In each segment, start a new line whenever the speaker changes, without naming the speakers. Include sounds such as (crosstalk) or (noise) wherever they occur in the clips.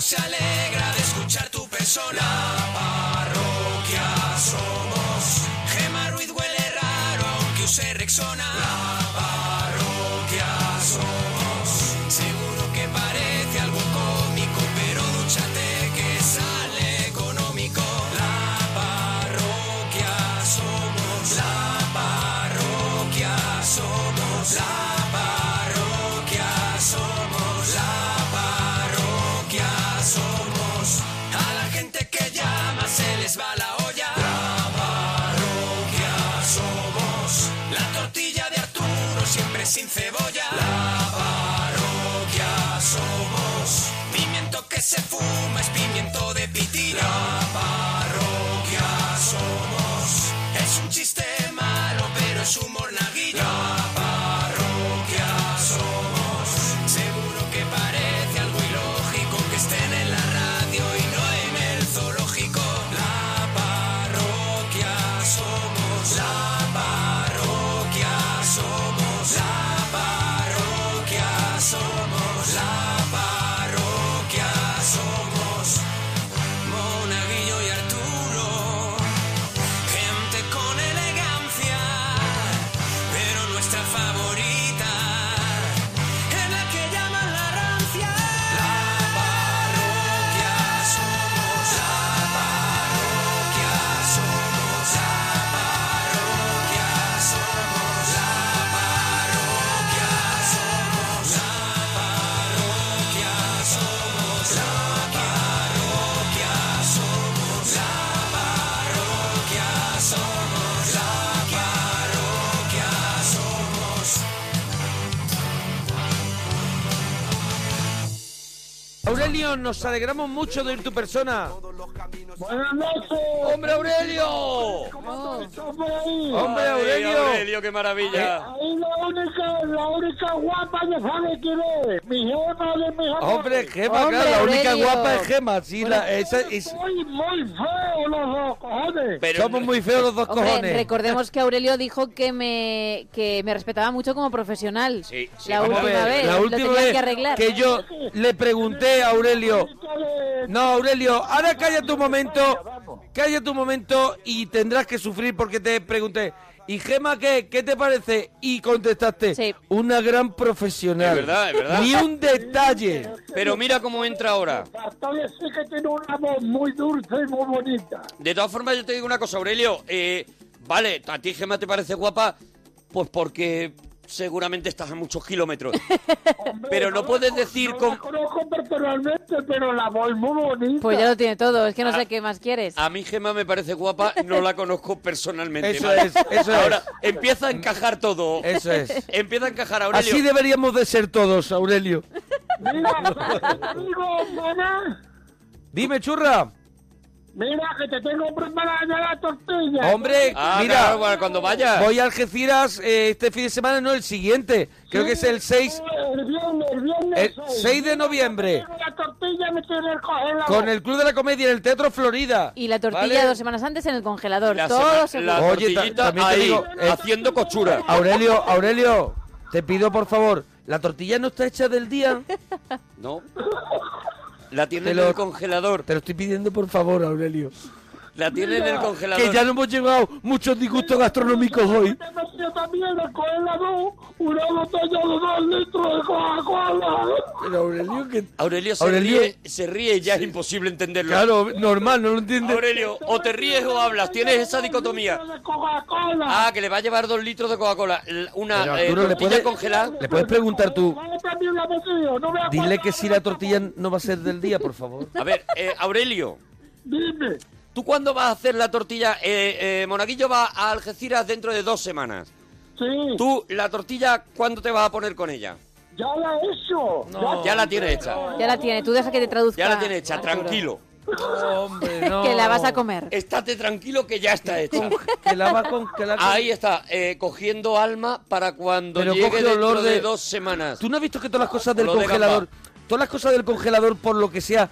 se alegra de escuchar tu persona. La parroquia somos. Gema Ruiz huele raro aunque use Rexona. La parroquia somos. Seguro que parece algo cómico, pero dúchate que sale económico. La parroquia somos. La parroquia somos. La parroquia somos. La parroquia somos. A la gente que llama se les va la olla. La parroquia somos. La tortilla de Arturo siempre sin cebolla. La parroquia somos. Pimiento que se fuma es pimiento de pitilla. La parroquia somos. Es un chiste malo, pero es humor naguillo. La parroquia somos. Seguro que parece algo ilógico que estén en la radio y no en el zoológico. La parroquia somos. La parroquia somos. La parroquia somos. La parroquia somos. Monaguillo y Arturo. Gente con elegancia. Pero nuestra favorita. En la que llaman la rancia. La parroquia somos, la parroquia somos, la parroquia somos, la parroquia somos, la parroquia somos, la parroquia somos, la parroquia somos, la parroquia somos.
Aurelio, nos alegramos mucho de ir tu persona.
Buenas noches.
Oh.
¡Hombre, Aurelio!
Hombre,
¡Hombre, Aurelio! Eh,
Aurelio, qué maravilla!
Ahí la única, la única guapa que sabe quién es. Mi gema de mi amores.
¡Hombre, Gema, claro, la única guapa es Gema. Sí, la- esa es-
Muy, muy feo los dos cojones.
Pero,
somos muy feos los dos
Hombre,
cojones.
recordemos que Aurelio dijo que me, que me respetaba mucho como profesional.
Sí, sí,
la
vamos a
última
Vamos a ver,
vez.
la
lo
última
tenía
vez
que arreglar.
yo le pregunté a Aurelio. No, Aurelio, ahora cállate un momento. Cállate un momento y tendrás que sufrir porque te pregunté. ¿Y Gema qué? ¿Qué te parece? Y contestaste.
Sí.
Una gran profesional.
Es verdad, es verdad.
Ni un detalle.
pero mira cómo entra ahora.
Bastante sí que tiene una voz muy dulce y muy bonita.
De todas formas, yo te digo una cosa, Aurelio. eh, vale, a ti Gemma te parece guapa, pues porque seguramente estás a muchos kilómetros. Pero no puedes decir
No
con...
la conozco personalmente, pero la voz muy bonita.
Pues ya lo tiene todo, es que no
Ah.
sé qué más quieres.
A mí Gemma me parece guapa, no la conozco personalmente.
Eso
¿vale?
es, eso es.
Ahora empieza a encajar todo.
Eso es.
Empieza a encajar, Aurelio.
Así deberíamos de ser
(laughs)
todos, Aurelio.
Mira, ¿sabes qué te digo,
(laughs)
mamá?
Dime, churra.
Mira, que te tengo preparada ya la tortilla.
Hombre,
Ah,
mira.
claro, bueno, cuando vayas.
Voy a Algeciras eh, este fin de semana, no el siguiente. Creo que es el 6,
El viernes, el viernes.
el 6 de noviembre.
La tortilla me tiene el cojón la
Con
boca.
el Club de la Comedia en el Teatro Florida.
Y la tortilla
¿Vale?
dos semanas antes en el congelador.
La, sema-
todo seguro.
la
Oye, ta-
tortillita
también te
ahí,
digo, eh,
haciendo cochura.
Aurelio, Aurelio, te pido por favor, la tortilla no está hecha del día.
No. La tiene
Te
en
lo-
el congelador.
Te lo estoy pidiendo por favor, Aurelio.
La tiene en el
Que ya
congelador.
no hemos llevado muchos disgustos gastronómicos hoy.
Te metió también el congelador una botella de dos litros de Coca-Cola.
Pero Aurelio, que...
Aurelio se
Aurelio-
ríe, se ríe y ya es imposible entenderlo.
Claro, normal, no lo entiendes.
Aurelio, o te ríes o hablas, tienes esa dicotomía.
De Coca-Cola.
Ah, que le va a llevar dos litros de Coca-Cola, l-
Pero,
una eh,
Arturo, ¿le
tortilla
puedes-
congelada.
Le puedes preguntar tú.
Vale, también la metió, no me acuerdo.
Dile que si la tortilla no va a ser del día, por favor.
A ver, eh, Aurelio,
Dime.
¿tú cuándo vas a hacer la tortilla? Eh, eh, Monaguillo va a Algeciras dentro de dos semanas.
Sí,
¿Tú la tortilla cuándo te vas a poner con ella?
ya la he hecho.
Ya la tienes hecha.
Ya la tiene, tú deja que te traduzca.
Ya la tienes hecha,
Arturo.
tranquilo.
Hombre, no.
(laughs) Que la vas a comer.
Estate tranquilo que ya está hecha.
Que la va con...
(laughs)
Que la
Ahí está, eh, cogiendo alma para cuando
Pero
llegue
coge
dentro
olor
de...
de-
dos semanas.
¿Tú no has visto que todas las cosas del
Olor de
congelador,
gamba.
todas las cosas del congelador, por lo que sea,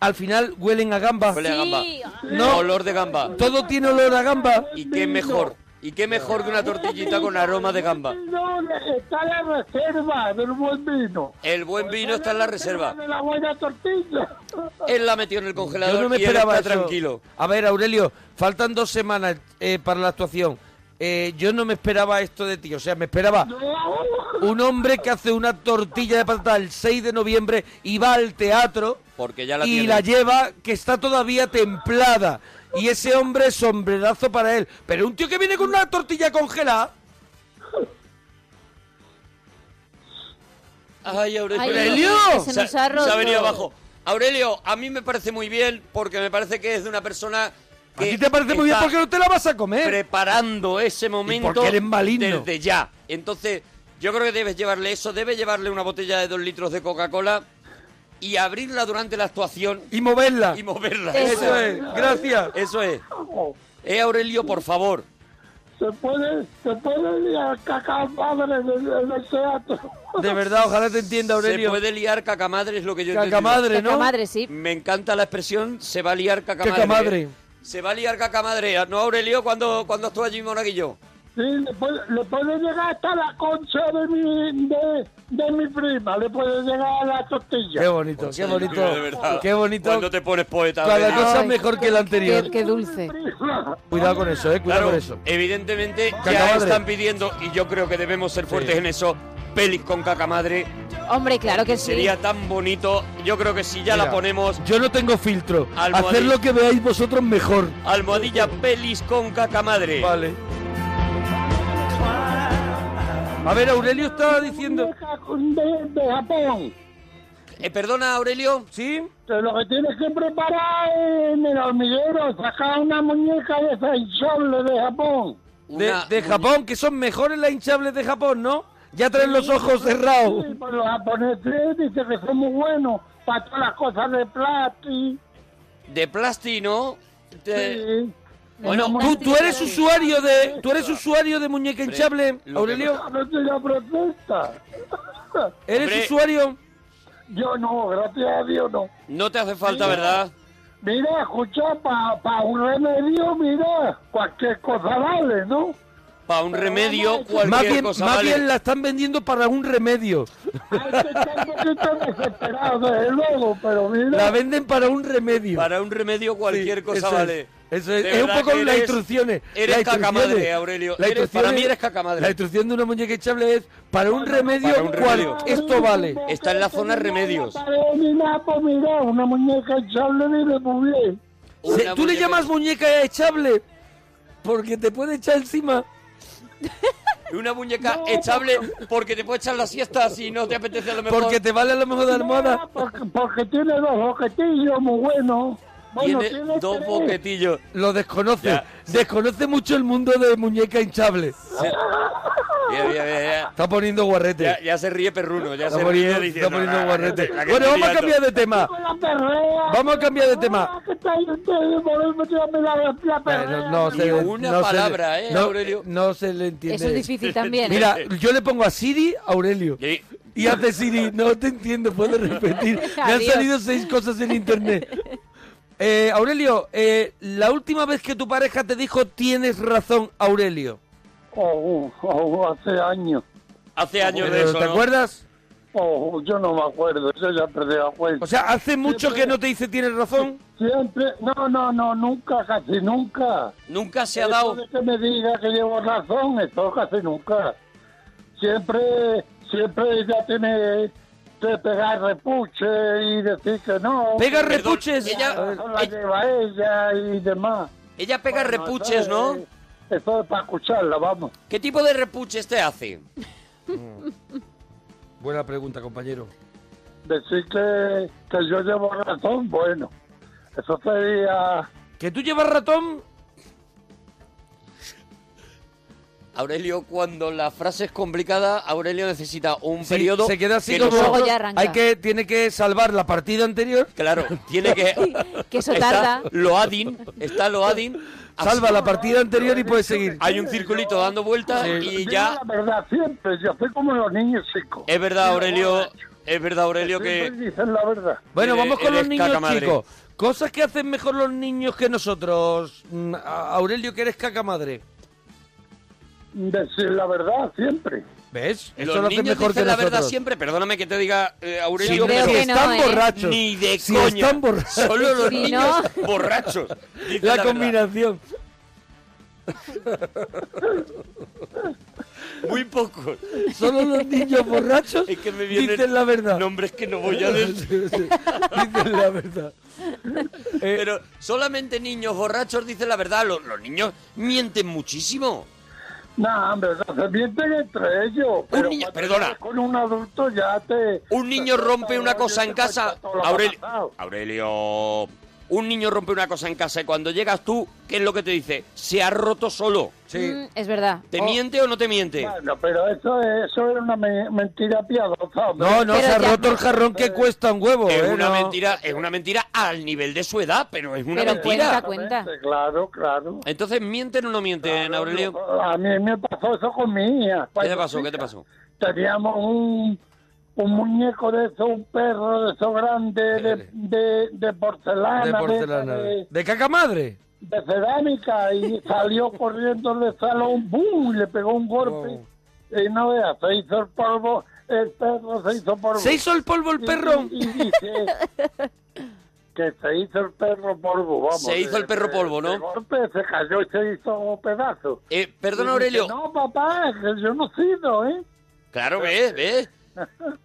al final huelen a gamba?
Huele a gamba.
Sí.
No.
Olor de gamba.
Todo tiene olor a gamba.
¿Y qué mejor? Y qué mejor que una tortillita con aroma de gamba.
No, está la reserva del buen vino.
El buen vino está en la reserva.
De la buena tortilla. (laughs)
Él la metió en el congelador
Yo no me
y él
esperaba
está
eso.
tranquilo.
A ver, Aurelio, faltan dos semanas eh, para la actuación. Eh, yo no me esperaba esto de ti, o sea, me esperaba un hombre que hace una tortilla de patata el 6 de noviembre y va al teatro
Porque ya la
y
tiene.
la lleva que está todavía templada. Y ese hombre sombrerazo para él. Pero un tío que viene con una tortilla congelada.
Ay, Aurelio.
Ay, ¡Aurelio! que se nos ha roto.
venido abajo. Aurelio, a mí me parece muy bien porque me parece que es de una persona que
¿A ti te parece muy bien
está
porque no te la vas a comer?
preparando ese momento
porque eres maligno.
desde ya. Entonces, yo creo que debes llevarle eso, debes llevarle una botella de dos litros de Coca-Cola y abrirla durante la actuación
y moverla.
y moverla.
Eso.
Eso es, gracias.
Eso es. Eh, Aurelio, por favor.
Se puede, se puede ir a cacar madre en el, en el teatro.
De verdad, ojalá te entienda,
Se
Aurelio.
puede liar cacamadre, es lo que yo he entendido.
Cacamadre,
Caca
¿no?
madre, sí.
Me encanta la expresión, se va a liar cacamadre.
Cacamadre.
Se va a liar cacamadre. ¿No, Aurelio, cuando, cuando estuvo allí Monaguillo?
Sí, le puede, le puede llegar hasta la concha de mi, de, de mi prima, le puede llegar a la tortilla.
Qué bonito, qué
de
bonito.
verdad.
Qué bonito.
Cuando te pones poeta.
Cada
Aurelio.
cosa
Ay,
mejor que la anterior.
Qué, qué dulce.
Prima.
Cuidado con eso, eh,
Claro,
cuidado con eso.
evidentemente ya
Cacamadre.
están pidiendo, y yo creo que debemos ser fuertes
Sí.
en eso, pelis con cacamadre.
Hombre, claro que sí.
Sería tan bonito. Yo creo que si ya la
Mira,
ponemos,
Yo no tengo filtro.
Almohadilla.
Hacer lo que veáis vosotros mejor.
almohadilla pelis con cacamadre.
Vale. A ver, Aurelio estaba diciendo.
De, de Japón.
Eh, perdona, Aurelio.
¿Sí?
Que lo que tienes que preparar es en el hormiguero, sacar una muñeca de Saichole de Japón.
De,
Una-
de Japón, que son mejores las hinchables de Japón, ¿no? Ya traen los ojos cerrados.
Sí, pues los japoneses dicen que son muy buenos para todas las cosas de plástico.
De plastino. de-
sí.
Bueno,
¿Tú, tú eres usuario de. ¿Tú eres usuario de muñeca hinchable,
lo que-
Aurelio?
No te la protesta.
¿Eres
Hombre.
usuario?
Yo no, gracias a Dios no.
No te hace falta, ¿verdad?
Mira, escucha, para un remedio, mira, cualquier cosa vale, ¿no?
Para un remedio, cualquier
Más bien,
cosa
más
vale.
bien la están vendiendo para un remedio.
Hay que estar un poquito desesperado, desde luego, pero
La
mira,
venden para un remedio.
Para un remedio, cualquier
Sí,
cosa
eso es,
vale.
eso es.
De
Es un
verdad
poco
que
las
eres-
instrucciones.
Eres
las instrucciones.
cacamadre, Aurelio.
La
Eres- para
instrucción
mí
es-
eres cacamadre.
La instrucción de una muñeca echable es para un remedio,
Para un
cual-
remedio.
esto vale.
Está en la zona remedios.
Ni nada, pues mira, una muñeca echarle vive muy bien.
Una
Se- ¿Tú le
muñeca-
llamas muñeca echable? Porque te puede echar encima.
Una muñeca echable porque te puede echar la siesta si no te apetece a lo mejor.
Porque te vale a lo mejor de
Mira,
almohada.
porque, porque tiene dos boquetillos muy buenos. Bueno,
Tiene dos
tres.
boquetillos.
Lo desconoce.
Ya.
Desconoce mucho el mundo de muñeca hinchable.
Ya, ya, ya, ya.
Está poniendo guarrete.
Ya- ya se ríe perruno, ya
Está
se
poniendo,
ríe diciendo.
está poniendo
"Ah,
guarrete.
la que
Bueno,
estoy
vamos a
liando".
cambiar de tema.
Con la perrea.
Vamos a cambiar de tema.
Ah, que está ahí ustedes, por ahí metiéndome la- la
Eh,
perrea.
no, no
Ni
se le-
una
no se le-
palabra, ¿eh,
no-
Aurelio?
No se le entiende.
Eso es difícil también. ¿eh?
Mira, yo le pongo a Siri Aurelio.
Sí.
Y hace Siri, no te entiendo, puedo
(laughs)
repetir. Me han
Adiós.
salido seis cosas en internet. Eh, Aurelio, eh, la última vez que tu pareja te dijo tienes razón, Aurelio.
Oh, oh, oh, hace años.
Hace años de
Pero,
eso.
Eh, ¿Te
¿no?
acuerdas?
Oh, yo no me acuerdo, yo ya perdí la cuenta.
O sea, hace mucho que no te dice tienes razón.
Siempre, no, no, no, nunca, casi nunca.
Nunca se ha
Eso
dado.
de que me diga que llevo razón, eso casi nunca. Siempre, siempre ella tiene que pegar repuche y decir que no.
Pega
Perdón,
repuches.
ella-
A ver,
Eso la lleva ella y demás.
Ella pega
Bueno,
repuches,
eso
¿no?
es- Eso es para escucharla, vamos.
¿Qué tipo de repuches te hace?
Buena pregunta, compañero.
Decir que, que yo llevo razón, bueno. Eso sería...
¿Que tú llevas ratón?
Aurelio, cuando la frase es complicada, Aurelio necesita un
Sí,
periodo.
se queda así
que
como
nosotros-
Luego ya arranca.
hay que tiene que salvar la partida anterior
Claro, tiene que.
que eso
está
tarda.
Loadin, está Loadin. así-
salva la partida anterior y puedes seguir
Hay un circulito dando vueltas y
Digo
ya.
la verdad siempre, yo soy como los niños chicos.
Es verdad, Aurelio. Es verdad, Aurelio, que.
Siempre dicen la verdad.
bueno
Eres-
vamos con los
eres
niños
cacamadre.
chicos cosas que hacen mejor los niños que nosotros Mm, a- Aurelio que eres caca madre
decir la verdad siempre.
¿Ves?
Los niños dicen la verdad siempre, perdóname que te diga, eh, Aurelio,
Sí, creo
pero
que Si no, están ¿eh? borrachos.
Ni de
Si
coña.
están borrachos.
Solo los
(laughs) Si
niños
no.
borrachos. dicen
La
verdad.
combinación.
Muy pocos.
Solo (laughs) los niños borrachos
Es que me vienen
dicen la verdad.
nombres que no voy a
(laughs)
decir.
Sí, sí, Dicen la verdad. Eh.
Pero solamente niños borrachos dicen la verdad. Los, los niños mienten muchísimo.
No, hombre, no se mienten entre ellos. Pero
niño-
cuando
perdona.
estás Con un adulto ya te...
Un niño rompe una cosa en casa. Aurelio, Aurelio, un niño rompe una cosa en casa y cuando llegas tú, ¿qué es lo que te dice? Se ha roto solo.
Mm, es verdad.
¿Te miente o no te miente?
Bueno, pero eso, es- eso era una me- mentira piadosa. hombre.
No, no,
Pero
se ha
ya-
roto el jarrón que cuesta un huevo.
Es
Pues
¿eh?
una
No.
mentira, es una mentira al nivel de su edad, pero es una
Pero
mentira.
cuenta, cuenta.
Claro, claro.
Entonces, ¿mienten o no mienten, Este, Aurelio?
A mí me pasó eso con mi hija.
¿Qué
Cuando
te pasó? ¿Qué te
chica,
pasó?
Teníamos un, un muñeco de eso, un perro de eso grande,
Eh.
de, de, de porcelana,
De
de-
porcelana.
de,
¿De caca madre?
de cerámica, y
(laughs)
salió corriendo del salón, ¡bum! Y le pegó un golpe. Y no veas, se hizo el polvo, el perro se hizo polvo.
¿Se hizo el polvo el
Y-
perro?
(laughs)
y dice que se hizo el perro polvo, vamos.
Se hizo el perro polvo, ¿no?
De golpe se cayó y se hizo pedazos.
Eh,
Y
perdona,
dice,
Aurelio.
No, papá, que yo no sido, ¿eh?
Claro, ves,
(laughs)
ves.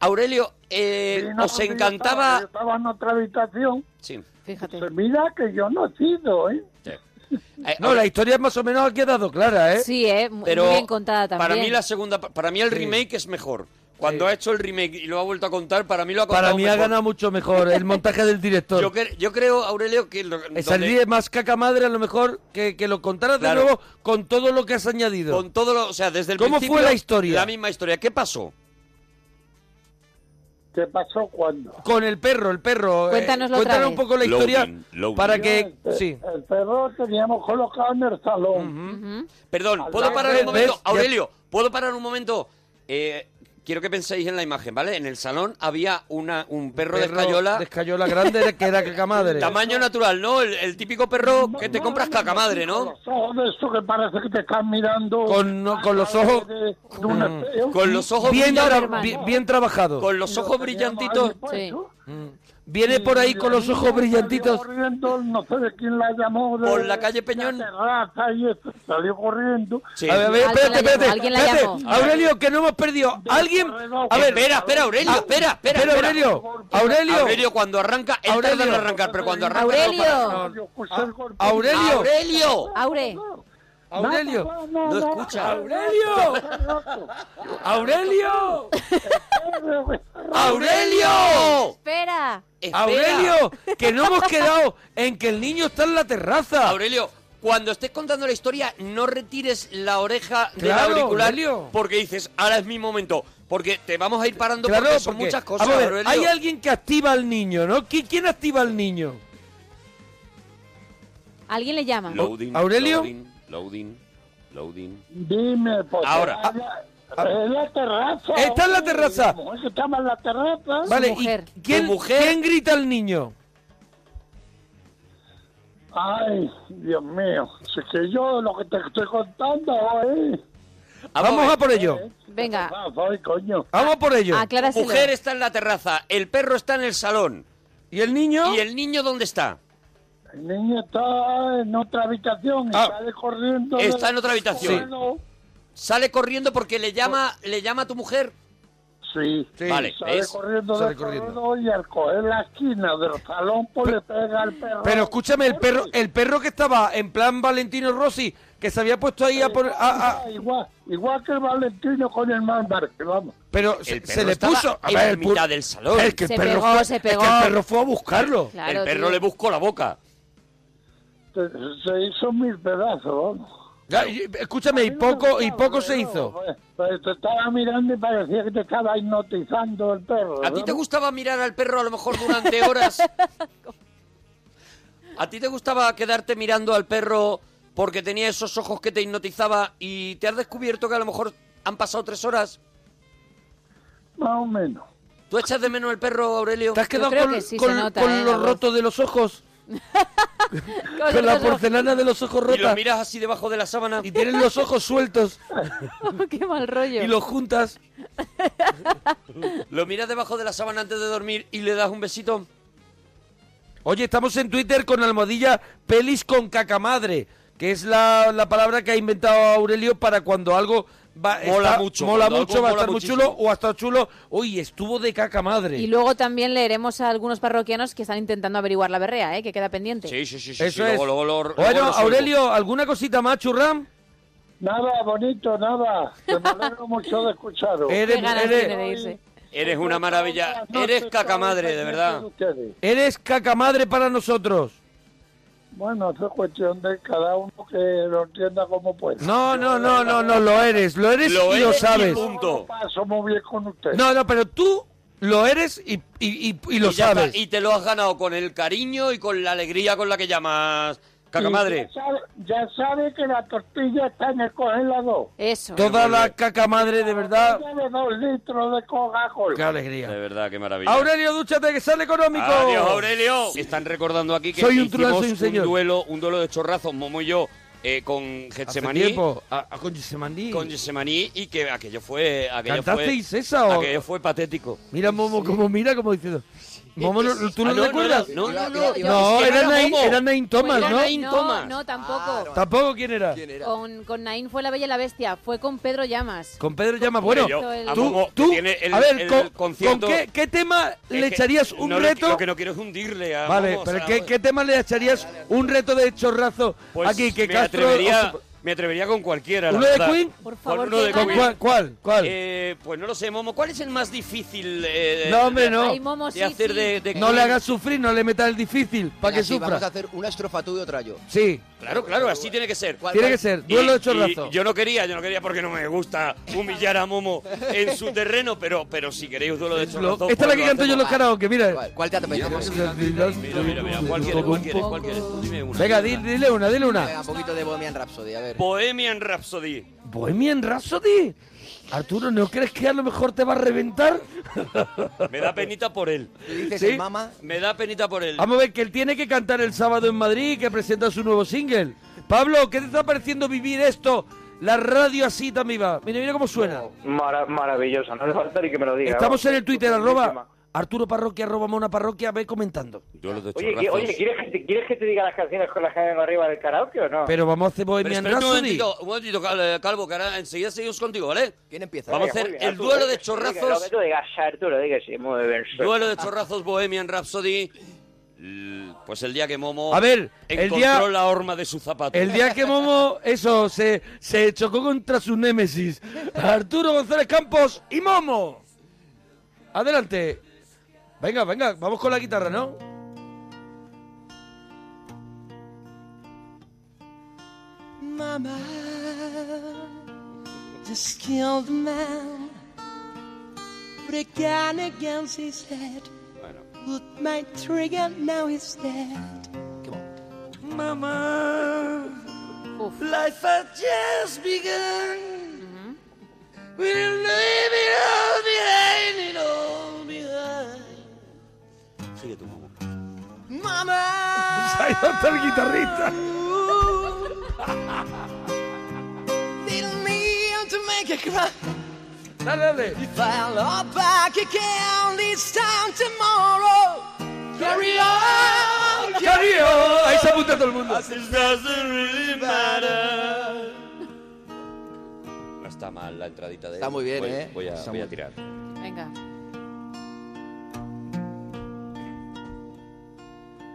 Aurelio, eh,
Y no,
os
yo estaba- Yo
encantaba.
estaba en otra habitación.
Sí.
Fíjate.
Pues mira que yo no sido, ¿eh?
(laughs)
sí. Eh,
No, la historia más o menos ha quedado clara, ¿eh?
Sí, eh, mu-
pero
muy bien contada también.
Para mí la segunda, pa- para mí el remake es mejor. Cuando
Sí.
ha hecho el remake y lo ha vuelto a contar, para mí lo ha contado
Para mí ha
mejor.
ganado mucho mejor el montaje del
(laughs)
director.
Yo, cre- yo creo, Aurelio, que lo-
Eh,
donde-
Saldría más caca madre a lo mejor que, que lo contaras
Claro.
de nuevo con todo lo que has añadido.
con todo lo, o sea, desde el
¿Cómo fue
principio,
la historia?
La misma historia. ¿Qué pasó?
¿Qué pasó cuando?
Con el perro, el perro. eh,
Cuéntanoslo otra
cuéntanos
vez.
un poco la historia
Loading, loading.
para
Yo, eh,
que...
el per-
Sí.
El perro teníamos colocado en el salón.
Ujú.
Perdón,
Al
¿puedo
lado.
parar
¿Ves?
un momento?
¿Ves? Ya-
Aurelio, ¿puedo parar un momento? Eh, quiero que penséis en la imagen, ¿vale? En el salón había una, un perro, de escayola.
de escayola grande que era caca madre.
Tamaño natural, ¿no? El, el típico perro que te
No,
compras
no,
caca madre,
con
¿no?
Los ojos de eso que parece que te están mirando.
Con- no, con los
a través
ojos-
de- de un espejo.
Con los ojos
Bien,
brillante,
tra-
hermano.
bi- bien trabajado.
Con los
Lo
ojos
teníamos ahí
brillantitos.
puesto.
Viene por ahí con los
Y
ojos
salió
brillantitos.
corriendo, no sé de quién la llamó. de-
Por la calle Peñón.
de la terraza y eso, salió corriendo.
Sí.
A ver, a ver,
Alguien la
espérate,
llamó,
espérate.
alguien la
espérate.
llamó.
Aurelio, que no hemos perdido. ¿Alguien? A ver,
espera, espera, Aurelio,
Ah,
espera, espera,
espera,
espera.
Aurelio. Aurelio.
Aurelio, cuando arranca, él
Aurelio.
tarda en arrancar, pero cuando arranca... Ah,
Aurelio.
Yo escuché pues, el golpe.
Aurelio.
¡Aurelio!
Aure,
Aurelio.
No, no,
No
no,
escucha.
Aurelio.
¡Aurelio!
espera.
Espera.
Aurelio, que no hemos quedado en que el niño está en la terraza.
Aurelio, cuando estés contando la historia, no retires la oreja del
Claro,
auricular
Aurelio.
porque dices, ahora es mi momento. Porque te vamos a ir parando
Claro,
porque son
porque-
muchas cosas,
vamos a ver,
Aurelio.
hay alguien que activa al niño, ¿no? ¿Qui- ¿Quién activa al niño?
Alguien le llama.
Loading,
¿Aurelio?
Loading, loading, loading.
Dime, pues.
Ahora.
Es la terraza.
Está en la
hombre,
terraza.
la mujer que estaba en la terraza.
Vale,
mujer.
¿y quién,
Tu mujer.
quién grita al niño?
Ay, Dios mío. Si es que yo lo que te estoy contando, ¿eh?
Ah,
Vamos a por ello.
Venga,
Ah, soy, coño.
Vamos a por ello.
acláraselo.
Mujer está en la terraza, el perro está en el salón.
¿Y el niño?
¿Y el niño dónde está?
El niño está en otra habitación.
Ah.
Está corriendo.
Está en otra habitación. Sale corriendo porque le llama, le llama a tu mujer.
Sí.
Sí.
Vale.
Sale
¿Ves?
corriendo
Sale
del
corriendo.
corredor y al coger la esquina del salón, pues le pega al perro.
Pero escúchame, el perro, eh, el perro que estaba en plan Valentino Rossi, que se había puesto ahí a por... a- a-
Ah, igual, igual que el Valentino con el Malbar, que vamos.
pero se,
El
se
perro
le
estaba
puso...
en
el pu-
mitad del salón.
Es que el
Se
perro
pegó,
fue-
se
es que el
pegó.
perro fue a buscarlo.
Claro,
el perro
tío.
le buscó la boca.
Se, se hizo mil pedazos, vamos.
Ya, y- escúchame, y poco, y poco se hizo.
Pues, pues te estaba mirando y parecía que te estaba hipnotizando el perro.
¿A ti te
vamos.
gustaba mirar al perro a lo mejor durante
(laughs)
horas? ¿A ti te gustaba quedarte mirando al perro porque tenía esos ojos que te hipnotizaba y te has descubierto que a lo mejor han pasado tres horas?
Más o menos.
¿Tú echas de menos al perro, Aurelio?
¿Te has quedado
creo
con,
que sí se
con-
nota,
con
eh, la
los
voz.
rotos de los ojos? Con la porcelana de los ojos
Y lo
rotas.
miras así debajo de la sábana.
Y tienen los ojos sueltos
(laughs) Qué mal rollo.
y los juntas.
Lo miras debajo de la sábana antes de dormir y le das un besito.
Oye, estamos en Twitter con almohadilla pelis con cacamadre, que es la, la palabra que ha inventado Aurelio para cuando algo va,
Mola
está-
mucho,
mola
cuando
mucho,
algo
va a
mola
estar muy
muchísimo.
chulo o ha estado chulo. Uy, estuvo de cacamadre.
Y luego también leeremos a algunos parroquianos que están intentando averiguar la berrea, ¿eh? que queda pendiente.
Sí, sí, sí. sí, sí,
Eso es.
luego- luego lo- luego
bueno,
lo suelvo.
Aurelio, ¿alguna cosita más, churram?
Nada, bonito, nada. Que
(laughs)
Me alegro mucho de escucharos.
Eres,
Qué ganas
eres-
tiene de irse.
Eres una maravilla. Eres cacamadre, de verdad.
eres cacamadre para nosotros.
Bueno, eso es cuestión de cada uno que lo entienda como pueda.
No, no, no, no, no, lo eres. Lo eres
Lo
y
eres
lo
y
sabes.
punto.
Yo lo paso muy bien con usted.
No, no, pero tú lo eres y, y- y- y lo
Y ya
sabes.
está, Y te lo has ganado con el cariño y con la alegría con la que llamas cacamadre.
Ya sabe, ya sabe que la tortilla está en el congelador.
Eso.
Toda la cacamadre, de verdad.
Ya de dos litros de Coca-Cola.
Qué
De
alegría.
verdad, qué maravilla.
Aurelio, dúchate que sale económico.
Adiós, Aurelio. Están recordando aquí que
Soy un
hicimos
truán, soy un señor.
duelo, un duelo de chorrazos, Momo y yo, eh, con
Hace
Getsemaní.
tiempo. A, a con Getsemaní.
Con Getsemaní y que aquello fue... Aquello
¿Cantasteis
fue,
esa o-
Aquello fue patético.
Mira Momo como mira, como diciendo... Momo, no- ¿tú
Ah,
no, lo recuerdas?
No, no, no.
Yo- yo-
No,
Es que no
era,
era
Nain,
Momo.
era Nain Thomas,
Fue-
¿no?
Nain
No,
Thomas.
Pues no, tampoco.
Ah, no.
Tampoco quién era.
¿Quién era?
Con, con Naín fue la bella y la bestia, fue con Pedro Llamas.
Con Pedro Llama. Bueno,
Yo- a
tú,
Momo,
tú
que tiene el-
a ver,
el
con,
concierto-
¿con qué, qué tema
Es
le
que
echarías un
no le-
reto?
Lo que no quiero es hundirle a
Vale,
Momo, o
pero
sea,
¿qué, qué tema le echarías un reto de chorrazo
pues
aquí? Que
me
Castro...
atrevería,
o-
me atrevería con cualquiera. la
¿Uno de
verdad.
Queen?
Por
Con
favor,
uno
qué
de
¿Con
ganas.
Queen.
cuál? ¿Cuál? cuál?
Eh, pues no lo sé, Momo. ¿Cuál es el más difícil eh,
No, hombre,
de,
no.
Ay, Momo,
de
sí,
hacer
sí.
de, de
no
Queen?
le hagas sufrir, no le metas el difícil, para
Venga,
que
sí, Vamos a
sufra.
hacer una estrofa tú y otra yo.
Sí,
Claro, claro, así tiene que ser.
¿Cuál-
tiene que ser. Duelo de chorrazo.
y yo no quería, yo no quería porque no me gusta humillar a Momo en su terreno, pero, pero si queréis duelo de
Lo-
chorrazo.
Esta es la
pues
que
lo
canto yo
hacemos.
en los karaoke, mira.
¿Cuál, cuál te apetece?
Mira, mira, mira, ¿cuál quieres? ¿Cuál quieres? ¿Cuál quieres? Tú dime una.
Venga, di- dile una, dile
Venga,
una.
un poquito de Bohemian Rhapsody, a ver.
Pues,
Bohemian Rhapsody.
Bohemian Rhapsody. Arturo, ¿no crees que a lo mejor te va a reventar?
Me da penita por él.
Tú dices
¿Sí?
el mama.
Me da penita por él.
Vamos a ver, que él tiene que cantar el sábado en Madrid, que presenta su nuevo single. Pablo, ¿qué te está pareciendo vivir esto? La radio así también va. Mira, mira cómo suena.
Mara- maravilloso, no hace falta ni que me lo diga.
Estamos en el Twitter, arroba
Buenísima.
Arturo Parroquia, arroba Mona Parroquia, ve comentando.
Duelo de
Oye,
chorrazos.
que- oye ¿quieres, que te, ¿quieres que te diga las canciones con las que vengo arriba del karaoke o no?
Pero vamos a hacer
Pero
Bohemian
espérate un
Rhapsody.
momentito, un momentito, Cal- eh, Calvo, que ahora enseguida seguimos contigo, ¿vale?
¿Quién empieza?
Vamos a
Venga,
hacer
muy bien,
el
Arturo,
duelo
venga,
de
venga,
chorrazos.
Lo que tú digas, Arturo, diga sí, muy bien.
Duelo de chorrazos Bohemian Rhapsody. L- Pues el día que Momo
A ver, el
encontró
día-
la horma de su zapato.
El día que Momo, eso, se, se chocó contra su némesis. Arturo González Campos y Momo. Adelante. Venga, venga, vamos con la guitarra, ¿no?
Mama just killed a man. Put a gun against his head.
Bueno.
Put my trigger, now he's dead. Mama,
Uf.
life had just begun. We didn't leave it all behind, it all behind.
Sigue tú, Momo.
Mama.
Ahí está el guitarrista.
Didn't mean to make you cry.
Dale, dale.
If I look back again this time tomorrow, carry on.
Cario, Ahí se apunta todo el mundo.
It doesn't really matter. No está mal la entradita de
Está muy bien,
voy,
¿eh?
Voy a,
Está
voy a
muy
tirar.
Venga.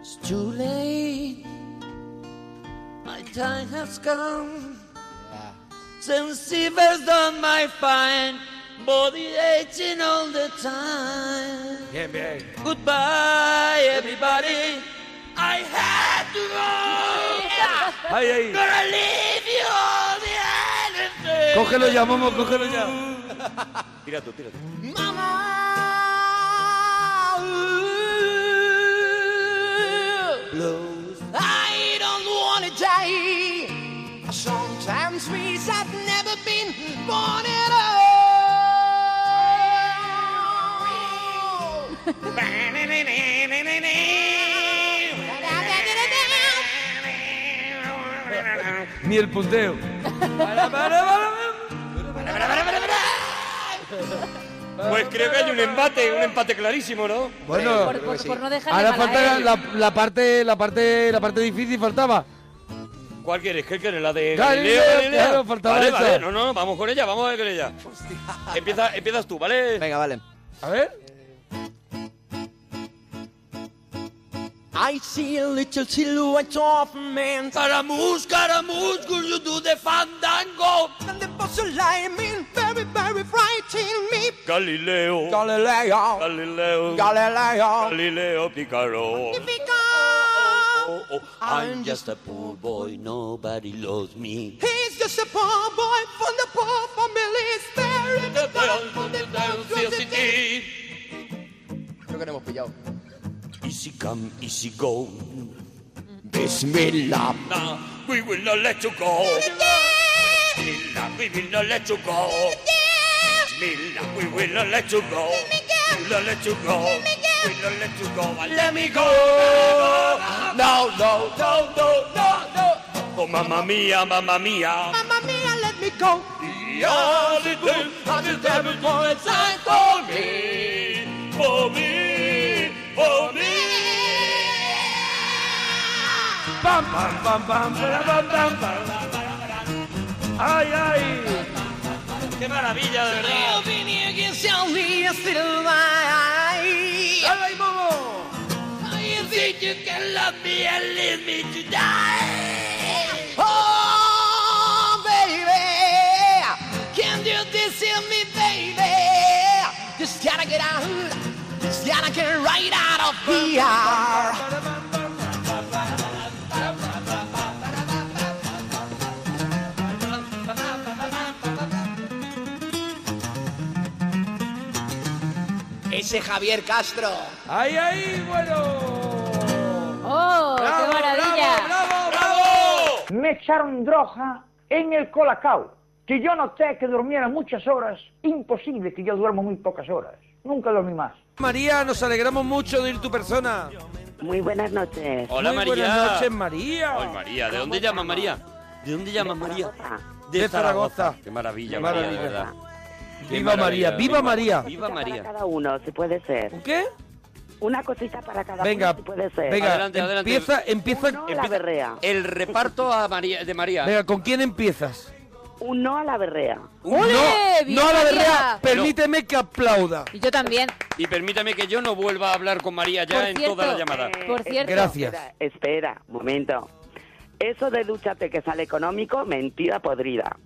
It's too late. My time has come. Since Evers done my fine body aching all the time.
Bien, bien.
Goodbye, everybody. I had to go.
Ahí, ahí.
Gonna leave you all behind and say,
Cógelo ya, Momo, cógelo ya.
Tira tú, tira tú.
Mama, ooh, I don't wanna die. I Sometimes wish I'd never been born at all.
ni el
(laughs)
punteo. Para, para, para.
Pues creo que hay un empate, un empate clarísimo, ¿no?
Bueno,
Por, por- por no dejar de
ahora
mala,
falta
¿eh?
la, la parte, la parte, la parte difícil faltaba.
¿Cuál quieres? ¿Qué quieres? ¿La de
Galileo,
Galileo?
claro, faltaba
vale,
esa.
vale, no, no, vamos con ella, vamos a ver con ella. Empieza, empiezas tú, ¿vale?
Venga, vale.
A ver.
I see a little silhouette of a man
Caramus, caramus, could you do the fandango?
and the bustle I mean very, very frightening me.
Galileo,
Galileo,
Galileo,
Galileo,
Galileo Picaro.
Galileo.
Oh, oh, I'm just a poor boy, nobody loves me.
He's just a poor boy from the poor family. He's very
The
poor
bell
from
from
the
the town
poor city.
city.
Creo que no hemos pillado.
Easy come, easy go. Bismillah. Nah, we will not let you go. Bismillah, we will not let you go. Bismillah, we will not let you go. We will not let you go. We will not let you go. Let me go. No, no, no, no, no, no. Oh, mamma mia, mamma mia.
Mamma mia, let me go.
The only thing that is ever going to for me, for me, for me.
Pam, pam, pam, pam, para, pam, pam, pam. Ay, ay.
¡Qué maravilla, de verdad!
Dale ahí, Momo.
Oh, baby, can you this in me, baby? Just gotta get out, just gotta get right out of here. Ese Javier Castro.
Ay, ay, bueno.
¡Oh, qué maravilla!
bravo, bravo!
Me echaron droga en el Colacao, que yo noté que durmiera muchas horas, imposible que yo duermo muy pocas horas, nunca dormí más.
María, nos alegramos mucho de ir tu persona.
Muy buenas noches.
Hola,
Muy
María.
Buenas noches, María.
Ay, María, ¿de dónde llamas, María? ¿De dónde llamas, María?
Zaragoza.
De Zaragoza.
Qué maravilla,
Qué
María, de
maravilla.
verdad. Qué
Viva
maravilla,
María, viva María.
Viva
Para
María.
cada uno, si puede ser.
¿Un qué?
Una cosita para cada
Venga,
uno, si puede ser.
venga,
Adelante, adelante.
empieza, empieza.
Uno a la berrea.
El reparto a María, de María.
Venga, ¿con quién empiezas?
Un no a la berrea.
¡Ole!
no, no a la
¡Viva
berrea,
María!
permíteme que aplauda.
Y yo también.
Y permítame que yo no vuelva a hablar con María ya
Por
en
cierto,
toda la llamada.
eh, Por cierto.
Gracias.
Espera, espera, momento. Eso de dúchate que sale económico, mentira podrida.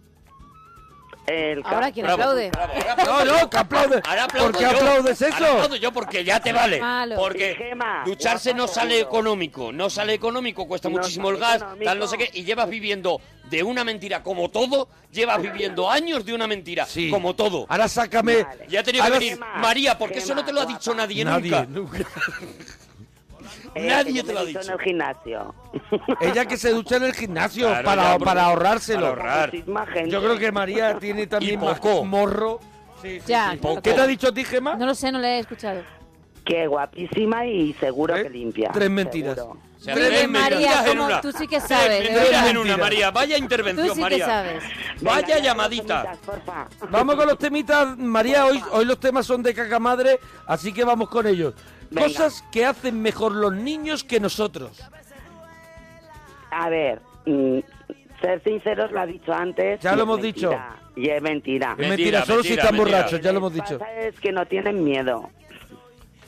El ca- Eh,
Ahora quien
Bravo,
aplaude.
bravo. Ahora
No,
aplaudo
no,
yo.
que aplaude.
Ahora aplaudo
¿Por qué
yo.
aplaudes
Ahora
eso?
aplaudo yo porque ya te vale.
Malo.
Porque
Sí, Gema,
ducharse no
guapa,
sale
seguro.
económico, no sale económico, cuesta
No
muchísimo
sale
el gas,
económico.
tal no sé qué, y llevas viviendo de una mentira como todo, llevas viviendo años de una mentira
Sí.
como todo.
Ahora sácame.
Vale.
Ya he tenido que
Ahora-
venir,
Gema,
María, porque eso no
Gema,
te lo ha
guapa.
dicho nadie,
Nadie,
nunca.
eh,
nadie
que yo
te
me
lo ha
ducho
dicho.
en
(laughs)
el gimnasio.
Ella que se ducha en el gimnasio
Claro,
para,
ya,
para
porque-
ahorrárselo.
para ahorrar.
Muchísima gente.
Yo creo que María tiene también más
poco.
morro.
Ya.
poco.
¿Qué te ha dicho a ti, Gemma? ¿Eh?
No lo sé, no le he escuchado.
Que guapísima y seguro
¿Eh?
que limpia.
Tres mentiras.
seguro.
O sea,
Tres
Oye, María,
mentiras en
¿cómo-
una.
tú sí que
Tres
sabes. de
mentiras
verdad.
en una, María. Vaya intervención,
Tú sí que
María.
sabes.
Venga,
Vaya
ya,
llamadita.
dos minutas, porfa.
Vamos con los temitas, María. Hoy, hoy los temas son de caca madre, así que vamos con ellos.
Venga.
Cosas que hacen mejor los niños que nosotros.
A ver, mm, ser sinceros lo ha dicho antes.
Ya
y
lo
es
hemos
mentira, Y es mentira.
Es
Mentira,
mentira, solo si
mentira,
están
mentira.
borrachos, ya lo hemos
que
dicho.
pasa es que no tienen miedo.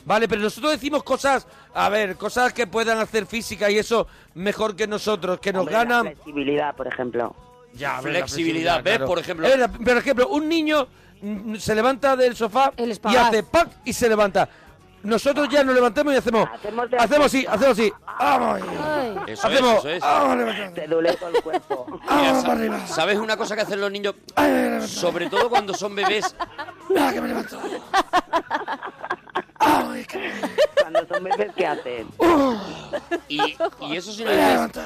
Vale, pero nosotros decimos cosas, a ver, cosas que puedan hacer física y eso mejor que nosotros, que nos
Hombre, La
ganan.
flexibilidad, por ejemplo.
Ya, a ver, la
Flexibilidad, ¿ves? Por ejemplo-
Es verdad, por ejemplo, un niño mm, se levanta del sofá
El
y
espagaz.
hace ¡pac! y se levanta. Nosotros ya nos levantamos y hacemos.
Hacemos de-
Hacemos así, hacemos así. ¡Vamos!
Ay.
Eso es,
Hacemos. Ah,
eso es.
¡Vamos, levantando!
Te duele todo el
(laughs)
cuerpo.
Mira,
¡Vamos,
sa-
para arriba!
¿Sabes una cosa que hacen los niños? Sobre todo cuando son bebés.
¡Ah, que me levanto! ¡Ay, que me
Cuando son bebés, ¿qué hacen?
Y, y eso si no dices,
levanto!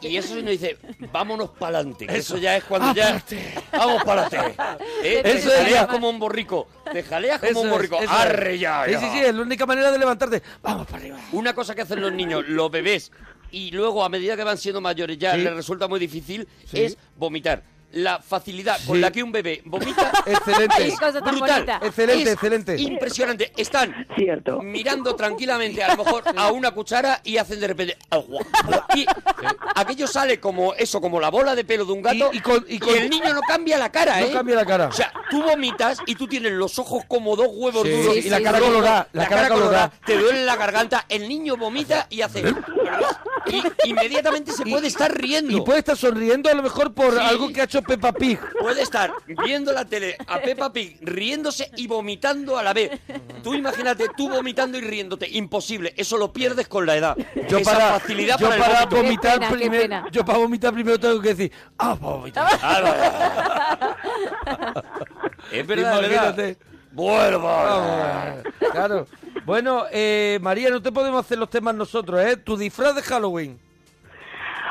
y eso si no dices, vámonos para adelante. Eso.
Eso. Ah,
ya es cuando ya.
Aparte.
Vamos para adelante.
Te
Eso
jaleas
es ya.
más.
como un borrico. Te jaleas como
Eso
un
es,
borrico.
eso es.
Arre ya,
Sí,
ya.
sí, sí, es la única manera de levantarte. ¡Vamos, para arriba!
Una cosa que hacen los niños, los bebés, y luego a medida que van siendo mayores ya
Sí.
les resulta muy difícil
Sí.
es vomitar. La facilidad
Sí.
con la que un bebé vomita
(laughs) Excelente.
es
Qué cosa tan
brutal.
bonita. Excelente,
Es
excelente.
Impresionante. Están
Cierto.
mirando tranquilamente a lo mejor a una cuchara y hacen de repente agua. Y aquello sale como eso, como la bola de pelo de un gato y,
con-
el niño no cambia la cara,
No
¿eh?
cambia la cara.
O sea, tú vomitas y tú tienes los ojos como dos huevos
Sí,
duros.
sí, y la cara colorada, la cara colorada. ¿Eh?
Te duele la garganta, el niño vomita y hace... Y inmediatamente se puede estar riendo.
Y puede estar sonriendo a lo mejor por
Sí.
algo que ha hecho Peppa Pig.
Puede estar viendo la tele a Peppa Pig riéndose y vomitando a la vez. Tú imagínate, tú vomitando y riéndote. Imposible. Eso lo pierdes con la edad.
Yo
Esa
para,
facilidad
yo
para, el
para
vómito.
vomitar primero, yo para vomitar primero tengo que decir, ah, para vomitar.
Ah, Es verdad, es verdad.
Imagínate.
Bueno,
Ah, Claro. Bueno, eh, María, no te podemos hacer los temas nosotros, ¿eh? Tu disfraz de Halloween.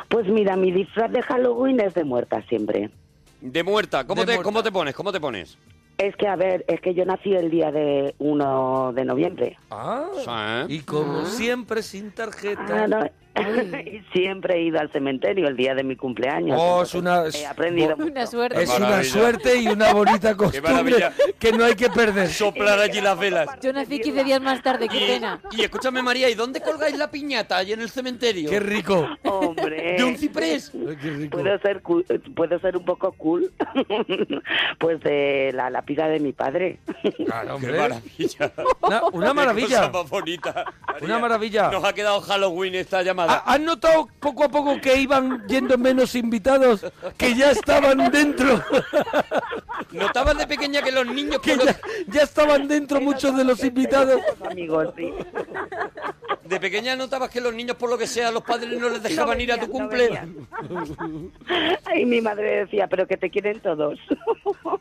Pues mira, mi disfraz de Halloween es de muerta siempre.
De muerta. ¿Cómo,
De
te,
muerta.
¿Cómo te pones? ¿Cómo te pones?
Es que, a ver, es que yo nací el día de 1 de noviembre.
Ah,
Y como siempre, sin tarjeta.
Ah, no. (laughs) Y siempre he ido al cementerio el día de mi cumpleaños.
Oh, es una,
He aprendido mucho.
Una suerte.
es una
Maravilla.
suerte y una bonita costumbre
maravilla.
que no hay que perder.
Soplar allí las velas.
Yo nací 15 días más tarde, qué pena.
Y, y escúchame, María, ¿y dónde colgáis la piñata? Allí en el cementerio.
Qué rico.
Hombre.
¿De un ciprés?
Ay, qué rico.
Puedo ser, cu- puedo ser un poco cool, (laughs) pues de la lápida de
(laughs)
mi padre.
Claro,
¡Qué
hombre.
maravilla!
Una, una
Qué cosa
maravilla.
más (laughs) bonita.
Una
María,
maravilla.
Nos ha quedado Halloween esta llamada.
¿Ha- ¿Has notado poco a poco que iban yendo menos invitados? Que ya estaban dentro.
Notabas de pequeña que los niños
Ah. (laughs) Que
cuando-
ya, ya estaban dentro muchos de los invitados.
Amigos, sí.
de pequeña notabas que los niños por lo que sea los padres no les dejaban ir a tu
venían,
cumple.
Y mi madre decía, pero que te
(laughs)
quieren todos.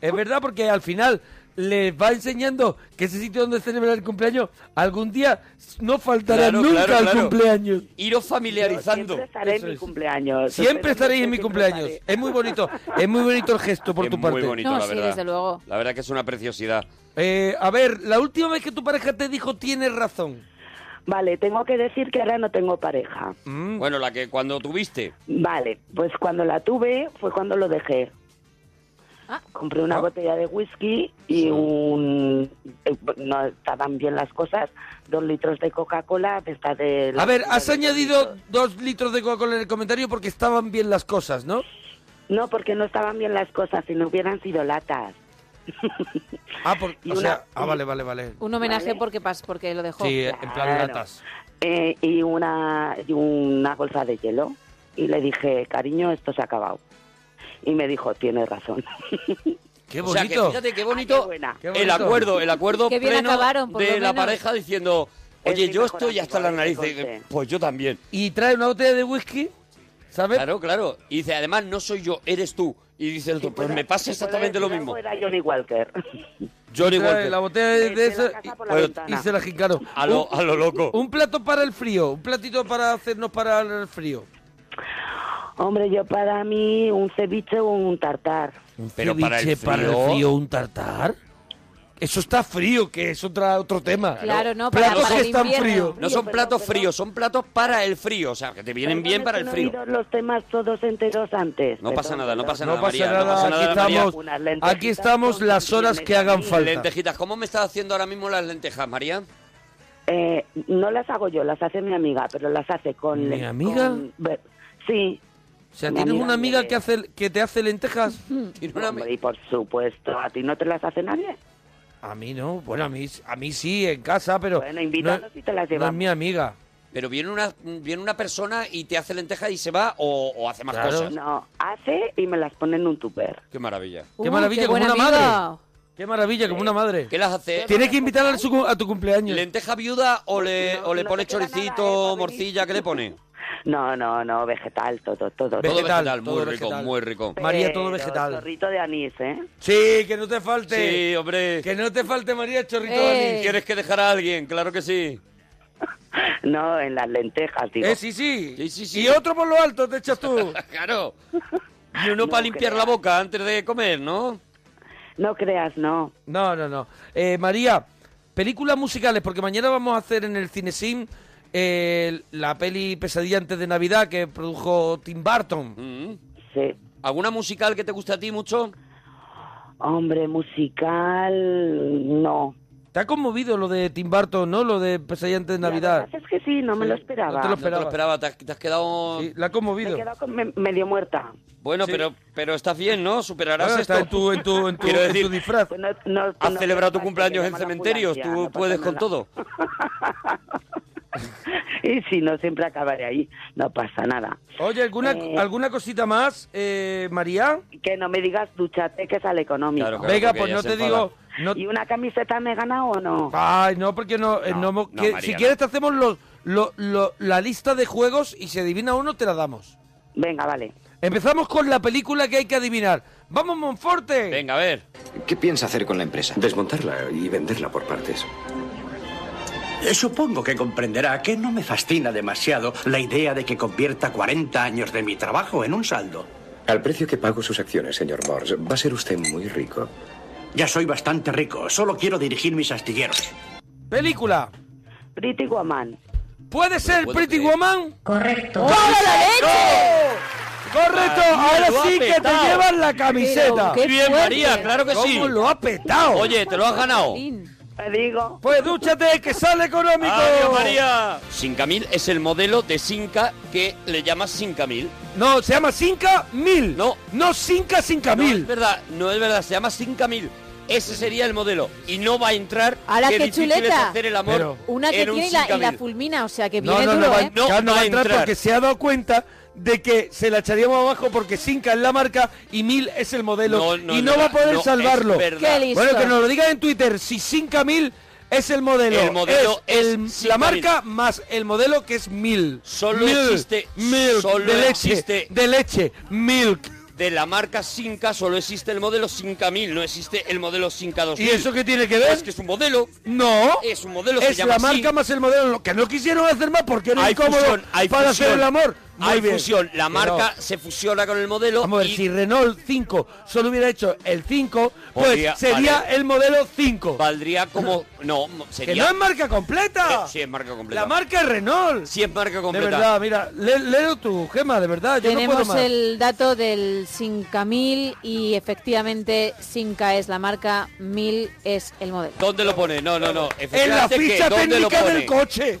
Es verdad, porque al final les va enseñando que ese sitio donde celebrar el cumpleaños algún día no faltará
Claro,
nunca
claro,
al
claro.
cumpleaños.
Iros familiarizando.
Siempre estaré
Eso
en mi
es.
cumpleaños.
Siempre
Ustedes no
estaréis
sé
en mi
si
cumpleaños.
estaré.
Es muy bonito. Es muy bonito el gesto por
Es
tu
muy
parte.
bonito,
No,
la
sí,
verdad.
desde luego.
La verdad que es una preciosidad.
Eh, a ver, la última vez que tu pareja te dijo tienes razón.
Vale, tengo que decir que ahora no tengo pareja.
Mm,
Bueno, la que cuando tuviste.
Vale, pues cuando la tuve fue cuando lo dejé. Compré
Ah.
una botella de whisky y un... eh, No estaban bien las cosas. Dos litros de Coca-Cola, de esta de...
A ver, has
de-
añadido dos litros de Coca-Cola en el comentario porque estaban bien las cosas, ¿no?
No, porque no estaban bien las cosas, si no hubieran sido latas.
Ah, por-
Y
o
una-
sea, ah, vale, vale, vale.
Un homenaje
Vale.
porque, pas, porque lo dejó.
Sí, eh, en plan
Claro.
latas.
Eh, y, una, y una bolsa de hielo. Y le dije, cariño, esto se ha acabado. Y me dijo,
(laughs)
tienes razón.
Qué
O sea, que
bonito.
fíjate qué
Ah,
bonito
qué buena.
Qué bonito.
el acuerdo, el acuerdo
Qué bien
pleno
acabaron, por
de
lo
la
menos.
pareja diciendo,
Es
oye,
mi
yo
mejor
estoy
amigo,
hasta la
ahora
nariz.
te
Y dice,
conté.
Pues yo también.
Y trae una botella de whisky, ¿sabes?
Claro, claro. Y dice, además, no soy yo, eres tú. Y dice el otro, pues me pasa exactamente lo mismo.
Era Johnny Walker. (laughs)
Johnny
Trae
Walker. Ah,
La botella de,
Desde
de
la
eso
casa
y,
por la
bueno,
ventana.
y se la jincaron.
A lo, a lo loco.
Un plato para el frío, un platito para hacernos para el frío.
Hombre, yo para mí un ceviche o un tartar.
Un
Pero para el
ceviche para
frío-
el frío, un tartar. Eso está frío, que es otra, otro tema.
Claro, no, para-
Platos
para
que
el
están
invierno.
frío.
No son
Perdón,
platos
perdón.
fríos, son platos para el frío. O sea, que te vienen bien
Perdón,
para
es
el
que no he
frío.
oído los temas todos enteros antes.
No pasa
Perdón,
nada, no
perdón.
pasa
No
nada,
pasa
María.
nada,
no pasa nada,
aquí
María.
estamos,
Unas lentejitas
aquí estamos
con
las horas que hagan
champiñones.
falta.
Lentejitas, ¿cómo me estás haciendo ahora mismo las lentejas, María?
Eh, no las hago yo, las hace mi amiga, pero las hace con...
¿Mi amiga?
con- ver- Sí.
O sea,
Mi
¿tienes
amiga
una
me
amiga
ve.
que, hace, que te hace
(laughs)
lentejas?
Tiene una-
Mm. Hombre, y por supuesto, ¿a ti no te las hace nadie?
A mí no, bueno, a mí, a mí sí, en casa, pero
Bueno,
no,
invítanos y te las
no es
llevamos.
mi amiga.
Pero viene una, viene una persona y te hace lentejas y se va o, o hace más
Claro.
cosas.
No, hace y me las pone en un tupper.
Qué maravilla.
Qué
Uy,
maravilla, como
Uh, buen
una
amigo.
Qué maravilla, como una madre.
¿Qué las hace?
Tienes que invitar a, su- a tu cumpleaños.
¿Lenteja viuda o le,
Pues No,
o le
no
pone
te queda nada,
choricito,
eh, para
morcilla?
venir.
¿Qué le pone?
No, no, no, vegetal, todo, todo.
Todo
Vegetal,
vegetal, muy
todo
rico,
vegetal.
muy rico.
todo.
María, todo
Pero
vegetal.
Chorrito de anís, ¿eh? (laughs)
Sí, que no te falte.
Sí, hombre.
Que no te falte María Chorrito
Eh.
de anís.
¿Tienes que dejar a alguien? Claro que sí.
No, en las lentejas, digo.
Eh, sí, sí.
Sí, sí, sí.
Y otro por lo alto te echas tú.
(laughs) Claro. Y uno
No
para limpiar
creas.
la boca antes de comer, ¿no?
No creas, no.
No, no, no. Eh, María, películas musicales, porque mañana vamos a hacer en el Cinesim eh, la peli Pesadilla antes de Navidad que produjo Tim Burton.
Sí.
Mm. ¿Alguna musical que te guste a ti mucho?
Hombre, musical, no.
Te ha conmovido lo de Tim Burton, ¿no? Lo de Pesadilla antes de Navidad.
Es que sí, no me lo esperaba.
No te lo esperaba.
te, has, te has quedado...
la ha
Me
conmovido.
he quedado con- me- medio muerta.
Bueno, pero, pero estás bien, ¿no? Superarás
Claro,
esto.
está en tu- en tu- en tu-
Quiero
en tu
decir,
disfraz.
Ah, has
Pues no,
celebrado
no,
tu cumpleaños en
llama la
cementerios, tú
ambulancia, no pasa
puedes con
nada.
todo.
(laughs) Y si no, siempre acabaré ahí. No pasa nada.
Oye, ¿alguna,
Eh,
¿alguna cosita más, eh, María?
Que no me digas duchate, que sale económico.
Claro, claro, Venga, porque pues ella no se te enfada. digo-
¿Y una camiseta me he ganado o no?
Ay, no, porque no... eh, no hemos-
no,
que-
María,
si
no.
quieres te hacemos los- lo- lo- la lista de juegos y si adivina uno te la damos.
Venga, vale.
Empezamos con la película que hay que adivinar. ¡Vamos, Monforte!
Venga, a ver.
¿Qué piensa hacer con la empresa? Desmontarla y venderla por partes. Supongo que comprenderá que no me fascina demasiado la idea de que convierta 40 años de mi trabajo en un saldo. Al precio que pago sus acciones, señor Morse, va a ser usted muy rico. Ya soy bastante rico, solo quiero dirigir mis astilleros.
Película.
Pretty Woman.
¿Puede ser
puedo
Pretty
creer.
Woman?
Correcto.
Correcto,
María,
ahora
lo ha
sí que te
petado.
llevas la camiseta.
Pero, qué Muy bien, fuerte. María, claro que sí.
¿Cómo lo ha petado?
Oye, te lo has ganado.
Te digo.
Pues dúchate, que sale económico.
¡Adiós, María! Sincamil es el modelo de Sinca que le llamas Sincamil.
No, se llama Sinca Mil.
No.
No Sinca Sinca Mil.
Es verdad, no es verdad, se llama Sincamil. Ese sería el modelo. Y no va a entrar.
A la
qué
que
difícil es
chuleta.
hacer el amor
Pero-
Una que
en un
tiene y la, y la
Sincamil.
fulmina, o sea que
No,
viene
no,
duro,
no, va,
¿eh?
no,
No
no
va
va
a
a entrar
entrar.
porque se ha dado cuenta de que se la echaríamos abajo porque Sinca es la marca y Mil es el modelo
No, no,
y
es
no va a
verdad,
poder
no, es
salvarlo.
verdad. Qué listo.
Bueno, que nos lo digan en Twitter si Sinca Mil es el modelo.
El modelo
es el-
es
la
5.000.
marca más el modelo que es Mil.
Solo
Mil,
existe-
Mil
solo
de leche,
existe-
de leche, Milk.
De la marca Sinca solo existe el modelo Sinca 1000, no existe el modelo Sinca 2000.
¿Y eso qué tiene que ver?
Es que es un modelo.
No.
Es un modelo, se
Es
llama
la
así.
marca más el modelo. Lo que no quisieron hacer más porque era
Hay
incómodo
fusión, hay
para
fusión.
hacer el amor. Muy
hay
bien.
fusión. La
Que
marca
no.
se fusiona con el modelo.
Vamos a ver,
y
si Renault 5 solo hubiera hecho el 5, pues
Podría-
sería
vale.
el modelo 5.
Valdría como. No, mo- sería.
¡Que no es marca completa!
Eh, sí, es marca completa.
La marca es Renault.
Sí, es marca completa.
De verdad, mira, le- leo tu gema, de verdad, yo no puedo
Tenemos
más.
el dato del 5.000 y efectivamente 5K es la marca, 1000 es el modelo.
¿Dónde lo pone? No, no, no.
En la
Efectivamente,
ficha
¿qué? ¿Dónde lo
técnica
pone?
del coche.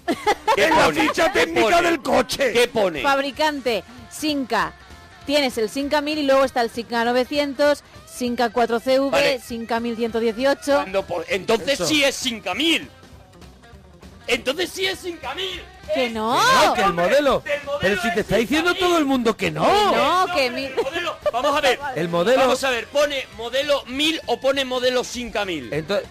¿Qué
en la
pone?
ficha
¿Qué
técnica
pone?
del coche.
¿Qué pone?
Fabricante, 5K. Tienes el 5.000 y luego está el 5.900, 5.4CV,
Vale.
5.118.
No, por- Entonces
Eso.
sí es 5000. Entonces sí es 5000.
¡Que no!
Que no, que el modelo. Pero si te está diciendo todo el mundo que no.
Que no, que mil-
Modelo, vamos a ver.
El modelo-
Vamos a ver, ¿pone modelo 1000 o pone modelo 5000?
Entonces,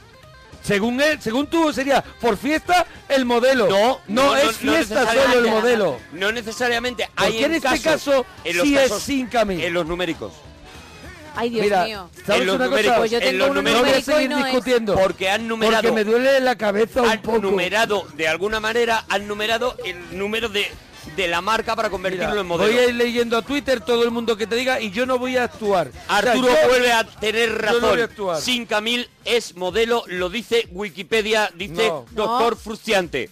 según él, según tú sería por fiesta el modelo. No, no, es fiesta solo el
necesariamente.
modelo.
No necesariamente. Hay
Porque en este caso,
en los
sí
casos,
es 5000.
En los numéricos.
¡Ay, Dios
Mira,
mío!
¿sabes
En los
una
numéricos,
cosa?
Pues yo en tengo los uno numéricos
no voy a
numéricos y
seguir
no es-
discutiendo.
Porque han numerado.
Porque me duele la cabeza un
han
poco.
numerado, de alguna manera, han numerado el número de, de la marca para convertirlo
Mira,
en modelo.
Voy a ir leyendo a Twitter todo el mundo que te diga y yo no voy a actuar.
Arturo
O sea, yo-
vuelve a tener
yo no voy a
razón.
actuar.
5000 es modelo, lo dice Wikipedia, dice
No.
Doctor
No.
Fruciante.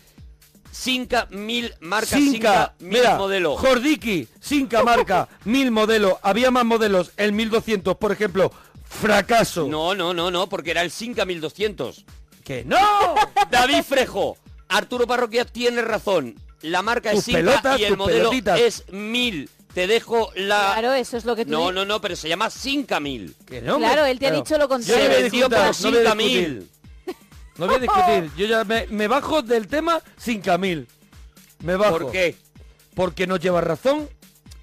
5000 marca
Cinca,
5000
mira,
modelo.
Jordiki, Cinca marca,
(laughs)
mil modelos. Había más modelos, el 1200, por ejemplo. Fracaso.
No, no, no, no, porque era el 5200.
¡Que no!
David Frejo, Arturo Parroquia tiene razón. La marca es
Tus
5
pelotas,
y el
tus
modelo
pelotitas.
es 1000. Te dejo la
Claro, eso es lo que tú
No,
dices.
no, no, pero se llama 5000.
Que no,
Claro,
hombre.
él te ha dicho
Yo
lo
no
contrario.
voy
Se
a
vendió
discutir,
por
no voy a
5000.
discutir. No voy a
(laughs)
discutir. Yo ya me, me bajo del tema 5000. Me bajo.
¿Por qué?
Porque no lleva razón.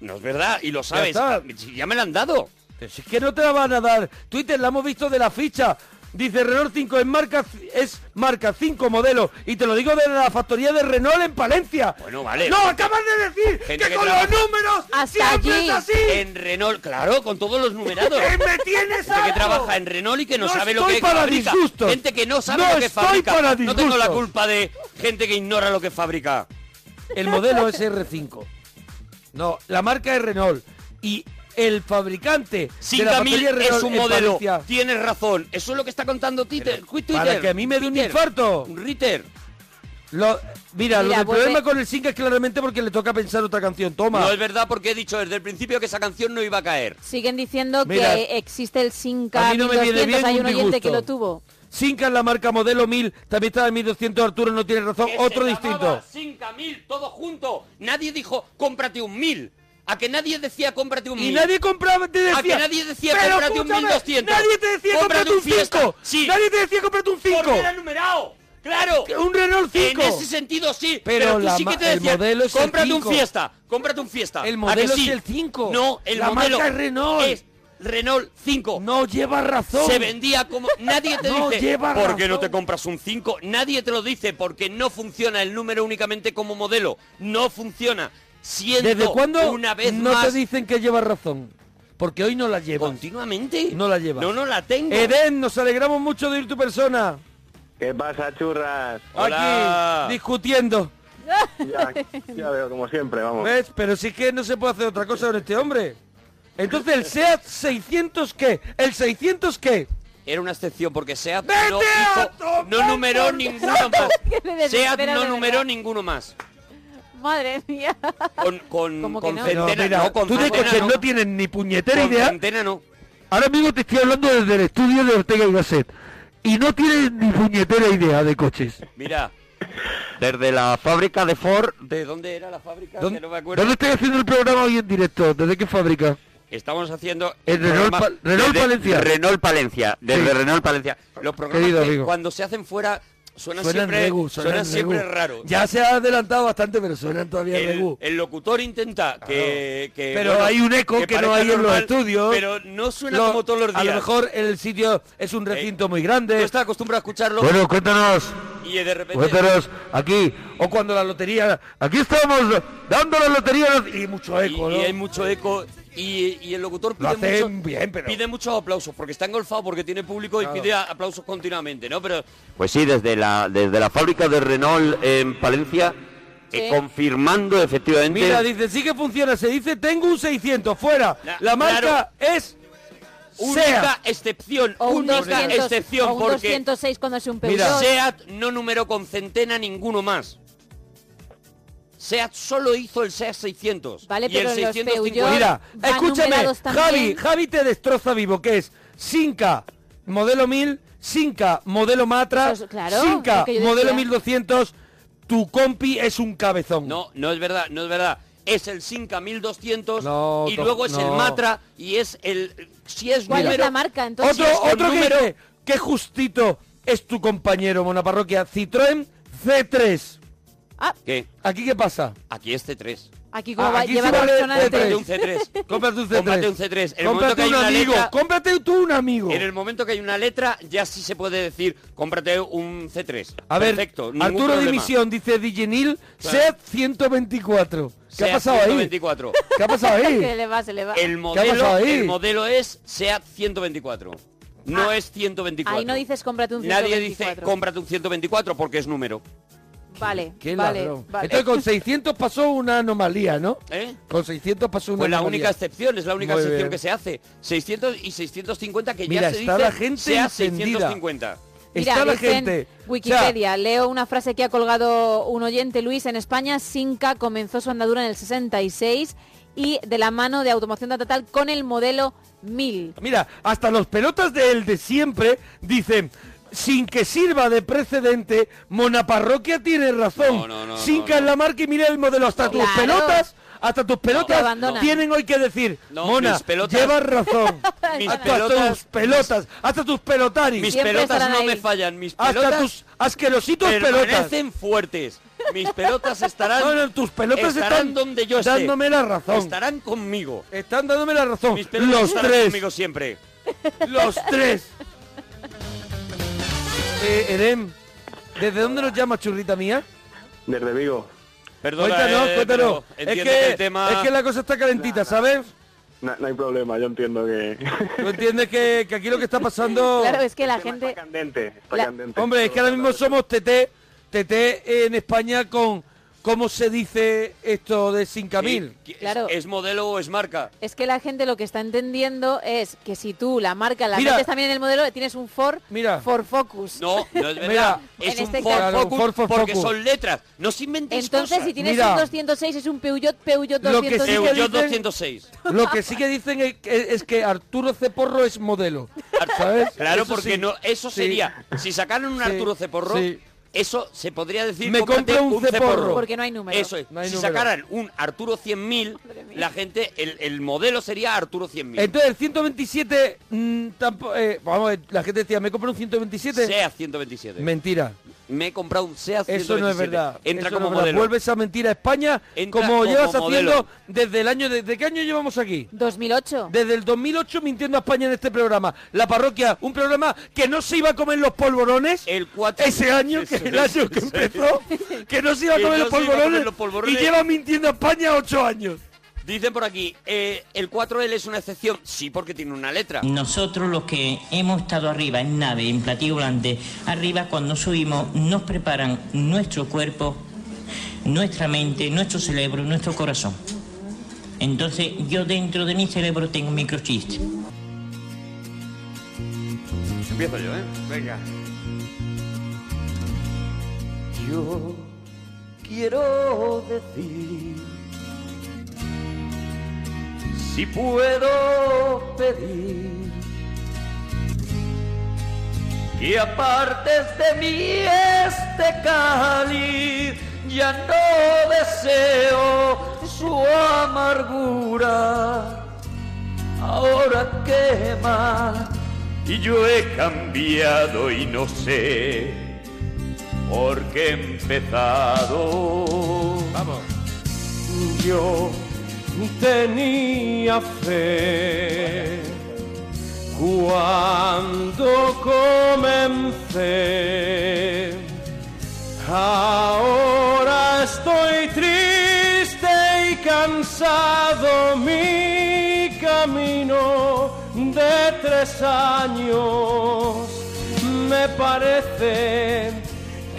No es verdad, y lo
Ya
sabes. ah,
está.
Si Ya me la han dado.
Si es que no te la van a dar. Twitter la hemos visto de la ficha. Dice Renault 5 es marca, es marca 5 modelo. Y te lo digo de la factoría de Renault en Palencia.
Bueno, vale.
No, acabas de decir
Gente
que,
que
con
trabaja.
los números siempre es así.
En Renault, claro, con todos los
(laughs)
numerados.
¡Que me tienes
Gente que
harto!
trabaja en Renault y que no,
No
sabe lo
estoy
que
para
fabrica.
disgustos.
Gente que no sabe
No
lo que
estoy
fabrica.
para
no tengo la
disgustos.
culpa de gente que ignora lo que fabrica.
El modelo es R5. No, la marca es Renault. Y el fabricante de la
5000
factoría Renault
es un
en
modelo.
Palencia-
Tienes razón. Eso es lo que está contando Twitter. Twitter
para que a mí me dé un
Twitter,
infarto.
Un Ritter.
Lo- mira, lo
Mira,
del
vuelve-
problema con el single es claramente porque le toca pensar otra canción. Toma.
No es verdad porque he dicho desde el principio que esa canción no iba a caer.
Siguen diciendo
Mira,
que existe el Sinca
a mí no me
1200.
viene bien
Hay
un
un oyente que
disgusto.
lo tuvo.
Sinca es la marca modelo 1000, también está en 1200, Arturo no tiene razón, otro distinto.
Cinca mil, todo junto. Nadie dijo cómprate un mil. A que nadie decía cómprate un
Y
mil.
nadie compraba, te decía,
A que nadie decía
"Pero
cómprate un
escúchame,
1200.
Nadie te decía cómprate un 5.
Fiesta". Sí.
Nadie te decía cómprate un 5.
Porque era numerado. Claro.
Un Renault 5.
En ese sentido sí.
Pero
Pero, tú
la
sí
ma-
que te
el
decían,
modelo es el
cómprate un
cinco".
fiesta. Cómprate un fiesta.
El
¿A
modelo
que sí?
es el 5.
No, el
la
modelo.
marca es Renault.
Es Renault 5.
No lleva razón.
Se vendía
(laughs)
como. Nadie te
No
dice.
lleva
¿Por qué
razón".
no te compras un 5? Nadie te lo dice porque no funciona el número únicamente como modelo. No funciona. Siento
¿Desde cuándo
una vez
no
más.
te dicen que lleva razón? Porque hoy no la llevas.
¿Continuamente?
No la Eh, llevas.
No, no la tengo.
Eden, nos alegramos mucho de ir tu persona.
¿Qué pasa, churras?
Aquí, discutiendo.
Ya, ya veo, como siempre, vamos.
¿Ves? Pero sí que no se puede hacer otra cosa con este hombre. Entonces, ¿el SEAT 600 qué? ¿El 600 qué?
Era una excepción porque SEAT no, hizo- no numeró ninguno
(laughs)
más.
Que le desespera
SEAT
de
no
verdad.
numeró ninguno más.
Madre
(laughs)
mía.
Con, con,
¿Cómo que
con
no?
centena,
No, mira,
no, con
tú de
centena
coches
no.
no. tienes ni puñetera
Con
idea.
centena no.
Ahora mismo te estoy hablando desde el estudio de Ortega y Gasset. Y no tienes ni puñetera idea de coches.
Mira,
Desde la fábrica de Ford.
¿de dónde era la fábrica?
¿Dónde,
Que no me acuerdo.
dónde estoy haciendo el programa hoy en directo? ¿Desde qué fábrica?
Estamos haciendo
El Renault
programas
Pa- Renault
desde
Palencia.
Renault Palencia. Desde
Sí.
Renault Palencia.
Los programas
Querido
que
amigo.
cuando se hacen fuera suenan,
Suenan
siempre,
regu, suenan
suenan siempre
regu.
raro.
Ya se ha adelantado bastante, pero suenan todavía
el,
regu.
el locutor intenta que, que,
Pero
bueno,
hay un eco que, no
parezca
hay en los
normal,
estudios.
Pero no suena
Lo-
como todos los días.
A lo mejor el sitio es un recinto muy grande.
no está acostumbrado a escucharlo.
Bueno, cuéntanos.
y de repente
Cuéntanos aquí. O cuando la lotería. Aquí estamos dando la lotería. Y mucho eco,
y
¿no?
hay mucho eco y, y el locutor
Lo
pide,
hacen
mucho-
bien, pero.
pide muchos aplausos porque está engolfado porque tiene público
Claro.
y pide aplausos continuamente, ¿no? Pero
Pues sí, desde la, desde la fábrica de Renault en Palencia, eh,
Sí.
confirmando efectivamente.
Mira, dice, sí que funciona. Se dice, tengo un 600 fuera. La, marca es.
única
Sea.
excepción,
O un
única
200,
excepción
o un
porque
206 cuando es un Peugeot.
Mira, Seat no numeró con centena ninguno más. Seat solo hizo el Seat 600.
Vale,
y
pero
el
los
650.
Peugeot
Pues Mira,
van
escúchame,
numerados
Javi,
también.
Javi te destroza vivo, que es Sinca, modelo 1000, Sinca, modelo
Eso
Matra,
es- Pues, claro,
Sinca,
lo que yo
modelo
decía.
1200, tu compi es un cabezón.
No, no es verdad, no es verdad. Es el Sinca 1200
No,
y
to-
luego es el
no.
Matra y es el... Si es
¿Cuál es
número-
la marca entonces?
Otro,
con
otro que
número-
dice, qué justito es tu compañero, monaparroquia, Citroën C3.
¿Qué?
¿Aquí
(laughs)
qué pasa?
Aquí es C3.
Ah, Aquí como
Ah,
va-
aquí
lleva
sí vale
consonantes.
Cómprate un
(laughs)
C3.
Cómprate un C3.
Cómprate un C3. En el momento
Cómprate
que hay
un
una
amigo,
letra-
cómprate tú un amigo.
En el momento que hay una letra, ya sí se puede decir, cómprate un C3.
A ver,
Perfecto, ningún
Arturo
problema.
División dice Digenil
Claro.
Seat 124. ¿Qué
Seat
ha pasado ahí? (laughs)
124.
¿Qué ha
(laughs)
pasado
Se
ahí?
le va, se le va.
El
pasado
modelo,
ahí?
el modelo es SEAT 124. No es 124.
Ah, Ahí no dices cómprate un
Nadie
124.
dice cómprate un 124 porque es número.
Vale,
Qué
vale,
ladrón.
vale.
Entonces con 600 pasó una anomalía, ¿no?
¿Eh?
Con 600 pasó una
Pues la
anomalía.
única excepción, es la única
Muy
excepción
bien.
que se hace. 600 y 650 que
Mira,
ya se
está
dice
la gente
SEAT
encendida.
650.
Mira,
Está la
dicen
gente.
Wikipedia, leo una frase que ha colgado un oyente, Luis, en España, Sinca comenzó su andadura en el 66 y de la mano de automoción total con el modelo 1000.
Mira, hasta los pelotas de él de siempre dicen... Sin que sirva de precedente, Monaparroquia tiene razón.
No, no, no,
Sin
no,
que en la marca y mire el modelo. Hasta tus
Claro.
pelotas, hasta tus pelotas
abandonan.
tienen hoy que decir,
No,
Mona,
mis pelotas-
llevas razón.
(laughs) Mis
hasta tus
pelotas-
pelotas, hasta tus pelotaris.
Mis
Siempre
pelotas
estarán
no
ahí.
me fallan, mis
hasta
pelotas
tus asquerositos pelotas.
permanecen fuertes. Mis pelotas estarán
No, no, tus pelotas
estarán
están
donde yo esté.
dándome la razón.
estarán conmigo.
Están dándome la razón.
Mis pelotas
Los
estarán
tres.
conmigo siempre.
Los
(laughs)
tres. Eh, Eren, ¿desde dónde nos llama churrita mía?
Desde Vigo.
Perdona,
cuéntanos,
eh,
cuéntanos.
pero
Es que,
entiendo el tema
es que la cosa está calentita, ¿sabes?
No, no hay problema, yo entiendo que.
¿Tú entiendes que, que aquí lo que
(laughs)
está pasando...
Claro, es que la gente...
Candente, está
La-
candente.
Hombre, es que ahora mismo somos TT, TT en España con
cómo se dice esto de 5.000.
Claro.
¿Es modelo o es marca?
Es que la gente lo que está entendiendo es que si tú la marca la
Mira.
metes también en el modelo, tienes un Ford,
Mira.
Ford Focus.
No,
(laughs)
no es verdad.
En
es un
este
Ford
caso- Claro, un
Focus
Ford Ford
porque
Focus.
son letras. No se inventen
Entonces,
cosas.
si tienes un 206, es un Peugeot, Peugeot
Lo que
206.
sí que
Yo
dicen-
206.
Lo que sí que dicen es que, es que Arturo Ceporro es
(laughs)
modelo. ¿sabes?
Claro,
Eso
porque
sí.
no, eso
Sí.
sería. Si sacaran un
Sí,
Arturo Ceporro,
sí.
eso se podría decir.
Me
cómprate
compro un Ceporro.
Porque no hay número.
Eso es.
No hay
si
número.
sacaran un Arturo 100.000, la gente, el, el modelo sería Arturo 100.000.
Entonces, el 127, mm, tampo- eh, vamos, a ver, la gente decía, me compro un 127.
Sea 127.
Mentira.
Me he comprado un SEA 127.
Eso no es verdad.
Entra
Eso no
como
es verdad.
modelo.
Vuelves a mentir a España
Entra
como,
como
llevas
modelo.
haciendo desde el año... ¿Desde qué año llevamos aquí?
2008.
Desde el 2008 mintiendo a España en este programa. La parroquia, un programa que no se iba a comer los polvorones.
El 4.
Ese
(laughs)
año, que el año que empezó, que no se iba a
Que
comer,
no
los,
se iba a comer
polvorones,
los polvorones.
Y lleva mintiendo a España ocho años.
Dicen por aquí, eh, el 4L es una excepción. Sí, porque tiene una letra.
Nosotros los que hemos estado arriba en nave, en platillo volante, arriba cuando subimos nos preparan nuestro cuerpo, nuestra mente, nuestro cerebro, nuestro corazón. Entonces yo dentro de mi cerebro tengo un microchip.
Empiezo yo, ¿eh? Venga.
Yo quiero decir, si puedo pedir, que apartes de mí este cáliz, ya no deseo su amargura, ahora quema.
Y yo he cambiado y no sé por qué he empezado. Vamos.
Yo tenía fe cuando comencé. Ahora estoy triste y cansado. Mi camino de tres años me parece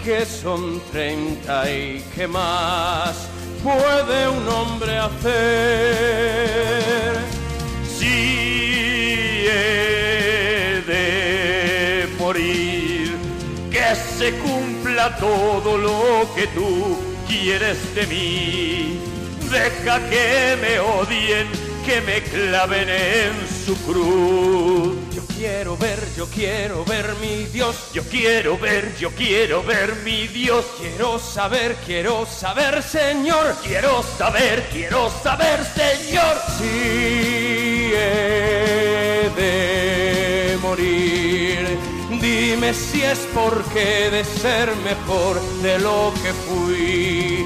que son treinta y que más puede un hombre hacer.
Si he de morir, que se cumpla todo lo que tú quieres de mí. Deja que me odien, que me claven en su cruz.
Yo quiero ver, yo quiero ver mi Dios.
Yo quiero ver, yo quiero ver mi Dios.
Quiero saber, quiero saber, Señor.
Quiero saber, quiero saber, Señor.
Si he de morir, dime si es porque de ser mejor de lo que fui.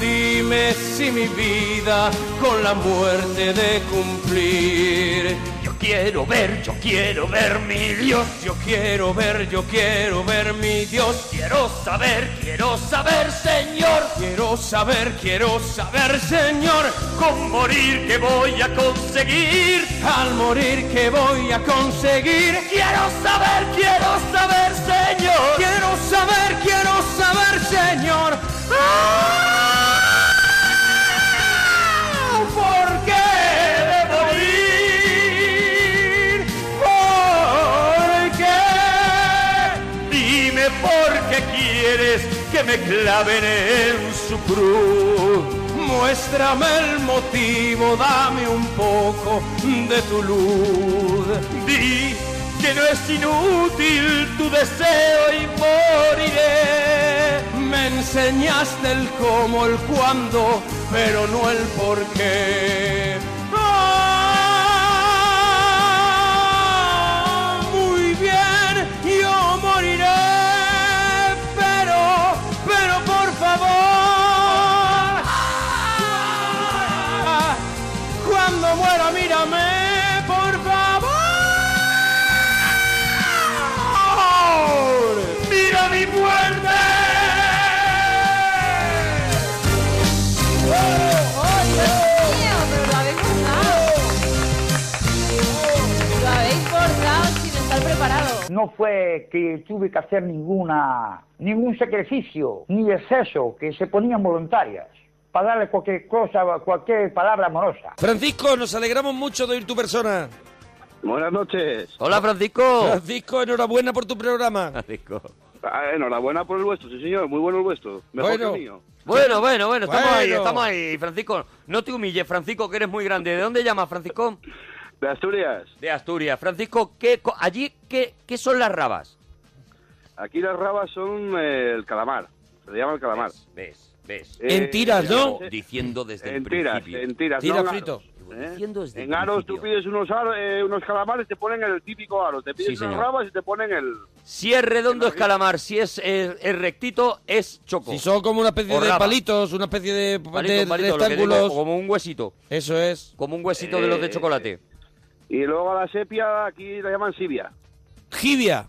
Dime si mi vida con la muerte de cumplir. Yo
quiero ver, yo quiero ver mi Dios.
Yo quiero ver, yo quiero ver mi Dios.
Quiero saber, quiero saber, Señor.
Quiero saber, quiero saber, Señor,
con morir que voy a conseguir.
Al morir que voy a conseguir.
Quiero saber, quiero saber, Señor.
Quiero saber, quiero saber, Señor. ¡Ah! ¿Por qué he de morir? ¿Por qué?
Dime por qué quieres que me claven en su cruz.
Muéstrame el motivo, dame un poco de tu luz.
Di que no es inútil tu deseo y moriré.
Me enseñaste el cómo, el cuándo, pero no el por qué. ¡Ah! Muy bien, yo moriré, pero, pero por favor. ¡Ah! Cuando muera, mírame, por favor.
¡Mira mi muerte!
¡Oh, Dios mío! Pero lo habéis
no fue que tuve que hacer ninguna, ningún sacrificio ni exceso, que se ponían voluntarias para darle cualquier cosa, cualquier palabra amorosa.
Francisco, nos alegramos mucho de oír tu persona.
Buenas noches.
Hola,
Oh.
Francisco. Francisco, enhorabuena por tu programa.
(laughs)
Ah, enhorabuena por el vuestro, sí señor, muy bueno el vuestro. Mejor
Bueno.
que el mío.
Bueno, bueno, bueno, estamos ahí,
Bueno.
estamos ahí, Francisco. No te humilles, Francisco, que eres muy grande. ¿De dónde llamas, Francisco?
De Asturias.
De Asturias. Francisco, ¿qué, co- allí qué, qué son las rabas?
Aquí las rabas son eh, el calamar, se le llama el calamar.
¿Ves? ¿Ves?
Eh, En tiras, ¿no?
Diciendo desde
En
el
tiras,
principio.
en tiras,
Tira
no en
frito.
aros, ¿eh? En aros tú pides unos, aros, eh, unos calamares, te ponen el típico aro. Te pides
Sí,
unas
señor.
rabas y te ponen el...
Si es redondo es calamar, si es, es- es rectito es choco.
Si son como una especie
O
de
raba.
palitos, una especie de,
Oh. Palito,
de
palito, lo que
rectángulos.
digo, como un huesito.
Eso es.
Como un huesito de los de
Eh,
chocolate.
Y luego a la sepia aquí la llaman sibia.
Jibia.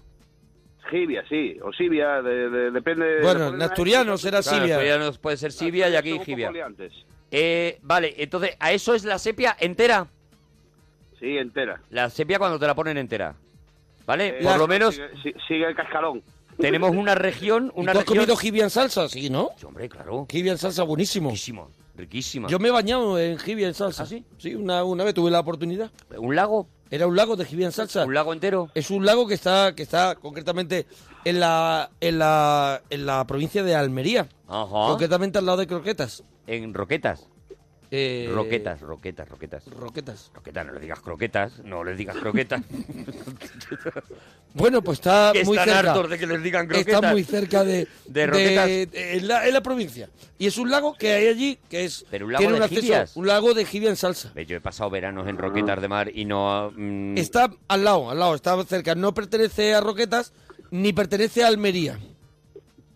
Jibia, sí, o sibia, de- de- depende...
Bueno, en asturiano será
Eh, Claro,
sibia.
asturianos puede
Ah,
ser sibia y aquí jibia.
Antes.
Eh, vale, entonces, ¿a eso es la sepia entera?
Sí, entera.
La sepia cuando te la ponen entera. ¿Vale?
Eh,
Por lo
sigue-
menos
Sigue, sigue el cascarón.
tenemos una región,
(laughs) ¿Y
una
tú has
región...
comido jibia en salsa? Sí, ¿no?
hombre, claro.
Jibia en salsa, buenísimo.
Riquísimo, riquísima.
Yo me he bañado en jibia en salsa. ¿Ah, sí? una, una vez tuve la oportunidad.
¿Un lago?
Era un lago de jibia en salsa. ¿Un
lago entero?
Es un lago que está, que está concretamente en la, en la, en la provincia de Almería.
Ajá.
Concretamente al lado de Croquetas.
En Roquetas.
Eh,
Roquetas, roquetas, roquetas.
Roquetas.
Roquetas, no le digas croquetas, no le
(laughs)
digas croquetas.
Bueno, pues está
Que
muy
están
cerca.
hartos de que les digan croquetas.
Está muy cerca de...
De roquetas.
de- en, la, en la provincia. Y es un lago que hay allí que es...
Pero un lago
tiene
de
un acceso-
jibias.
Un lago de jibia en salsa.
Ve, Yo he pasado veranos en Roquetas de Mar y no... mm,
Está al lado, al lado, está cerca. No pertenece a Roquetas ni pertenece a Almería.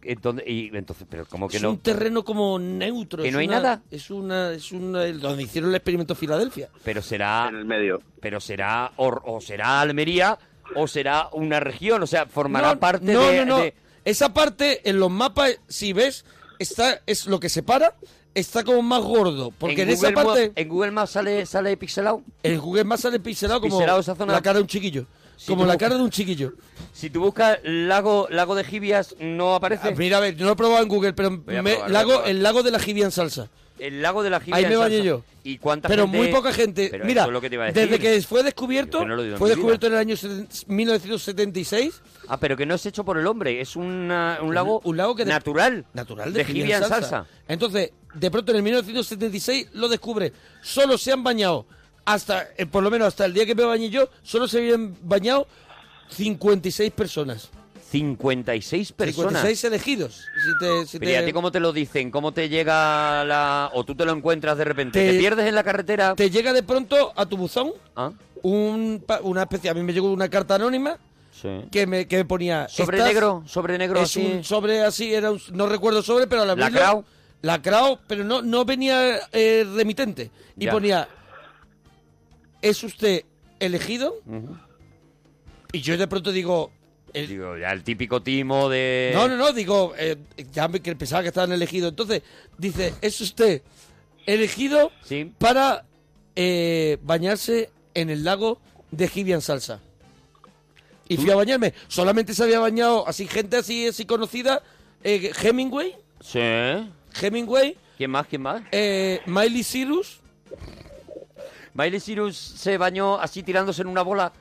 entonces, y entonces, pero como que
es
no...
un terreno como neutro.
¿Que
es
no hay
una-
nada?
Es una, es una, el- donde hicieron el experimento Filadelfia.
Pero será... En el
medio.
Pero será... O, o será Almería o será una región. O sea, formará
no,
parte
no,
de...
no, no.
de-
Esa parte en los mapas, si ves, está es lo que separa, está como más gordo. Porque en, esa
Google Maps-
parte,
¿En Google Maps sale, sale pixelado?
en Google Maps sale pixelado como
Pixelado esa zona-
la cara de un chiquillo.
Si
Como
tú
la
buscas-
cara de un chiquillo.
Si tú buscas lago, lago de Jibias, no aparece.
Ah, Mira, a ver, no lo he probado en Google, pero
a
me-
probar, voy a
lago,
probar.
el lago de la jibia en salsa.
El lago de la Jibia.
Ahí me
en
bañé
Salsa.
yo.
¿Y cuánta
Pero
gente-
muy poca gente.
Pero
Mira,
eso es lo que te iba a decir.
desde que fue descubierto,
Yo no lo he oído en
fue
mi
descubierto en el año seten- 1976.
Ah, pero que no es hecho por el hombre, es una- un lago,
Un lago que de-
natural.
Natural
de jibia en salsa.
Entonces, de pronto en el 1976 lo descubre. Solo se han bañado, hasta eh, por lo menos hasta el día que me bañé yo, solo se habían bañado 56 personas.
56 personas.
56 elegidos. Si te, si
Pero ¿y a
te-
ti cómo te lo dicen? ¿Cómo te llega la...? ¿O tú te lo encuentras de repente?
Te-
¿Te pierdes en la carretera?
te llega de pronto a tu buzón
Ah,
un, pa- una especie, a mí me llegó una carta anónima
sí.
que me, que me ponía...
Sobre
"Estás-
negro, sobre negro
es
así.
un sobre así, era un- no recuerdo sobre, pero al abrirlo...
Lacrao.
Lacrao, pero no, no venía eh, remitente. Y
Ya.
ponía, ¿es usted elegido? Y yo de pronto digo, eh,
Digo, ya el típico timo de...
no, no, no, digo, eh, ya me- que pensaba que estaban elegidos. Entonces, dice, ¿es usted elegido para eh, bañarse en el lago de Gibian Salsa? Y fui a bañarme. Solamente se había bañado así, gente así, así conocida. eh, Hemingway,
Sí.
Hemingway,
¿Quién más, quién más?
eh, Miley Cyrus.
Miley Cyrus se bañó así tirándose en una bola.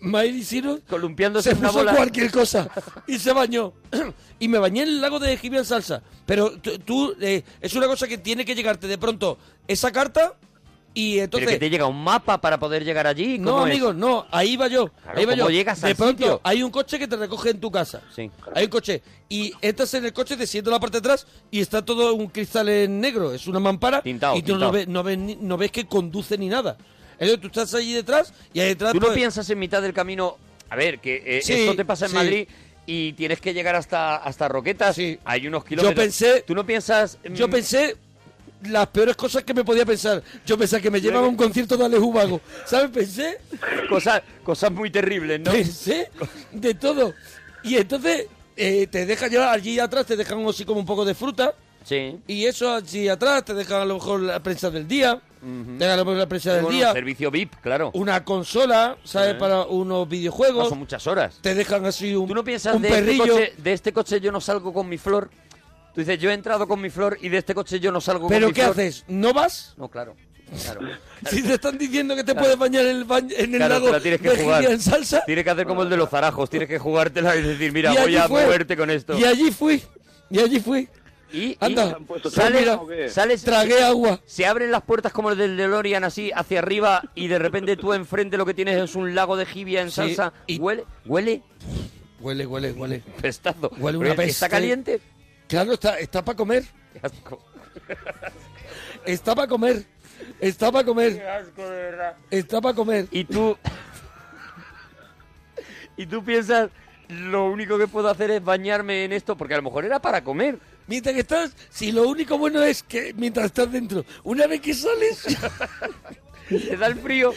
Miley Cyrus
columpiándose
se
en una
puso
bola.
cualquier cosa y se bañó. (clears throat) y me bañé en el lago de Gibeon Salsa. Pero tú- tú, eh, es una cosa que tiene que llegarte de pronto esa carta y entonces...
Pero que te llega un mapa para poder llegar allí.
No,
¿cómo es?
amigo, no, ahí va yo.
Claro,
ahí va
¿cómo
yo.
llegas
de
al
pronto
sitio?
hay un coche que te recoge en tu casa.
Sí.
Hay un coche. Y entras en el coche, te sientas en la parte de atrás y está todo un cristal en negro. Es una mampara. y tú no
tintao.
ves, no, ves, ni- no ves que conduce ni nada. Entonces tú estás allí detrás y ahí detrás.
Tú no
pues,
piensas en mitad del camino. A ver, que eh,
Sí,
esto te pasa en
sí.
Madrid y tienes que llegar hasta, hasta Roquetas. Hay unos kilómetros.
pensé-
Tú no piensas. mm,
Yo pensé las peores cosas que me podía pensar. Yo pensaba que me llevaba a un concierto de Alex Ubago. ¿Sabes? Pensé.
Cosas, cosas muy terribles, ¿no?
Pensé de todo. Y entonces eh, te deja llevar allí atrás, te dejan así como un poco de fruta.
Sí.
Y eso, si atrás te dejan a lo mejor la prensa del día, te dejan a lo mejor la prensa del
Bueno,
día,
servicio VIP, claro.
una consola, ¿sabes?
Sí.
Para unos videojuegos.
No, son muchas horas.
Te dejan así un, un
de
perrillo.
Este coche, de este coche yo no salgo con mi flor. Tú dices, yo he entrado con mi flor y de este coche yo no salgo
¿Pero
con mi
qué
flor.
haces? ¿No vas?
No, claro.
(laughs)
claro.
Si te están diciendo que te
Claro.
puedes bañar en el, baño- en el
Claro, te
lago
la tienes que
de
jugar.
Giria en salsa.
Tienes que hacer como el de los zarajos, tienes que jugártela y decir, mira,
Y
voy
allí
a
fue.
moverte con esto.
Y allí fui, y allí fui.
Y,
Anda,
y
pues
sales,
mira, ¿o qué?
sales-
tragué agua.
Se abren las puertas como el del DeLorean, así hacia arriba, y de repente tú enfrente lo que tienes es un lago de jibia en
Sí,
salsa. Huele, huele,
Huele, huele, huele.
pestazo.
Huele
Pero
una peste.
¿Está caliente?
Claro, está, está para comer.
Qué asco.
Está para comer. Está para comer.
asco, de verdad.
Está para comer.
Y tú.
(laughs)
Y tú piensas, lo único que puedo hacer es bañarme en esto, porque a lo mejor era para comer.
Mientras que estás, si lo único bueno es que mientras estás dentro, una vez
(laughs)
que sales, (laughs)
te da el frío.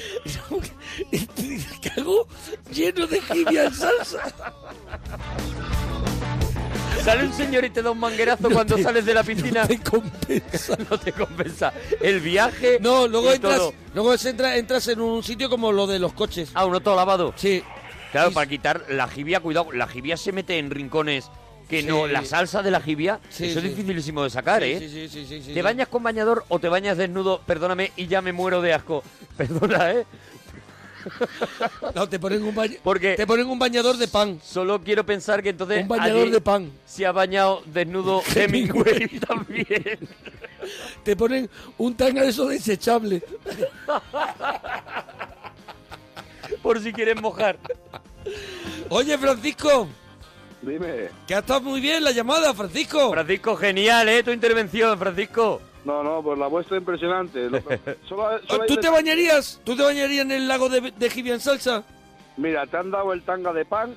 te cago lleno de jibia en salsa.
Sale un señor y te da un
(laughs)
manguerazo cuando sales de la piscina. No te
compensa.
(laughs) no te compensa. El viaje.
No, luego
y
entras,
todo.
luego es- entra- entras en un sitio como lo de los coches.
Ah, uno todo lavado.
Sí.
Claro, para quitar la jibia, cuidado. La jibia se mete en rincones que
Sí.
no. La salsa de la jibia,
Sí,
eso
sí.
es dificilísimo de sacar,
Sí,
¿eh?
sí, sí, sí, sí, sí,
¿Te
sí.
bañas con bañador o te bañas desnudo? Perdóname y ya me muero de asco. (laughs) Perdona, ¿eh?
No, te ponen un baño.
Porque
Te ponen un bañador de pan.
Solo quiero pensar que entonces.
Un bañador
allí
de pan.
Se ha bañado
(laughs)
desnudo Hemingway (laughs) también.
Te ponen un tanga de eso desechable.
Por si quieres mojar.
Oye, Francisco.
Dime.
Que ha estado muy bien la llamada, Francisco.
Francisco, genial, ¿eh? Tu intervención, Francisco.
No, no, pues la vuestra es impresionante. Lo-
(laughs)
solo- solo hay
Ah, ¿Tú
veces-
te bañarías? ¿Tú te bañarías en el lago de, de jibia en salsa?
Mira, te han dado el tanga de pan.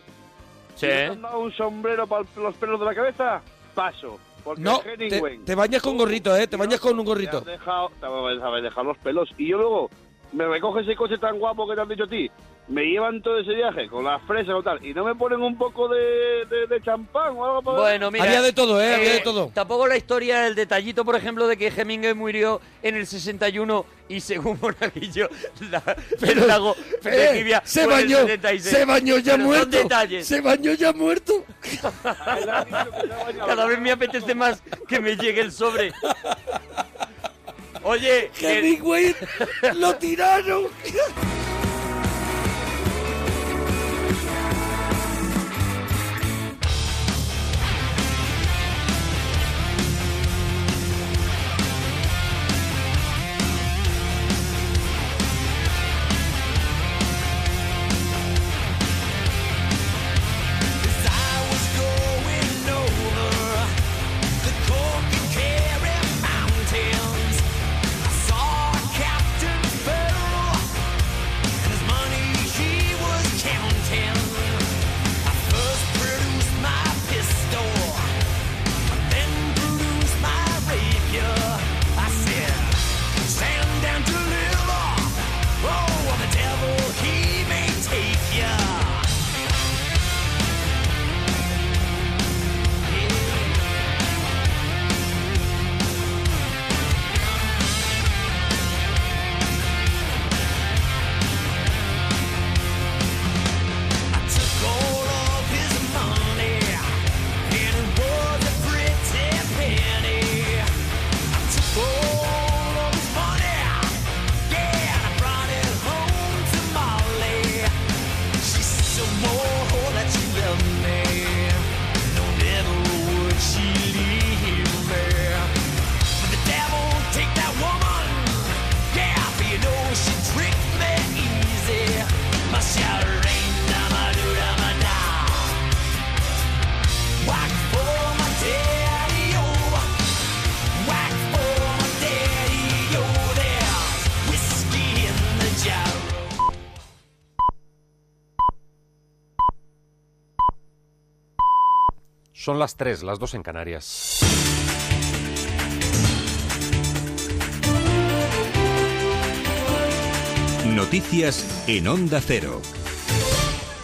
Sí.
y ¿Te
eh.
han dado un sombrero para los pelos de la cabeza? Paso. Porque
No, te,
Hemingway
te bañas con gorrito, ¿eh? Te bañas con un gorrito.
te ha dejado, te ha dejado los pelos. Y yo luego me recoge ese coche tan guapo que te han dicho a ti. Me llevan todo ese viaje con las fresas o tal. Y no me ponen un poco de, de- de champán o algo para-
Bueno, mira.
Había de todo, ¿eh? Había de todo.
Tampoco la historia del detallito, por ejemplo, de que Hemingway murió en el 61 y según Monaguillo, (laughs) la, el lago de
Eh,
Libia
se
fue en el
bañó,
76.
se bañó ya
Pero son
muerto.
detalles.
Se bañó ya
(laughs)
muerto.
Cada vez me apetece más que me llegue el sobre. Oye, que- (laughs)
Hemingway lo tiraron.
Oh, the devil, he may take ya. Shout rain, da ma do da ma da. Whack for my daddy, oh. Whack for my daddy, oh. There's whiskey in the jar.
Son las tres, las dos en Canarias.
Noticias en Onda Cero.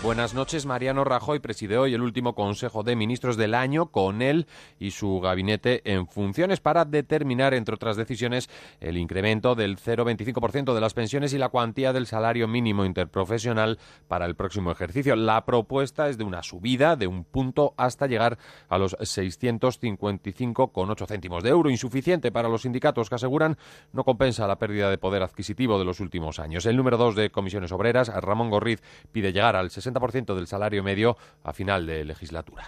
Buenas noches. Mariano Rajoy preside hoy el último Consejo de Ministros del año con él y su gabinete en funciones para determinar, entre otras decisiones, el incremento del 0,25% de las pensiones y la cuantía del salario mínimo interprofesional para el próximo ejercicio. La propuesta es de una subida de un punto hasta llegar a los 655,8 céntimos de euro, insuficiente para los sindicatos que aseguran no compensa la pérdida de poder adquisitivo de los últimos años. El número 2 de comisiones obreras, Ramón Gorriz, pide llegar al 60% del salario medio a final de legislatura.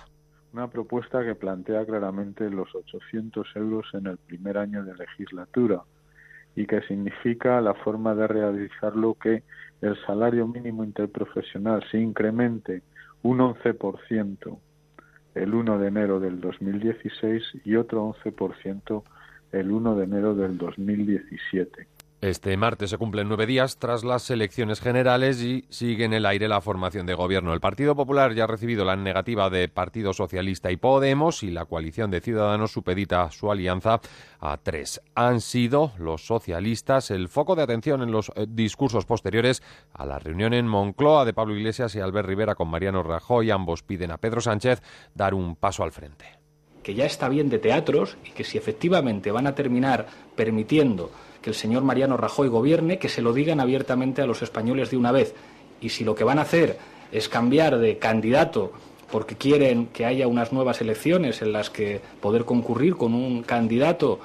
Una propuesta que plantea claramente los 800 euros en el primer año de legislatura y que significa la forma de realizarlo que el salario mínimo interprofesional se incremente un 11% el 1 de enero del 2016 y otro 11% el 1 de enero del 2017.
Este martes se cumplen nueve días tras las elecciones generales y sigue en el aire la formación de gobierno. El Partido Popular ya ha recibido la negativa de Partido Socialista y Podemos y la coalición de Ciudadanos supedita su alianza a tres. Han sido los socialistas el foco de atención en los eh, discursos posteriores a la reunión en Moncloa de Pablo Iglesias y Albert Rivera con Mariano Rajoy. Ambos piden a Pedro Sánchez dar un paso al frente.
que ya está bien de teatros y que si efectivamente van a terminar permitiendo que el señor Mariano Rajoy gobierne, que se lo digan abiertamente a los españoles de una vez. Y si lo que van a hacer es cambiar de candidato porque quieren que haya unas nuevas elecciones en las que poder concurrir con un candidato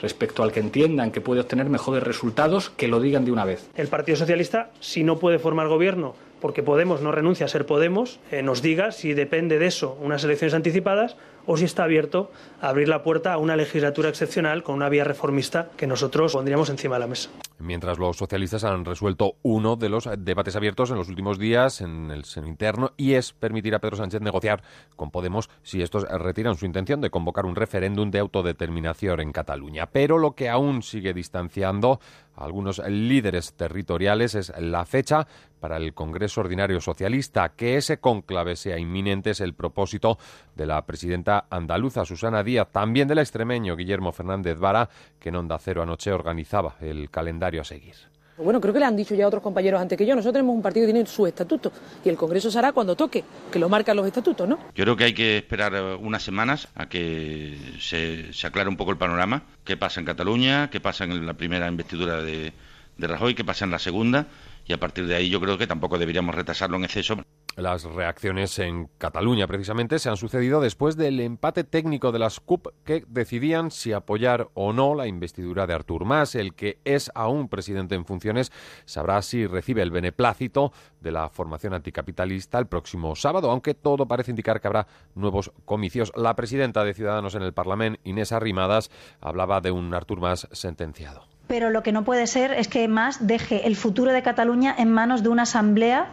respecto al que entiendan que puede obtener mejores resultados, que lo digan de una vez.
El Partido Socialista, si no puede formar gobierno porque Podemos no renuncia a ser Podemos, eh, nos diga si depende de eso unas elecciones anticipadas o si está abierto a abrir la puerta a una legislatura excepcional con una vía reformista que nosotros pondríamos encima de la mesa.
Mientras los socialistas han resuelto uno de los eh, debates abiertos en los últimos días en el seno interno y es permitir a Pedro Sánchez negociar con Podemos si estos eh, retiran su intención de convocar un referéndum de autodeterminación en Cataluña. Pero lo que aún sigue distanciando a algunos líderes territoriales es la fecha para el Congreso Ordinario Socialista. Que ese cónclave sea inminente es el propósito de la presidenta andaluza Susana Díaz, también del extremeño Guillermo Fernández Vara, que en Onda Cero anoche organizaba el calendario a seguir.
Bueno, creo que le han dicho ya otros compañeros antes que yo. Nosotros tenemos un partido que tiene su estatuto y el Congreso se hará cuando toque, que lo marcan los estatutos, ¿no?
Yo creo que hay que esperar eh, unas semanas a que se, se aclare un poco el panorama. ¿Qué pasa en Cataluña? ¿Qué pasa en la primera investidura de, de Rajoy? ¿Qué pasa en la segunda? Y a partir de ahí yo creo que tampoco deberíamos retrasarlo en exceso.
Las reacciones en Cataluña, precisamente, se han sucedido después del empate técnico de las CUP que decidían si apoyar o no la investidura de Artur Mas. El que es aún presidente en funciones sabrá si recibe el beneplácito de la formación anticapitalista el próximo sábado, aunque todo parece indicar que habrá nuevos comicios. La presidenta de Ciudadanos en el Parlamento, Inés Arrimadas, hablaba de un Artur Mas sentenciado.
Pero lo que no puede ser es que más deje el futuro de Cataluña en manos de una asamblea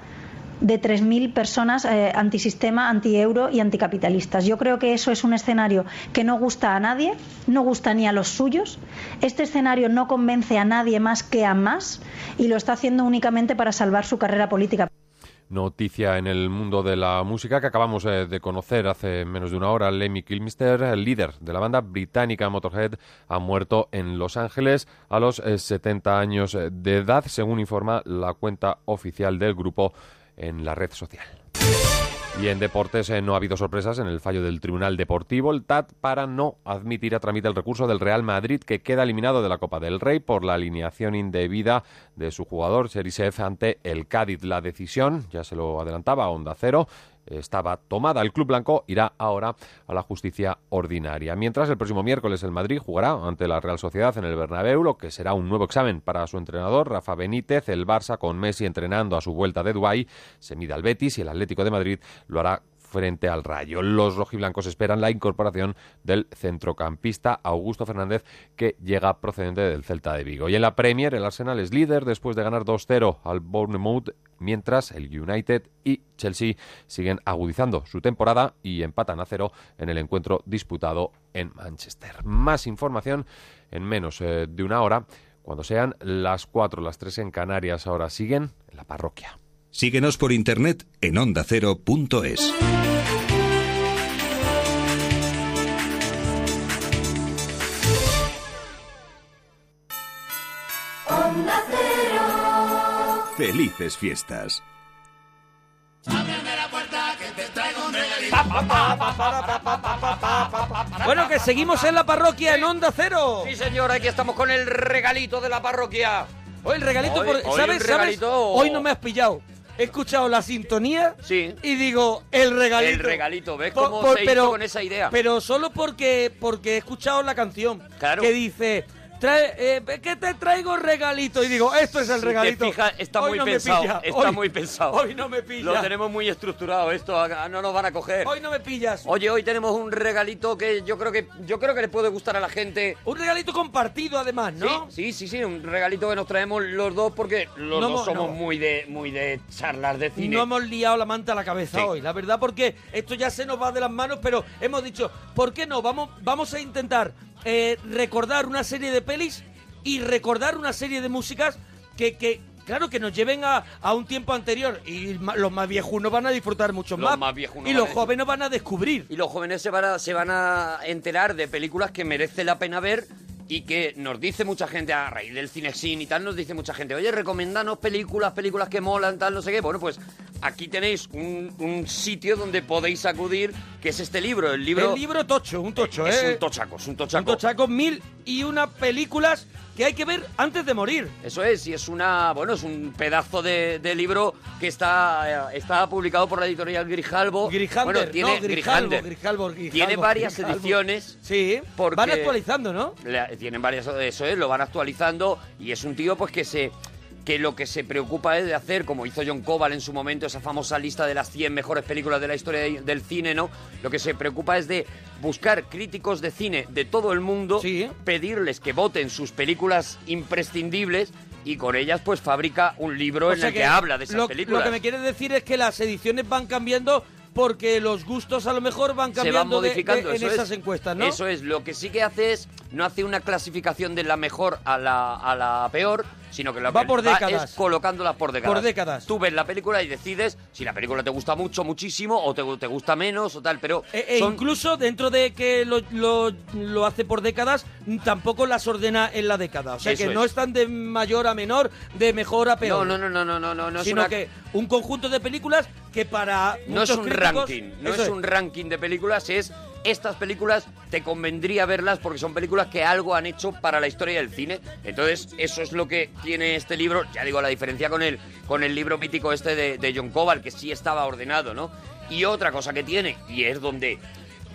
de 3.000 personas eh, antisistema, antieuro y anticapitalistas. Yo creo que eso es un escenario que no gusta a nadie, no gusta ni a los suyos. Este escenario no convence a nadie más que a más y lo está haciendo únicamente para salvar su carrera política.
Noticia en el mundo de la música que acabamos eh, de conocer hace menos de una hora. Lemmy Kilmister, el líder de la banda británica Motorhead, ha muerto en Los Ángeles a los eh, 70 años eh, de edad, según informa la cuenta oficial del grupo en la red social. Y en deportes eh, no ha habido sorpresas en el fallo del Tribunal Deportivo. El TAT para no admitir a trámite el recurso del Real Madrid que queda eliminado de la Copa del Rey por la alineación indebida de su jugador Cherisev ante el Cádiz. La decisión, ya se lo adelantaba a Onda Cero, estaba tomada. El Club Blanco irá ahora a la justicia ordinaria. Mientras el próximo miércoles el Madrid jugará ante la Real Sociedad en el Bernabéu, lo que será un nuevo examen para su entrenador Rafa Benítez. El Barça con Messi entrenando a su vuelta de Dubái se mide al Betis y el Atlético de Madrid lo hará frente al Rayo. Los rojiblancos esperan la incorporación del centrocampista Augusto Fernández, que llega procedente del Celta de Vigo. Y en la Premier, el Arsenal es líder después de ganar 2-0 al Bournemouth, mientras el United y Chelsea siguen agudizando su temporada y empatan a cero en el encuentro disputado en Manchester. Más información en menos eh, de una hora, cuando sean las 4, las 3 en Canarias. Ahora siguen en la parroquia.
Síguenos por internet en ondacero.es. Felices fiestas.
Habla
Bueno, que seguimos en la parroquia en Onda Cero.
Sí, señor, aquí estamos con el regalito de la parroquia.
Hoy el regalito,
Hoy-
por-
hoy el
¿sabes?
regalito-
¿sabes? Hoy no me has pillado. He escuchado la sintonía y digo, el regalito.
El regalito, ¿ves
Por-
cómo
por-
se hizo con esa idea?
Pero solo porque, porque he escuchado la canción
Claro.
que dice... Trae, eh, que te traigo regalito y digo esto es el
Si te
regalito
fijas, está
Hoy
muy
no me
pensado,
pilla,
está
hoy-
muy pensado.
hoy no me pilla
Lo tenemos muy estructurado esto, a- a- no nos van a coger.
Hoy no me pillas.
Oye, hoy tenemos un regalito que yo creo que yo creo que le puede gustar a la gente.
Un regalito compartido además,
¿no? Sí, sí, sí, sí, un regalito que nos traemos los dos porque los dos
No hemos-
somos
no.
muy de muy de charlar de cine.
No hemos liado la manta a la cabeza
Sí.
hoy, la verdad, porque esto ya se nos va de las manos, pero hemos dicho, ¿por qué no? Vamos, vamos a intentar eh, recordar una serie de pelis y recordar una serie de músicas que, que, claro, que nos lleven a, a un tiempo anterior. Y ma- los más viejunos van a disfrutar mucho
Los
más.
más viejunos
y
van
los
a-
jóvenes van a descubrir.
Y los jóvenes se van, a, se van a enterar de películas que merece la pena ver y que nos dice mucha gente a raíz del cinexin y tal, nos dice mucha gente, oye, recomendanos películas, películas que molan, tal, no sé qué. Bueno, pues aquí tenéis un, un sitio donde podéis acudir, que es este libro, el libro...
El libro tocho, un tocho,
es
¿eh?
un tochaco, es un tochaco.
Un tochaco, mil y una películas que hay que ver antes de morir.
Eso es, y es una, bueno, es un pedazo de, de libro que está, eh, está publicado por la editorial Grijalbo.
Grijalbo,
bueno, tiene
no, Grijalvo,
Grijalbo,
Grijalvo, Grijalvo,
Tiene varias
Grijalvo.
ediciones.
Sí,
porque
van actualizando, ¿no?
le- tienen varias, eso es, lo van actualizando y es un tío pues que se que lo que se preocupa es de hacer, como hizo John Cobal en su momento, esa famosa lista de las 100 mejores películas de la historia de- del cine, ¿no? Lo que se preocupa es de buscar críticos de cine de todo el mundo, pedirles que voten sus películas imprescindibles y con ellas pues fabrica un libro
O
en
sea
el que, habla de esas
lo,
películas.
Lo que me quieres decir es que las ediciones van cambiando porque los gustos a lo mejor van
se van
cambiando de- de-
modificando
en
eso
esas
es.
encuestas, ¿no?
Eso es, lo que sí que hace es, no hace una clasificación de la mejor a la, a la peor, sino que la
Va por décadas.
es colocándolas por décadas.
Por décadas.
Tú ves la película y decides si la película te gusta mucho, muchísimo, o te, te gusta menos, o tal, pero
E- e
son-
incluso dentro de que lo, lo- lo hace por décadas, tampoco las ordena en la década. O sea
Eso
que
es.
no están de mayor a menor, de mejor a peor.
No, no, no, no, no, no, no es
Sino
una-
que un conjunto de películas que para.
no es
muchos
un
críticos-
ranking, no es,
Eso
un ranking de películas, es estas películas te convendría verlas porque son películas que algo han hecho para la historia del cine. Entonces, eso es lo que tiene este libro, ya digo, la diferencia con el, con el libro mítico este de, de John Cobal, que sí estaba ordenado, ¿no? Y otra cosa que tiene, y es donde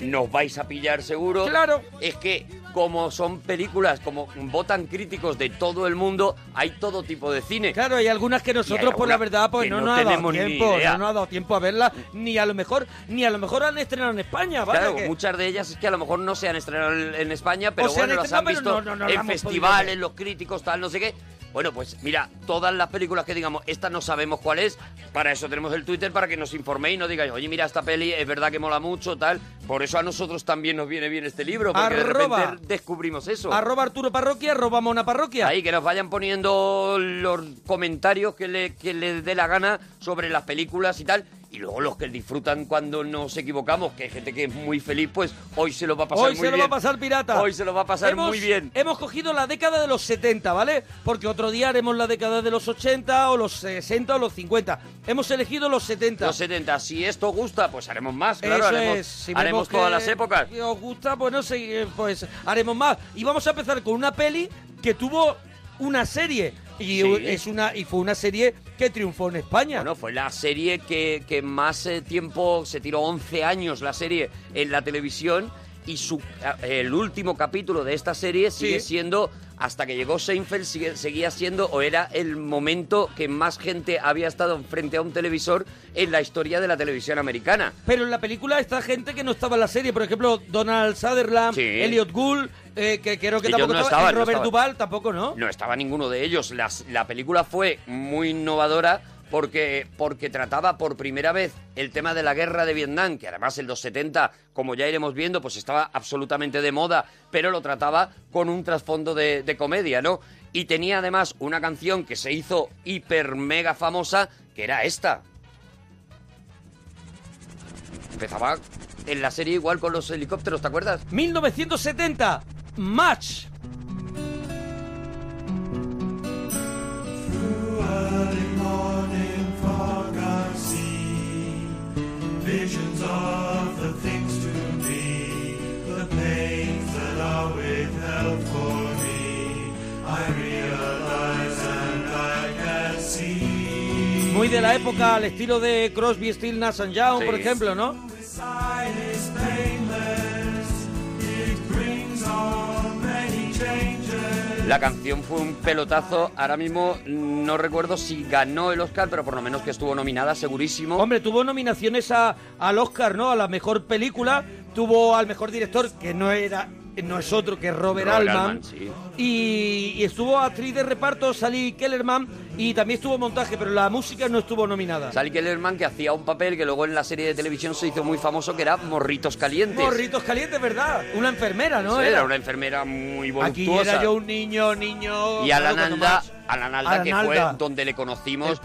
nos vais a pillar seguro. Claro. Es que como son películas, como votan críticos de todo el mundo, hay todo tipo de cine.
Claro, hay algunas
Y
que
hay
Nosotros, por la
algunas
verdad, pues
que
no,
no
nos ha dado
tenemos ni
tiempo.
idea.
No nos ha dado tiempo a verla, ni a lo mejor, ni a lo mejor han estrenado en España, ¿vale?
Claro,
Que-
muchas de ellas es que a lo mejor no se han estrenado en en España, pero
O se han
bueno, las han
estrenado, pero
visto
no- no- no las
en
hemos podido
festivales,
ver.
los críticos, tal, no sé qué. Bueno, pues mira, todas las películas que digamos, esta no sabemos cuál es, para eso tenemos el Twitter para que nos informéis y nos digáis, oye, mira, esta peli es verdad que mola mucho, tal. Por eso a nosotros también nos viene bien este libro, porque de
Arroba.
repente descubrimos eso.
Arroba Arturo Parroquia, arroba Mona Parroquia.
Ahí que nos vayan poniendo los comentarios que le, que les dé la gana sobre las películas y tal. Y luego los que disfrutan cuando nos equivocamos, que hay gente que es muy feliz, pues hoy se lo va a pasar
Hoy
muy
se lo
bien.
va a pasar pirata.
Hoy se lo va a pasar
Hemos-
muy bien.
Hemos cogido la década de los 70, ¿vale? Porque otro día haremos la década de los 80 o los 60 o los 50. Hemos elegido los 70.
Los 70, si esto gusta, pues haremos más, claro,
Eso
haremos,
es. Si vemos
haremos
que-
todas las épocas.
que os gusta, pues no sé, eh, pues haremos más. Y vamos a empezar con una peli que tuvo una serie. Y,
Sí.
es una, y fue una serie que triunfó en España.
Bueno, fue la serie que, que más eh, tiempo se tiró, 11 años la serie en la televisión. Y su, a- el último capítulo de esta serie sigue siendo, hasta que llegó Seinfeld, sigue- seguía siendo o era el momento que más gente había estado frente a un televisor en la historia de la televisión americana.
Pero en la película está gente que no estaba en la serie. Por ejemplo, Donald Sutherland, Ah, Elliot Gould, eh, que creo que
Ellos
tampoco
no
estaba.
estaban,
y
no
Robert
estaban.
Duvall tampoco, ¿no?
No estaba ninguno de ellos. Las- la película fue muy innovadora porque, porque trataba por primera vez el tema de la guerra de Vietnam, que además en los 70, como ya iremos viendo, pues estaba absolutamente de moda, pero lo trataba con un trasfondo de, de comedia, ¿no? Y tenía además una canción que se hizo hiper mega famosa, que era esta. Empezaba en la serie igual con los helicópteros, ¿te acuerdas?
1970, Match.
early morning fog I see visions of the
Muy de la época, al estilo de Crosby, Steel, Nash and Young,
Sí.
por ejemplo, ¿no?
La canción fue un pelotazo. Ahora mismo no recuerdo si ganó el Oscar, pero por lo menos que estuvo nominada, segurísimo.
Hombre, tuvo nominaciones a, al Oscar, ¿no? A la mejor película, tuvo al mejor director, que no era no es otro que Robert,
Robert
Altman,
Altman, sí.
y, y estuvo actriz de reparto Sally Kellerman y también estuvo montaje, pero la música no estuvo nominada.
Sally Kellerman que hacía un papel que luego en la serie de televisión se hizo muy famoso, que era Morritos Calientes.
Morritos calientes, ¿verdad? Una enfermera, ¿no?
Sí, era una enfermera muy
Aquí
voluptuosa.
era yo un niño, niño.
Y Alan
claro, cuando
Alda,
más-
Alan Alda,
Alan
que
Alda.
fue donde le conocimos,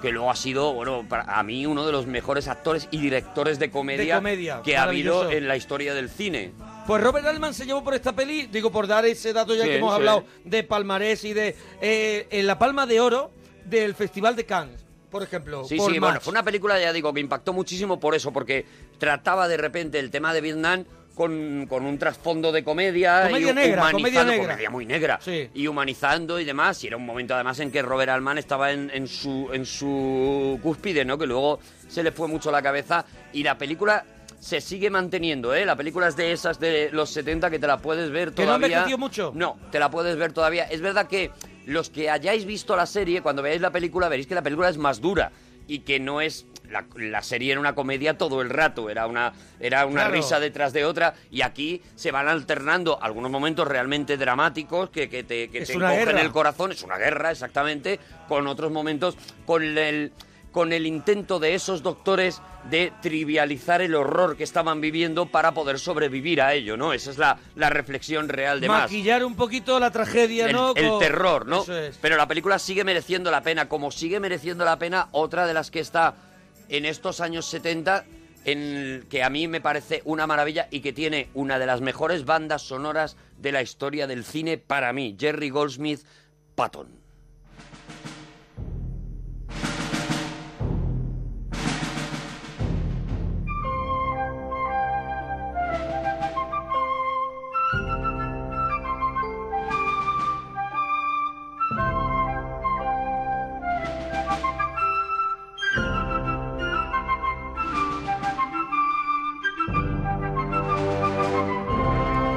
que luego ha sido, bueno, para a mí uno de los mejores actores y directores de comedia,
De comedia,
que ha habido
maravilloso.
en la historia del cine.
Pues Robert Altman se llevó por esta peli, digo, por dar ese dato ya
Sí,
que hemos
sí.
hablado de palmarés y de eh, en la palma de oro del Festival de Cannes, por ejemplo.
Sí,
por
sí,
Match.
bueno, fue una película, ya digo, que impactó muchísimo por eso, porque trataba de repente el tema de Vietnam con, con un trasfondo de comedia.
Comedia
y hu-
negra,
humanizando-
comedia negra.
comedia muy negra. Y humanizando y demás. Y era un momento además en que Robert Altman estaba en, en su, en su cúspide, ¿no? Que luego se le fue mucho la cabeza. Y la película se sigue manteniendo, ¿eh? La película es de esas de los 70 que te la puedes ver
Que no ha
todavía.
envejecido mucho.
No, te la puedes ver todavía. Es verdad que los que hayáis visto la serie, cuando veáis la película, veréis que la película es más dura y que no es... La, la serie era una comedia todo el rato, era una, era una
Claro.
risa detrás de otra y aquí se van alternando algunos momentos realmente dramáticos que, que te, que
Es
te
una
cogen
guerra.
el corazón, es una guerra exactamente, con otros momentos, con el, con el intento de esos doctores de trivializar el horror que estaban viviendo para poder sobrevivir a ello, ¿no? Esa es la, la reflexión real de más
Maquillar un poquito la tragedia,
el,
¿no?
el
Con-
terror, ¿no?
Eso es.
Pero la película sigue mereciendo la pena. Como sigue mereciendo la pena, otra de las que está en estos años 70, en el que a mí me parece una maravilla y que tiene una de las mejores bandas sonoras de la historia del cine para mí, Jerry Goldsmith Patton.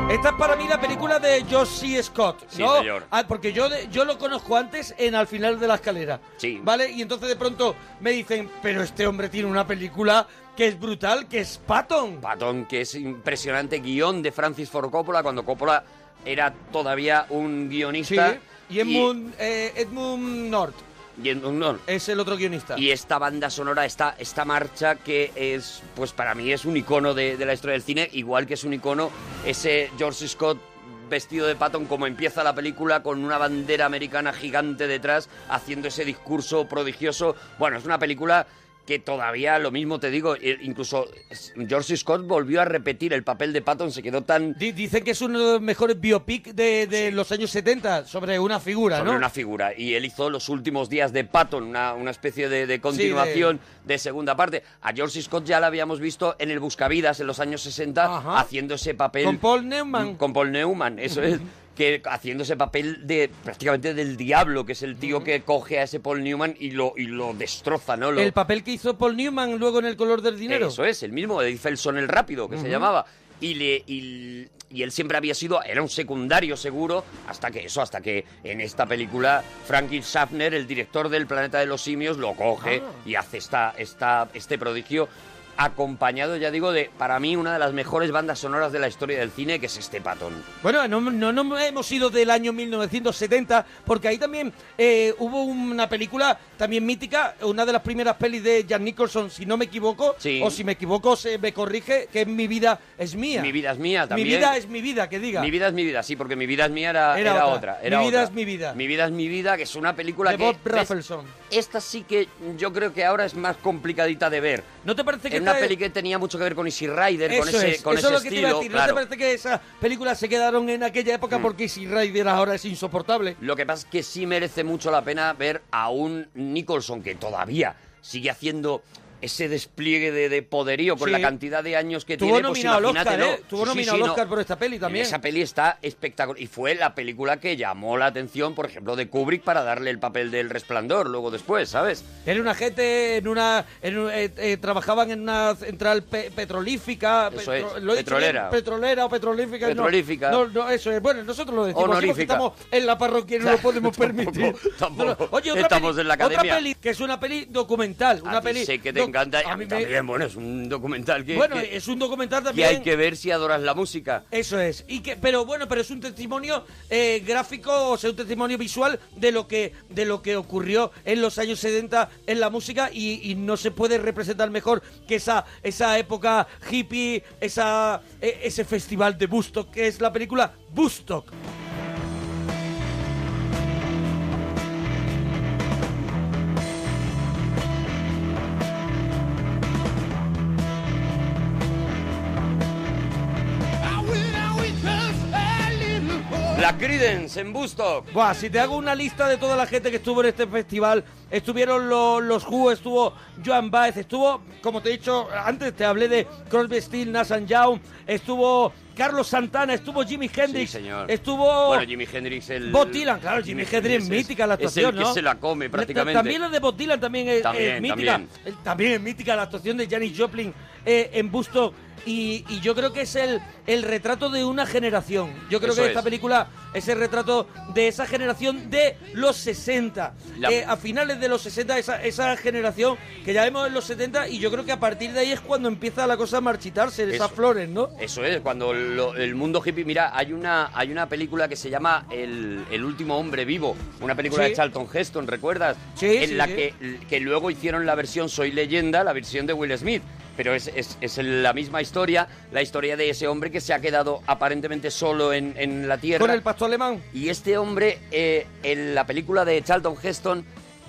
Esta es para mí la película de Josie Scott,
Sí,
¿no?
señor.
Ah, porque yo, de- yo lo conozco antes en Al final de la escalera.
Sí.
¿Vale? Y entonces de pronto me dicen, pero este hombre tiene una película que es brutal, que es Patton.
Patton, que es impresionante guión de Francis Ford Coppola, cuando Coppola era todavía un guionista.
Y Edmund, eh, Edmund North.
Y en- no.
Es el otro guionista.
Y esta banda sonora, esta, esta marcha que es, pues para mí es un icono de, de la historia del cine, igual que es un icono ese George Scott vestido de Patton, como empieza la película con una bandera americana gigante detrás, haciendo ese discurso prodigioso. Bueno, es una película que todavía lo mismo te digo, e- incluso es- George Scott volvió a repetir el papel de Patton, se quedó tan
Di- Dicen que es uno de los mejores biopic de, de los años 70 sobre una figura,
sobre
¿no?
una figura. Y él hizo los últimos días de Patton, una, una especie de, de continuación de... segunda parte. A George Scott ya la habíamos visto en el Buscavidas en los años 60, haciendo ese papel.
Con Paul Newman.
Con Paul Newman, eso es. Que haciendo ese papel de prácticamente del diablo, que es el tío que coge a ese Paul Newman y lo, y lo destroza, ¿no? Lo-
El papel que hizo Paul Newman luego en El color del dinero.
eso es, el mismo, Eddie Felson el rápido, que se
Ujú.
llamaba. Y, le, y, y él siempre había sido, era un secundario seguro, hasta que eso, hasta que en esta película Frankie Schaffner, el director del Planeta de los Simios, lo coge
Ah.
y hace esta, esta, este prodigio acompañado, ya digo, de, para mí, una de las mejores bandas sonoras de la historia del cine, que es este patón.
Bueno, no, no, no hemos ido del año 1970, porque ahí también eh, hubo una película también mítica, una de las primeras pelis de Jack Nicholson, si no me equivoco, o si me equivoco, se me corrige, que es Mi vida es mía.
Mi vida es mía también.
Mi vida es mi vida, que diga.
Mi vida es mi vida, sí, porque mi vida es mía era,
Era
era
otra.
otra. era
Mi vida
otra.
es mi vida.
Mi vida es mi vida, que es una película
de
que.
Bob
ves,
Rafelson.
Esta sí que yo creo que ahora es más complicadita de ver.
¿No te parece Este que
Era una
esta es-
peli que tenía mucho que ver con Easy Rider, con
Eso
ese,
es,
con ese
eso es lo que te iba a
estilo.
decir.
claro. Mm.
¿No te parece que esas películas se quedaron en aquella época porque Easy Rider ahora es insoportable?
Lo que pasa es que sí merece mucho la pena ver a un Nicholson que todavía sigue haciendo ese despliegue de, de poderío con
Sí.
la cantidad de años que
Tuvo
tiene.
nominado al
pues
Oscar,
imagínatelo.
¿eh? Tuvo
Sí, sí,
nominado al
sí, no.
Oscar por esta peli también.
Esa peli está espectacular. Y fue la película que llamó la atención, por ejemplo, de Kubrick para darle el papel del resplandor luego después, ¿sabes?
Era una gente en una. en un- eh, eh, trabajaban en una central pe- petrolífica.
Eso es,
he dicho bien?
petrolera.
petrolera o petrolífica. no.
Petrolífica.
No, no, eso es. Bueno, nosotros lo decimos. así porque
Honorífica.
estamos en la parroquia y no lo podemos permitir.
(laughs) tampoco.
No, no. Oye, otra
Estamos
peli,
en la academia.
Otra peli que es una peli documental. Una
A ti
peli.
sé que te
doc-
encanta. y
a
A
mí
mí
me-
también, bueno, es un documental que...
Bueno,
que-
es un documental
que
también.
hay que ver si adoras la música.
Eso es. Y que, pero bueno, pero es un testimonio eh, gráfico, o sea, un testimonio visual de lo que de lo que ocurrió en los años 70 en la música y, y no se puede representar mejor que esa esa época hippie, esa e- ese festival de Bustock que es la película Bustock.
La Creedence en Bustock.
Buah, si te hago una lista de toda la gente que estuvo en este festival, estuvieron lo- los Who, estuvo Joan Baez, estuvo, como te he dicho antes, te hablé de Crosby, Steel, Nash and Young, estuvo Carlos Santana, estuvo Jimi Hendrix,
señor.
estuvo
Bueno, Jimi Hendrix el...
Bob Dylan, claro, Jimi Hendrix es mítica la actuación,
Es el que
¿no?
se la come prácticamente.
También la de Bob Dylan también es,
También,
es mítica.
también.
Eh, También es mítica la actuación de Janis Joplin eh, en Bustock. Y, y yo creo que es el, el retrato de una generación. Yo creo
Eso
que esta
es.
película es el retrato de esa generación de los 60.
La-
Eh, a finales de los 60, esa, esa generación que ya vemos en los 70, y yo creo que a partir de ahí es cuando empieza la cosa a marchitarse, esas
Eso.
flores, ¿no?
Eso es, cuando lo- el mundo hippie, mira, hay una, hay una película que se llama El, El último hombre vivo, una película
Sí.
de Charlton Heston, ¿recuerdas?
Sí,
en
sí,
la
sí.
Que, que luego hicieron la versión Soy leyenda, la versión de Will Smith. Pero es, es- es la misma historia, la historia de ese hombre que se ha quedado aparentemente solo en, en la Tierra.
Con el pastor alemán.
Y este hombre, eh, en la película de Charlton Heston,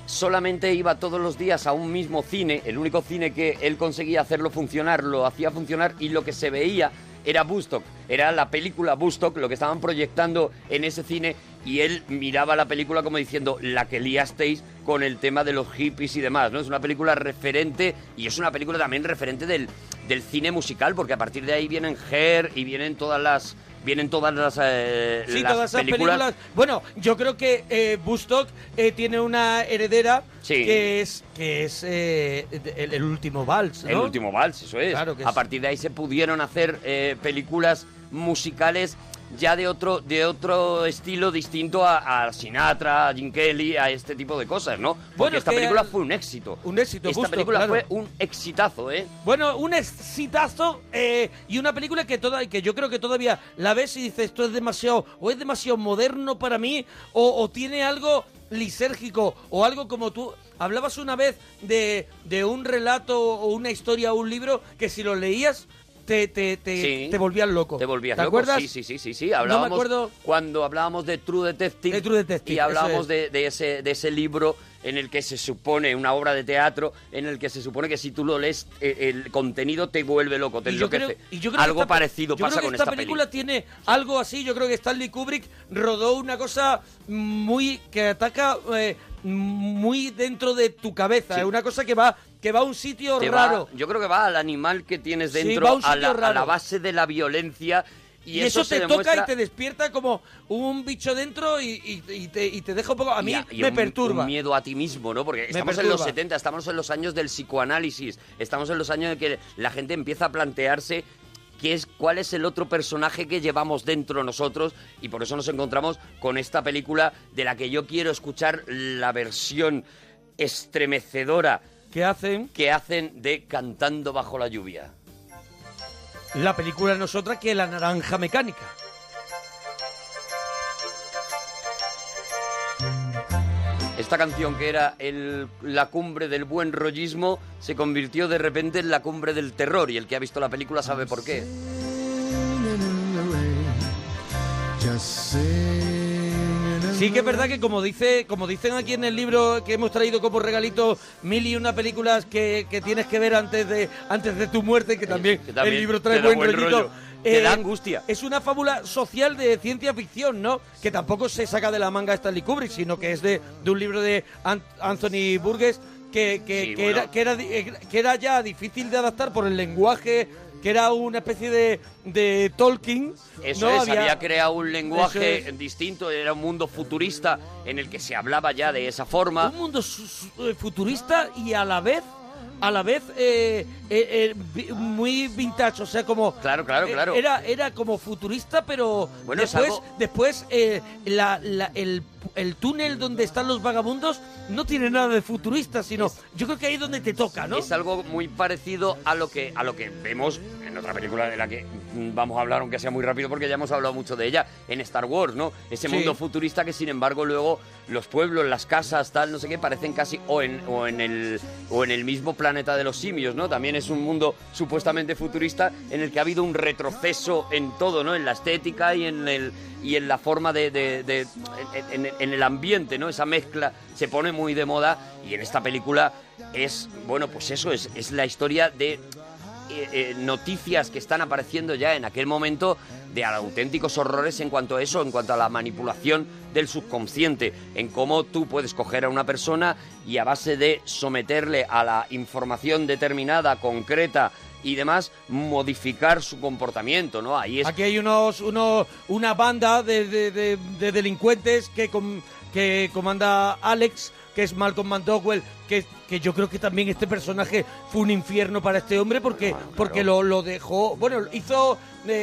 solamente iba todos los días a un mismo cine, el único cine que él conseguía hacerlo funcionar, lo hacía funcionar y lo que se veía era Bustock, era la película Bustock, lo que estaban proyectando en ese cine y él miraba la película como diciendo la que liasteis con el tema de los hippies y demás, ¿no? Es una película referente y es una película también referente del, del cine musical porque a partir de ahí vienen Hair y vienen todas las vienen todas las, eh,
Sí,
las
todas esas películas. Bueno, yo creo que eh, Bustock eh, tiene una heredera
Sí.
que es que es eh, de- el, el último vals, ¿no?
El último vals, eso es.
Claro que
a
sí.
partir de ahí se pudieron hacer eh, películas musicales ya de otro, de otro estilo distinto a, a Sinatra, a Jim Kelly, a este tipo de cosas, ¿no? Porque
Bueno,
esta
que
película
al-
fue un éxito.
Un éxito,
Esta
Bustock,
película
claro.
fue un exitazo, ¿eh?
Bueno, un exitazo eh, y una película que toda, que yo creo que todavía la ves y dices esto es demasiado o es demasiado moderno para mí o, o tiene algo lisérgico o algo como tú hablabas una vez de, de un relato o una historia o un libro que si lo leías te, te, te,
Sí.
te volvías loco.
Te volvías
¿Te
loco.
acuerdas?
Sí, sí, sí, sí, sí. Hablábamos
No me acuerdo.
cuando hablábamos de True Detective. Y hablábamos
eso
de, de ese, de ese libro en el que se supone, una obra de teatro, en el que se supone que si tú lo lees, eh, el contenido te vuelve loco, te
Y yo
enloquece.
creo- y yo creo que
Algo
esta-
parecido
yo creo
pasa
que
con
esta
esta película.
película tiene algo así. Yo creo que Stanley Kubrick rodó una cosa muy que ataca eh, muy dentro de tu cabeza.
Sí.
Es una cosa que va que va a un sitio
Te va-
raro.
yo creo que va al animal que tienes
Sí,
dentro,
va a un
a,
sitio
la, a la
raro.
base de la violencia. Y,
Y, eso,
se
te
demuestra-
toca y te despierta como un bicho dentro y, y- y te, y te deja un poco. A mí
y a- y
me
un-
perturba.
Un miedo a ti mismo, ¿no? Porque estamos en
perturba.
los 70, estamos en los años del psicoanálisis, estamos en los años en que la gente empieza a plantearse qué es, cuál es el otro personaje que llevamos dentro nosotros y por eso nos encontramos con esta película de la que yo quiero escuchar la versión estremecedora
que hacen
que hacen de Cantando bajo la lluvia.
La película no es otra que La Naranja Mecánica.
Esta canción que era el- la cumbre del buen rollismo se convirtió de repente en la cumbre del terror y el que ha visto la película sabe por qué.
Sí que es verdad que como dice, como dicen aquí en el libro que hemos traído como regalito mil y una películas que, que tienes que ver antes de antes de tu muerte, que también,
Eh, también
el libro
te
trae
da
buen,
buen
rollito. Eh,
rollo. Te da angustia.
Es una fábula social de ciencia ficción, ¿no? Que tampoco se saca de la manga Stanley Kubrick, sino que es de, de un libro de An- Anthony Burgess que, que-
Sí,
que
bueno.
era, que, era, di- eh, que era ya difícil de adaptar por el lenguaje, que era una especie de, de Tolkien.
Eso
¿no?
es, había, creado un lenguaje
Eso es.
distinto, era un mundo futurista en el que se hablaba ya de esa forma.
un mundo su- su- eh, futurista y a la vez a la vez eh, eh, eh, vi- muy vintage o sea como eh,
claro claro claro.
era era como futurista pero
Bueno, es
después
algo-
después eh, la- la- el, el túnel donde están los vagabundos no tiene nada de futurista sino yo creo que ahí es donde te toca no
Es algo muy parecido a lo que a lo que vemos en otra película de la que mm, vamos a hablar aunque sea muy rápido porque ya hemos hablado mucho de ella en Star Wars, ¿no? Ese
Sí.
mundo futurista que sin embargo luego los pueblos, las casas, tal, no sé qué, parecen casi o en o en el o en el mismo planeta de los simios, ¿no? También es un mundo supuestamente futurista en el que ha habido un retroceso en todo, ¿no? En la estética y en el y en la forma de, de- de- en, en- en el ambiente, ¿no? Esa mezcla se pone muy de moda y en esta película es, bueno, pues eso, es, es la historia de eh, eh, noticias que están apareciendo ya en aquel momento de auténticos horrores en cuanto a eso, en cuanto a la manipulación del subconsciente, en cómo tú puedes coger a una persona y a base de someterle a la información determinada, concreta y demás, modificar su comportamiento, ¿no? Ahí es
Aquí hay unos, unos una banda de, de- de- de delincuentes que, com- que comanda Alex, que es Malcolm McDowell, que, que yo creo que también este personaje fue un infierno para este hombre porque,
Ah,
porque lo, lo dejó. Bueno, hizo.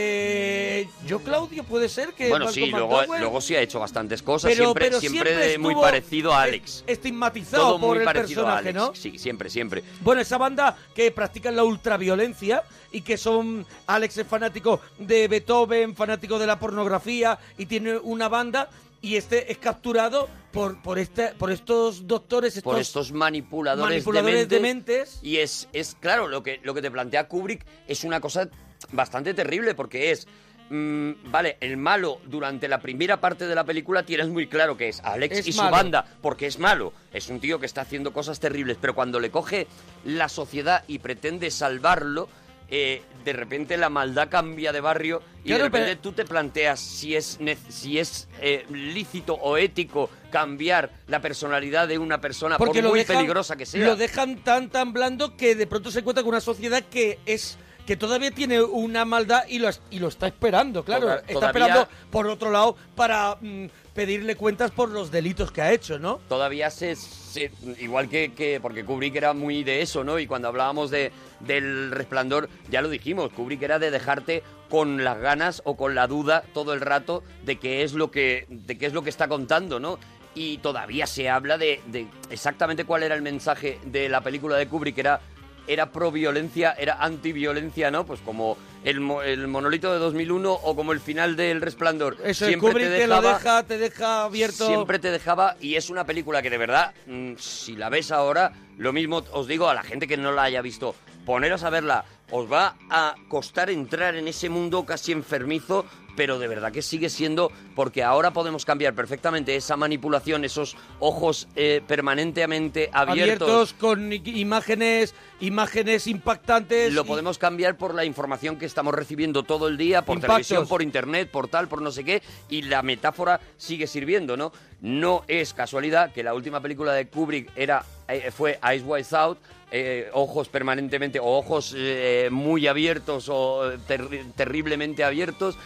eh, yo, Claudio, puede ser que.
Bueno,
Malcolm
sí, luego,
McDowell-
luego sí ha hecho bastantes cosas,
Pero-
siempre,
pero
siempre,
siempre
de- muy
estuvo-
parecido a Alex.
estigmatizado
Todo
por
muy
el
parecido a
personaje,
Alex.
¿no?
Sí, siempre, siempre.
Bueno, esa banda que practican la ultraviolencia y que son. Alex es fanático de Beethoven, fanático de la pornografía y tiene una banda. Y este es capturado por, por, este, por estos doctores, estos,
Por estos manipuladores,
manipuladores
dementes. Y es, es claro, lo que, lo que te plantea Kubrick es una cosa bastante terrible porque es. mm, vale, el malo durante la primera parte de la película tienes muy claro que es Alex
Es
y su
malo.
banda, porque es malo. Es un tío que está haciendo cosas terribles, pero cuando le coge la sociedad y pretende salvarlo, eh, de repente la maldad cambia de barrio y
Claro,
de repente
pero-
tú te planteas si es, nec- si es eh, lícito o ético cambiar la personalidad de una persona
porque
Ah, por
lo
muy
dejan,
peligrosa que sea.
Lo dejan tan tan blando que de pronto se encuentra con una sociedad que es que todavía tiene una maldad y lo, es- y lo está esperando, claro.
Toda-
está
todavía-
esperando, por otro lado, para mm, pedirle cuentas por los delitos que ha hecho, ¿no?
Todavía se, se- igual que, que- porque Kubrick era muy de eso, ¿no? Y cuando hablábamos de del resplandor ya lo dijimos, Kubrick era de dejarte con las ganas o con la duda todo el rato de qué es lo que de qué es lo que está contando, ¿no? Y todavía se habla de, de exactamente cuál era el mensaje de la película de Kubrick, era era pro violencia, era anti violencia, ¿no? Pues como el, mo- el monolito de 2001 o como el final del Resplandor.
Eso
Siempre
el Kubrick
te
te, lo
dejaba-
deja, te deja abierto.
Siempre te dejaba y es una película que de verdad, mm, si la ves ahora, lo mismo os digo a la gente que no la haya visto, poneros a verla, os va a costar entrar en ese mundo casi enfermizo, pero de verdad que sigue siendo, porque ahora podemos cambiar perfectamente esa manipulación, esos ojos eh, permanentemente abiertos.
abiertos con i- imágenes, imágenes impactantes.
Lo
y-
podemos cambiar por la información que estamos recibiendo todo el día, por
Impactos.
televisión, por internet, por tal, por no sé qué, y la metáfora sigue sirviendo, ¿no? No es casualidad que la última película de Kubrick era eh, fue Eyes Wide Out, eh, ojos permanentemente o ojos eh, muy abiertos o eh, terri- terriblemente abiertos.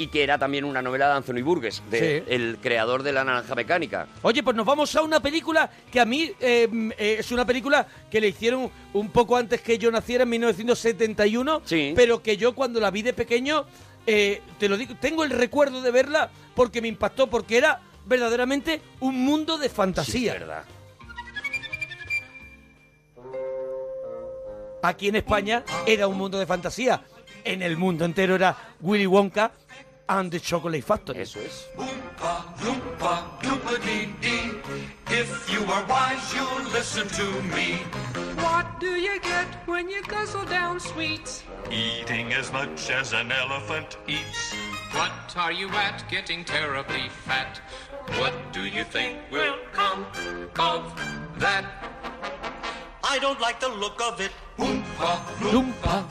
Y que era también una novela de Anthony Burgess, de-
Sí.
el creador de La Naranja Mecánica.
Oye, pues nos vamos a una película que a mí eh, mm, eh, es una película que le hicieron un poco antes que yo naciera, en 1971, pero que yo cuando la vi de pequeño, eh, te lo digo, tengo el recuerdo de verla porque me impactó, porque era verdaderamente un mundo de fantasía. Aquí en España era un mundo de fantasía. En el mundo entero era Willy Wonka and the Chocolate Factory. Eso
es.
If you are wise, you'll listen to me.
What do you get when you guzzle down sweets?
Eating as much as an elephant eats.
What are you at? Getting terribly fat.
What do you think will come of that? I don't like the look of it. Oompa,
Lumpa.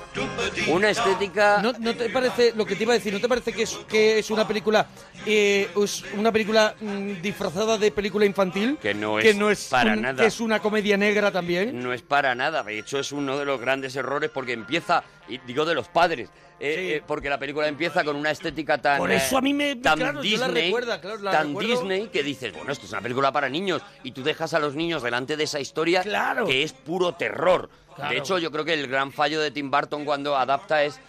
Una estética.
¿No, no te parece lo que te iba a decir? ¿No te parece que es que es una película eh, es una película mm, disfrazada de película infantil?
Que no es,
que no es
para
un-
nada.
que es una comedia negra también.
No es para nada. De hecho, es uno de los grandes errores porque empieza, y digo de los padres, eh, eh, porque la película empieza con una estética tan. eh,
Por eso a mí me-
Tan
claro, yo la
Disney.
recuerda, claro, la
tan
recuerdo.
Disney que dices, bueno, esto es una película para niños. Y tú dejas a los niños delante de esa historia que es puro terror.
Claro.
De hecho, yo creo que el gran fallo de Tim Burton cuando adapta es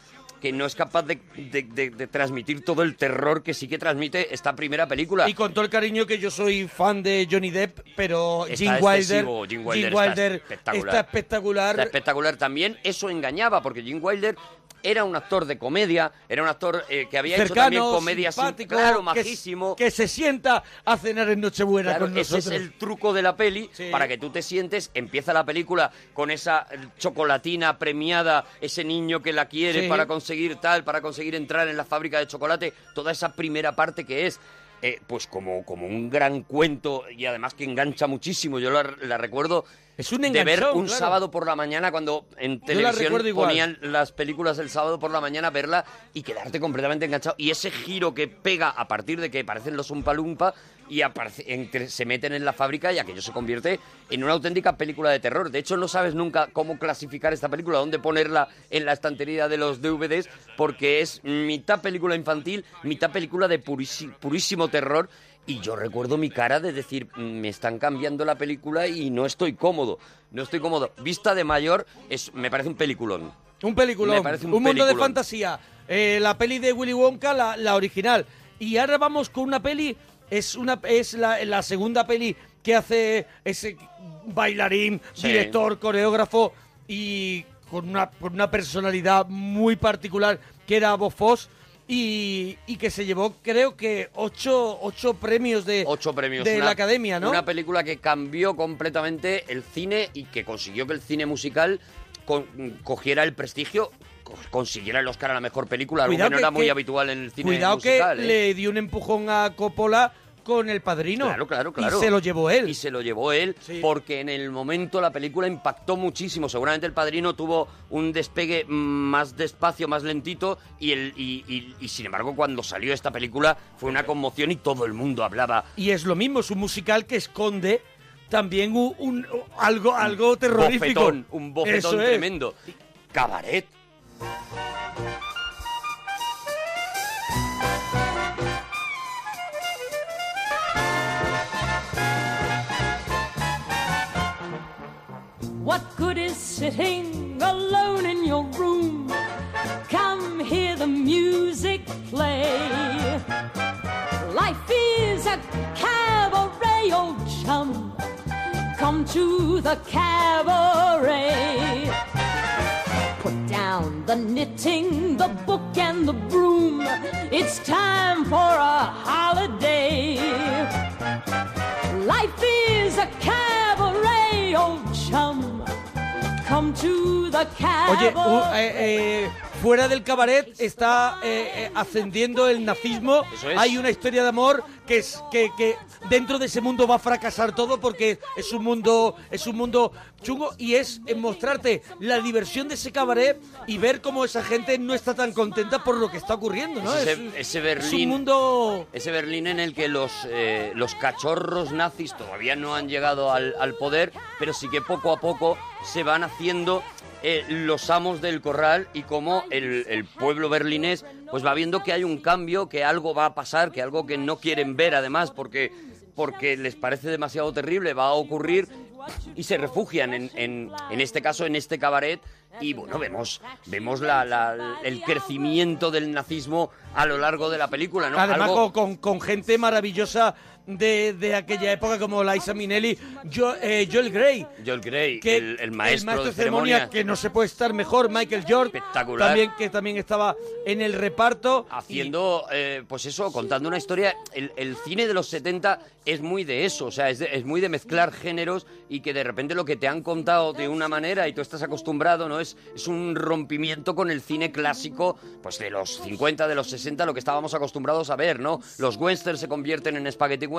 que no es capaz de, de- de- de transmitir todo el terror que sí que transmite esta primera película.
Y con todo el cariño que yo soy fan de Johnny Depp, pero
Está
Jim Wilder,
excesivo, Gene Wilder está espectacular.
está espectacular.
Está espectacular también. Eso engañaba, porque Jim Wilder era un actor de comedia, era un actor eh, que había hecho también
Cercano,
comedia sin-
simpático,
claro,
que s-
majísimo.
Que, se sienta a cenar en Nochebuena
Claro,
con
ese
nosotros.
es el truco de la peli para que tú te sientes. Empieza la película con esa eh, chocolatina premiada, ese niño que la quiere
Sí.
para conseguir tal, para conseguir entrar en la fábrica de chocolate. Toda esa primera parte que es. eh, pues como, como un gran cuento y además que engancha muchísimo. Yo la, la recuerdo
es un
de ver
enganchón,
un
claro.
sábado por la mañana cuando en
Yo la
televisión
recuerdo igual.
ponían las películas el sábado por la mañana, verla y quedarte completamente enganchado. Y ese giro que pega a partir de que aparecen los Umpalumpa y aparece- entre- se meten en la fábrica y aquello se convierte en una auténtica película de terror. De hecho, no sabes nunca cómo clasificar esta película, dónde ponerla en la estantería de los DVDs, porque es mitad película infantil, mitad película de purisi- purísimo terror. Y yo recuerdo mi cara de decir, "Mm, me están cambiando la película y no estoy cómodo. No estoy cómodo. Vista de mayor, es, me parece un peliculón.
Un peliculón.
Me parece un
mundo de
peliculón.
fantasía. Eh, la peli de Willy Wonka, la, la original. Y ahora vamos con una peli. Es una es la, la segunda peli que hace ese bailarín,
Sí.
director, coreógrafo y con una, con una personalidad muy particular que era Bob Foss y, y que se llevó creo que ocho, ocho premios de,
Ocho premios.
de
Una-
la academia, ¿no?
Una película que cambió completamente el cine y que consiguió que el cine musical con- cogiera el prestigio, co- consiguiera el Oscar a la mejor película, algo
Cuidado
que no
que-
era muy
que-
habitual en el cine
Cuidado
musical.
que
¿eh?
le dio un empujón a Coppola con el padrino.
Claro, claro, claro.
Y se lo llevó él.
Y se lo llevó él porque en el momento la película impactó muchísimo. Seguramente el padrino tuvo un despegue mm, más despacio, más lentito y, el, y, y- y, sin embargo cuando salió esta película fue una conmoción y todo el mundo hablaba.
Y es lo mismo, es un musical que esconde también un, un- algo, algo terrorífico.
Bofetón, un bofetón
Eso es.
tremendo. Cabaret.
What good is sitting alone in your room? Come hear the music play. Life is a cabaret, old chum. Come to the cabaret. Put down the knitting, the book, and the broom. It's time for a holiday. Life is a cabaret, old chum. Come to the
Oye,
cabaret.
Ah,
u- eh, eh, fuera del cabaret está eh, eh, ascendiendo el nazismo.
es.
Hay una historia de amor que es que, que dentro de ese mundo va a fracasar todo porque es un mundo es un mundo chungo y es eh, mostrarte la diversión de ese cabaret y ver cómo esa gente no está tan contenta por lo que está ocurriendo, ¿no?
ese,
Es un-
ese
es un
Berlín.
mundo.
Ese Berlín en el que los, eh, los cachorros nazis todavía no han llegado al, al poder, pero sí que poco a poco se van haciendo eh, los amos del corral y como el, el pueblo berlinés pues va viendo que hay un cambio, que algo va a pasar, que algo que no quieren ver además porque, porque les parece demasiado terrible, va a ocurrir y se refugian en, en- en este caso en este cabaret y bueno vemos vemos la- la- el crecimiento del nazismo a lo largo de la película no
Además,
Algo-
con, con- con gente maravillosa de, de aquella época como Liza Minnelli, Jo- eh, Joel Grey,
Joel Grey
que
el, el maestro de
ceremonia,
ceremonia
que no se puede estar mejor, Michael Jordan,
espectacular
también, que también estaba en el reparto.
haciendo, eh, pues eso, contando una historia. El, el cine de los 70 es muy de eso, o sea, es, de- es muy de mezclar géneros y que de repente lo que te han contado de una manera y tú estás acostumbrado, ¿no? Es, es un rompimiento con el cine clásico, pues de los 50, de los 60, lo que estábamos acostumbrados a ver, ¿no? Los westerns se convierten en spaghetti westerns,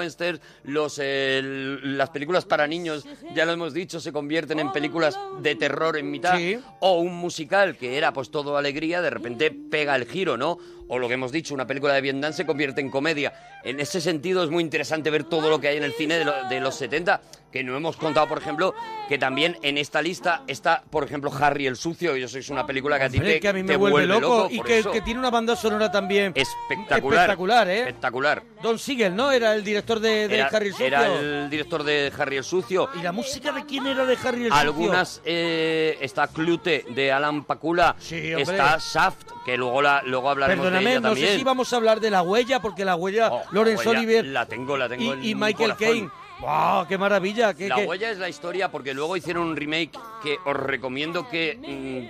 los, eh, las películas para niños, ya lo hemos dicho, se convierten en películas de terror en mitad. O un musical que era pues todo alegría, de repente pega el giro, ¿no? O lo que hemos dicho, una película de Vietnam se convierte en comedia. En ese sentido es muy interesante ver todo lo que hay en el cine de, lo- de los 70, que no hemos contado, por ejemplo, que también en esta lista está, por ejemplo, Harry el Sucio. y Eso es una película que a ti
Hombre,
te,
que a mí me
te
vuelve, loco, y
por
que,
eso.
que tiene una banda sonora también
espectacular.
espectacular, ¿eh?
Espectacular.
Don Siegel, ¿no? Era el director de, de
Era,
Harry el Sucio.
era el director de Harry el Sucio.
¿Y la música de quién era de Harry (laughs) el Sucio?
Algunas eh, está Clute de Alan Pakula,
hombre.
está Shaft, que luego la, luego hablaremos de
Perdóname,
ella
no
también. Oh,
sé si vamos a hablar de La Huella, porque La Huella, Lawrence
Huella,
Olivier
La tengo, la tengo. en
y, y
mi
Michael
corazón.
Caine. ¡Wow, qué maravilla! qué-
la
qué-
huella es la historia porque luego hicieron un remake que os recomiendo que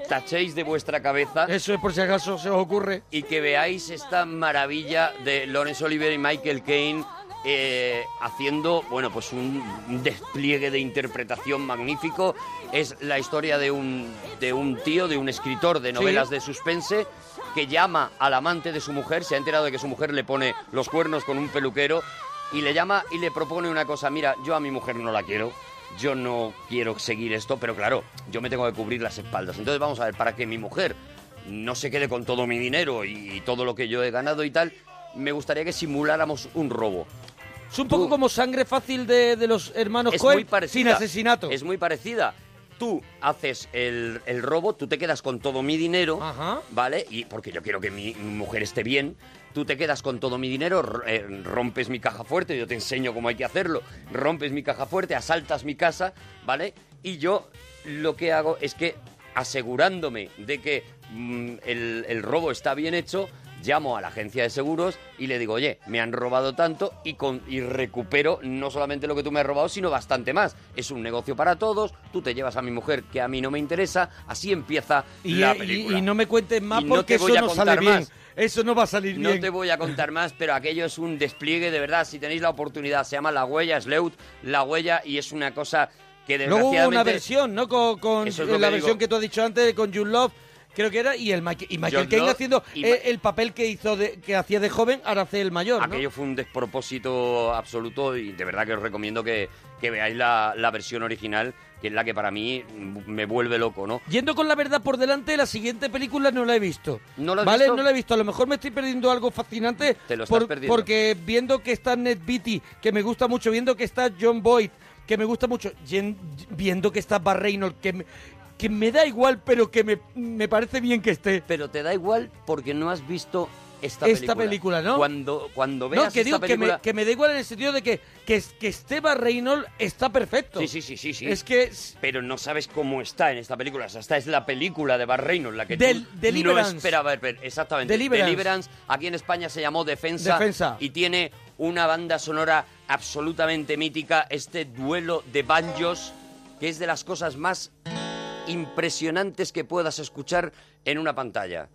mm, tachéis de vuestra cabeza.
Eso es por si acaso se os ocurre.
Y que veáis esta maravilla de Lawrence Oliver y Michael Caine eh, haciendo, bueno, pues un un despliegue de interpretación magnífico. Es la historia de un, de un tío, de un escritor de novelas
Sí.
de suspense que llama al amante de su mujer, se ha enterado de que su mujer le pone los cuernos con un peluquero y le llama y le propone una cosa, mira, yo a mi mujer no la quiero, yo no quiero seguir esto, pero claro, yo me tengo que cubrir las espaldas. Entonces vamos a ver, para que mi mujer no se quede con todo mi dinero y, y todo lo que yo he ganado y tal, me gustaría que simuláramos un robo.
Es un poco como sangre fácil de, de los hermanos
Es
Coen,
muy parecida.
sin asesinato.
Es muy parecida. Tú haces el, el robo, tú te quedas con todo mi dinero, ¿vale? Y porque yo quiero que mi mujer esté bien. Tú te quedas con todo mi dinero, r- eh, rompes mi caja fuerte, yo te enseño cómo hay que hacerlo. Rompes mi caja fuerte, asaltas mi casa, ¿vale? Y yo lo que hago es que asegurándome de que mm, el, el robo está bien hecho, llamo a la agencia de seguros y le digo, oye, me han robado tanto y, con, y recupero no solamente lo que tú me has robado, sino bastante más. Es un negocio para todos, tú te llevas a mi mujer que a mí no me interesa, así empieza
y, eh, e,
la
y-
película.
y no me cuentes más
Y no
porque
te voy
eso
a
no
contar
sale bien.
más.
Eso no va a salir
No
bien.
te voy a contar más, pero aquello es un despliegue de verdad. Si tenéis la oportunidad, se llama La Huella, Sleut, La Huella, y es una cosa que
Luego hubo
desgraciadamente...
una versión, ¿no? Con, con
Eso es lo
la
que
versión
digo.
que tú has dicho antes, con June Love, creo que era, y, el Mike- y Michael
June
Caine
Love
haciendo
y
el,
Ma-
el papel que hizo de- que hacía de joven, ahora hace el mayor, ¿no?
Aquello fue un despropósito absoluto y de verdad que os recomiendo que, que veáis la, la versión original, que es la que para mí me vuelve loco, ¿no?
Yendo con la verdad por delante, la siguiente película no la he visto.
¿No la has
¿Vale?
visto?
No la he visto. A lo mejor me estoy perdiendo algo fascinante.
Te lo estás
por-
perdiendo.
Porque viendo que está Ned Beatty, que me gusta mucho, viendo que está John Boyd, que me gusta mucho, yen- viendo que está Bar Reynolds, que me, que me da igual, pero que me, me parece bien que esté.
Pero te da igual porque no has visto esta,
Esta película, ¿no?
Cuando, cuando veas
No, que
esta
digo que
película...
me, que me da igual en el sentido de que, que, que esté Bar Reynolds está perfecto.
Sí, sí, sí, sí, sí.
Es que
Pero no sabes cómo está en esta película. O sea, esta es la película de Bar Reynolds, la que
Del-
tú
Deliverance.
no esperaba ver. Exactamente.
Deliverance.
Aquí en España se llamó Defensa.
Defensa.
Y tiene una banda sonora absolutamente mítica. Este duelo de banjos, que es de las cosas más impresionantes que puedas escuchar en una pantalla.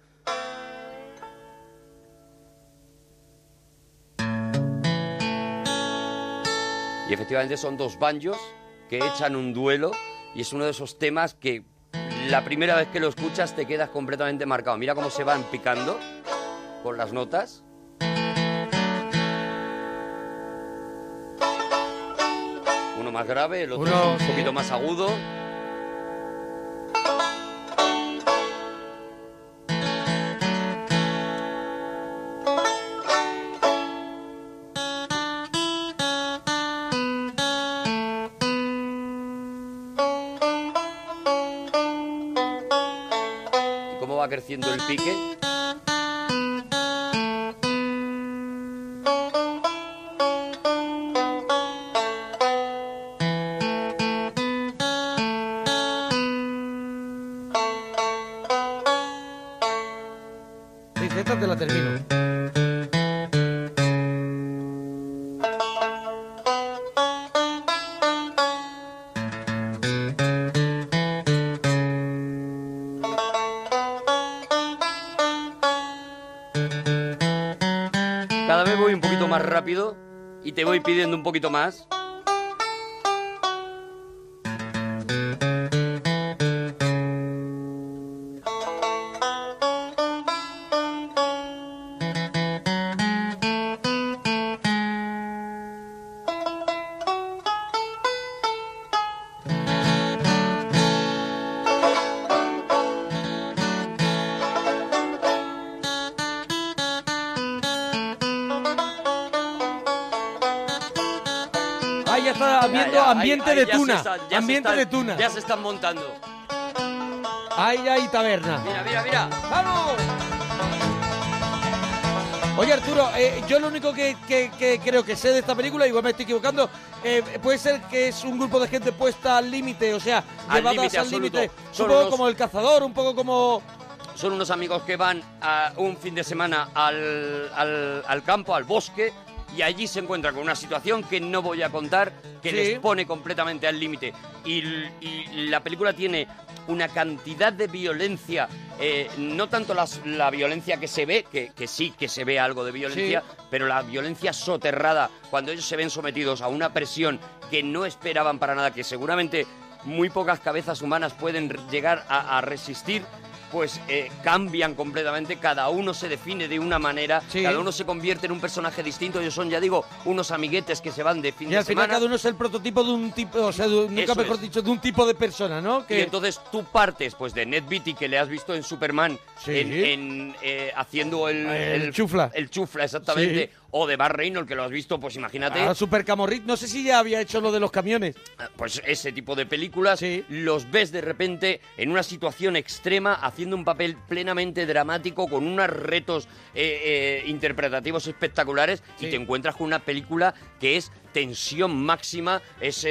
Y efectivamente son dos banjos que echan un duelo y es uno de esos temas que la primera vez que lo escuchas te quedas completamente marcado. Mira cómo se van picando con las notas. Uno más grave, el otro
Uno,
un poquito más agudo. Y cómo va creciendo el pique.
Sí, de esta te la termino.
Cada vez voy un poquito más rápido y te voy pidiendo un poquito más.
Ah, ya está habiendo
ya, ahí-
ambiente
ahí
de
ya se
tuna.
está- ya se
ambiente
están-
de tuna.
Ya se están montando.
Ay, ay, taberna.
Mira, mira, mira.
¡Vamos! Oye Arturo, eh, yo lo único que, que- que creo que sé de esta película, igual me estoy equivocando, eh, puede ser que es un grupo de gente puesta al límite, o sea,
Al
llevadas
límite
al
absoluto.
límite.
Son
Un poco
unos-
como el cazador, un poco como...
Son unos amigos que van a un fin de semana al, al- al campo, al bosque, y allí se encuentran con una situación que no voy a contar, que
Sí.
les pone completamente al límite. Y, l- y la película tiene una cantidad de violencia, eh, no tanto las- la violencia que se ve, que, que sí que se ve algo de violencia,
Sí.
pero la violencia soterrada, cuando ellos se ven sometidos a una presión que no esperaban para nada, que seguramente muy pocas cabezas humanas pueden r- llegar a, a resistir, pues eh, cambian completamente, cada uno se define de una manera, cada uno se convierte en un personaje distinto, ellos son, ya digo, unos amiguetes que se van de fin
Y
de
al final
semana.
cada uno es el prototipo de un tipo, o sea, de un- nunca
Eso
mejor
es.
dicho, de un tipo de persona, ¿no?
Y
Que
entonces tú partes pues de Ned Beatty que le has visto en Superman
Sí.
en, en, eh, haciendo el,
El chufla.
el chufla exactamente
Sí.
o de Bar Reynolds que lo has visto pues imagínate
a Super Camorrit, no sé si ya había hecho lo de los camiones.
pues ese tipo de películas los ves de repente en una situación extrema haciendo un papel plenamente dramático con unos retos eh, eh, interpretativos espectaculares y te encuentras con una película que es tensión máxima, es eh,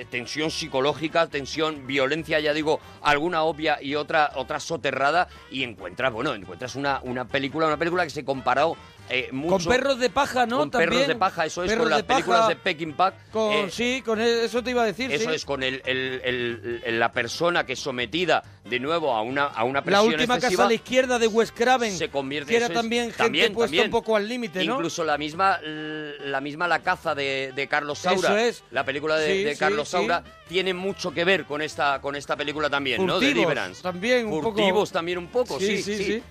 eh, tensión psicológica, tensión, violencia, ya digo, alguna obvia y otra otra soterrada y encuentras, bueno, encuentras una, una película, una película que se comparó eh, mucho
Con perros de paja, ¿no?
con perros
También.
de paja, eso es
Perros
con las
de paja,
películas de Peckinpah.
Con,
eh,
sí, con e- eso te iba a decir.
eso
sí.
es con el, el- el- el- la persona que es sometida de nuevo a una, a una
La
presión
última casa
excesiva
a la izquierda de Wes Craven.
se convierte
que era
eso es-
también gente puesta un poco al límite, ¿no?
Incluso la misma la misma La caza de, de Carlos Saura.
Eso es.
La película de,
Sí,
de
sí,
Carlos
sí.
Saura tiene mucho que ver con esta con esta película también, ¿no?
Furtivos,
Deliverance.
También un poco.
Furtivos también un poco, sí, sí,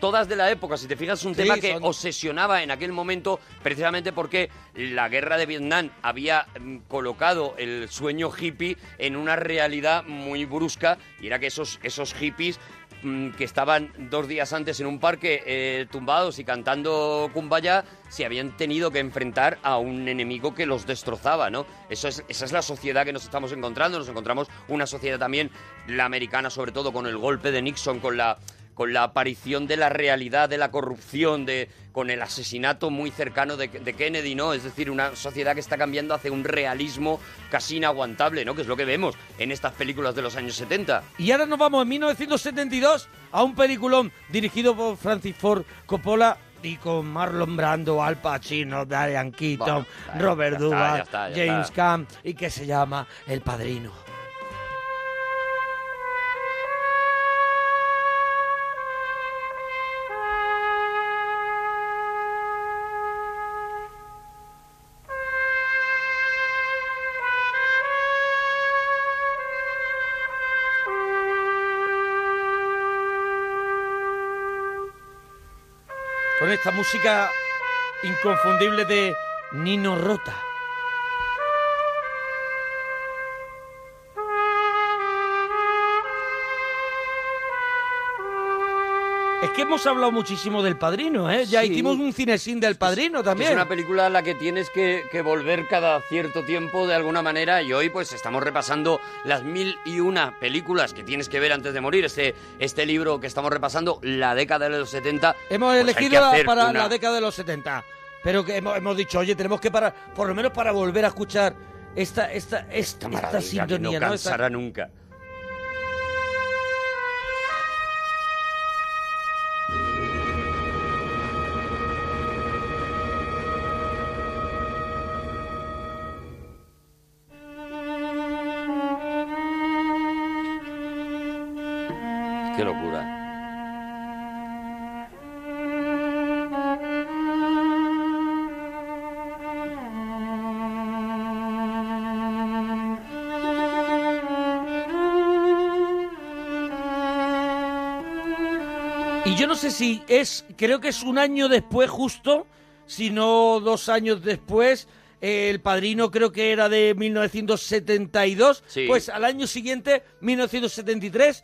Todas de la época, si te fijas, es un
Sí,
tema que
son-
obsesionaba en aquel momento precisamente porque la guerra de Vietnam había mm, colocado el sueño hippie en una realidad muy brusca y era que esos, esos hippies mm, que estaban dos días antes en un parque eh, tumbados y cantando Kumbaya, se habían tenido que enfrentar a un enemigo que los destrozaba, ¿no? Eso es, esa es la sociedad que nos estamos encontrando, nos encontramos una sociedad también, la americana sobre todo, con el golpe de Nixon, con la con la aparición de la realidad, de la corrupción, de, con el asesinato muy cercano de, de Kennedy, ¿no? Es decir, una sociedad que está cambiando hacia un realismo casi inaguantable, ¿no? Que es lo que vemos en estas películas de los años 70.
Y ahora nos vamos en 1972 a un peliculón dirigido por Francis Ford Coppola y con Marlon Brando, Al Pacino, Diane
Bueno,
Keaton,
ya,
Robert
ya está,
Duvall,
ya está, ya
James
está.
Caan y que se llama El Padrino. Con esta música inconfundible de Nino Rota. Es que hemos hablado muchísimo del padrino, ¿eh? Ya
Sí.
hicimos un cinesín del padrino también.
Es una película a la que tienes que, que volver cada cierto tiempo de alguna manera y hoy pues estamos repasando las mil y una películas que tienes que ver antes de morir. Este, este libro que estamos repasando, la década de los 70.
Hemos
pues hay que
elegido la-
hacer
para
una-
la década de los 70. Pero que hemos, hemos dicho, oye, tenemos que parar, por lo menos para volver a escuchar esta, esta, esta, esta
maravilla que
sintonía,
no
¿no? Esta-
cansará nunca. Qué locura.
Y yo no sé si es, creo que es un año después justo, si no dos años después. eh, El padrino creo que era de 1972.
Sí.
Pues al año siguiente, 1973,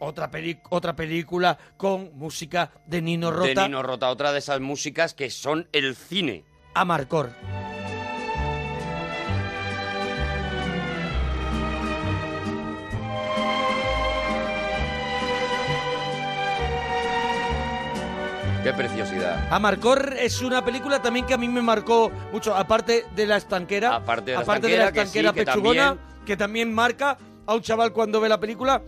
otra, peli- otra película con música de Nino
De
Rota
Nino Rota, otra de esas músicas que son el cine.
a Marcor.
Qué preciosidad.
A Marcor es una película también que a mí me marcó mucho, aparte de la estanquera, aparte
de La
estanquera,
Estanquera, que sí, que
pechugona,
también-
que también marca a un chaval cuando ve la película.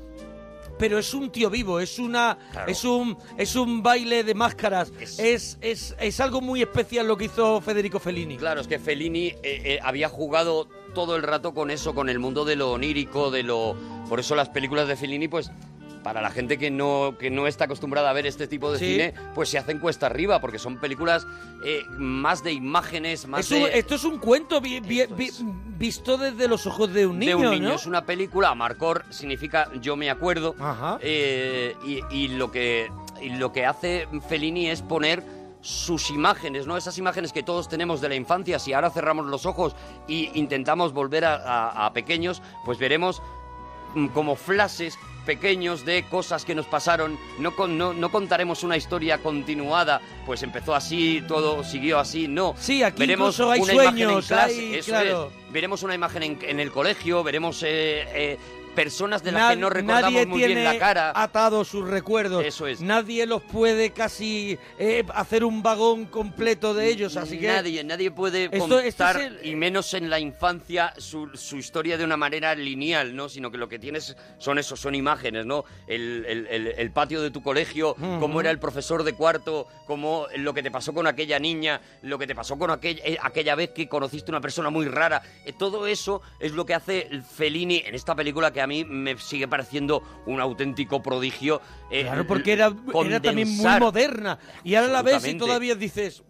Pero es un tío vivo, es una, es un, es un baile de máscaras, es, es, es algo muy especial lo que hizo Federico Fellini.
Claro, es que Fellini eh, eh, había jugado todo el rato con eso, con el mundo de lo onírico, de lo. Por eso las películas de Fellini, pues. Para la gente que no, que no está acostumbrada a ver este tipo de
Sí.
cine, pues se hacen cuesta arriba, porque son películas eh, más de imágenes, más
Es un-
de...
esto es un cuento vi- vi- vi- visto desde los ojos de un niño,
de un niño.
¿no?
Es una película, Marcor significa yo me acuerdo. Eh, y, y lo que, y lo que hace Fellini es poner sus imágenes, ¿no? Esas imágenes que todos tenemos de la infancia, si ahora cerramos los ojos e intentamos volver a- a- a pequeños, pues veremos mm, como flashes pequeños de cosas que nos pasaron. No, con, no, no contaremos una historia continuada, pues empezó así, todo siguió así, no.
Sí, aquí
veremos
incluso hay
una imagen en
sueños,
clase,
hay-
eso
claro.
es. Veremos una imagen en, en el colegio, veremos eh, eh, personas de las
Nad-
que no recordamos
nadie
muy
tiene
bien la cara.
atado sus recuerdos. Eso es. Nadie los puede casi eh, hacer un vagón completo de ellos, así que
nadie, nadie puede
Esto- este
contar,
es
y menos en la infancia, su, su historia de una manera lineal, ¿no? Sino que lo que tienes son eso, son imágenes, ¿no? El, el- el- el patio de tu colegio,
Ujú.
cómo era el profesor de cuarto, cómo lo que te pasó con aquella niña, lo que te pasó con aquella, eh, aquella vez que conociste una persona muy rara. Eh, todo eso es lo que hace el Fellini en esta película que a mí me sigue pareciendo un auténtico prodigio. eh,
Claro, porque era, era también muy
condensar
moderna. Y ahora la ves y
Absolutamente.
todavía dices,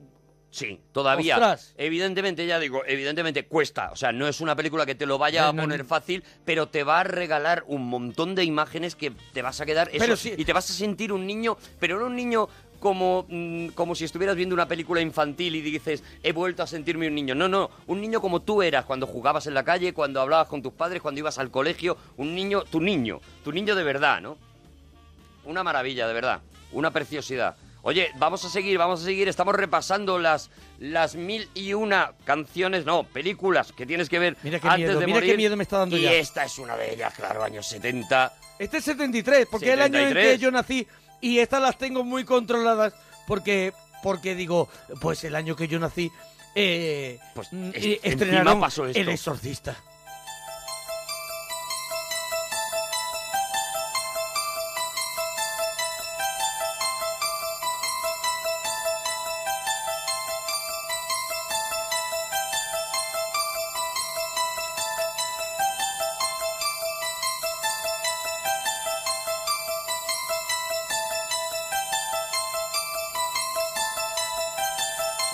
Sí, todavía.
Ostras.
Evidentemente, ya digo, evidentemente cuesta. O sea, no es una película que te lo vaya
No,
a
no,
poner fácil, pero te va a regalar un montón de imágenes que te vas a quedar eso,
Pero sí.
y te vas a sentir un niño, pero no un niño como, mm, como si estuvieras viendo una película infantil y dices, he vuelto a sentirme un niño. No, no, un niño como tú eras cuando jugabas en la calle, cuando hablabas con tus padres, cuando ibas al colegio, un niño, tu niño, tu niño de verdad, ¿no? Una maravilla, de verdad. Una preciosidad. Oye, vamos a seguir, vamos a seguir. Estamos repasando las, las mil y una canciones, no, películas que tienes que ver
Mira qué
antes
miedo,
de
mira
morir.
qué miedo me está dando
y
ya.
esta es una de ellas, claro, años 70.
Este es 73, porque es el año en
73.
que yo nací y estas las tengo muy controladas porque porque digo, pues el año que yo nací eh, mm,
Pues, es-
eh,
encima
estrenaron
pasó esto.
El exorcista.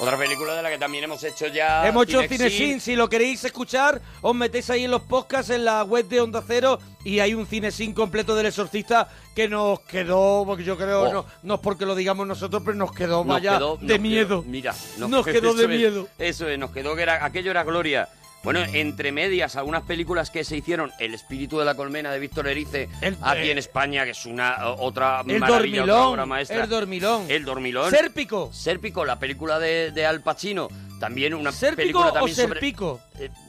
Otra película de la que también hemos hecho ya.
Hemos hecho
Cinexin.
Cinesin, si lo queréis escuchar, os metéis ahí en los podcasts, en la web de Onda Cero, y hay un Cinesin completo del Exorcista que nos quedó, porque yo creo,
Oh.
no, no es porque lo digamos nosotros, pero nos quedó,
Nos
vaya,
quedó-
de
nos quedó-
miedo.
mira, (laughs)
Nos quedó de
eso es,
miedo.
Eso es, nos quedó que era, aquello era gloria. Bueno, entre medias, algunas películas que se hicieron, El espíritu de la colmena de Víctor Erice, aquí en España, que es una otra
eh, El
maravilla, otra obra
dormilón,
maestra.
el dormilón.
El dormilón.
Sérpico.
Sérpico, la película de, de Al Pacino. También una
¿Sérpico
película
o
también sobre- eh,
Serpico?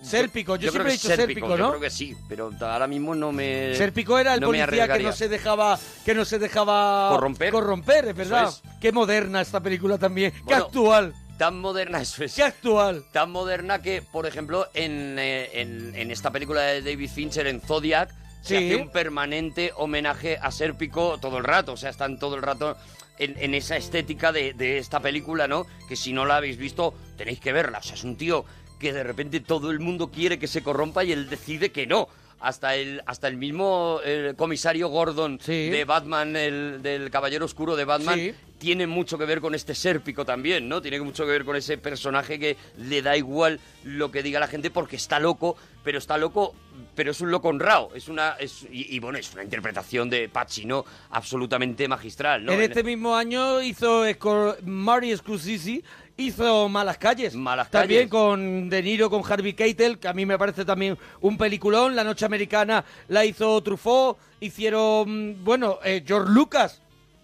Sérpico, yo,
creo
siempre
que
he dicho
es
Sérpico, ¿no?
Yo creo que sí, pero ahora mismo no me.
Serpico era el
Eh, no me
policía que
arriesgaría.
no se dejaba que no se dejaba
Corromper.
corromper, es verdad.
Eso
Qué moderna esta película también, qué
Bueno,
actual.
Tan moderna (laughs) eso es.
Qué actual.
Tan moderna que, por ejemplo, en, eh, en- en esta película de David Fincher, en Zodiac, se
Sí.
hace un permanente homenaje a Sérpico todo el rato. O sea, están todo el rato en, en esa estética de, de esta película, ¿no? Que si no la habéis visto, tenéis que verla. O sea, es un tío que de repente todo el mundo quiere que se corrompa y él decide que no. Hasta el, hasta el mismo eh, comisario Gordon de Batman, el, del Caballero Oscuro de Batman,
Sí.
tiene mucho que ver con este sérpico también, ¿no? Tiene mucho que ver con ese personaje que le da igual lo que diga la gente porque está loco, pero está loco, pero es un loco honrado. Es una, es- y, y bueno, es una interpretación de Pacino absolutamente magistral, ¿no?
en
En-
este mismo año hizo Scor- Marty Scorsese hizo Malas calles. Malas También
Calles.
con De Niro, con Harvey Keitel, que a mí me parece también un peliculón. La noche americana la hizo Truffaut, hicieron bueno, eh, George Lucas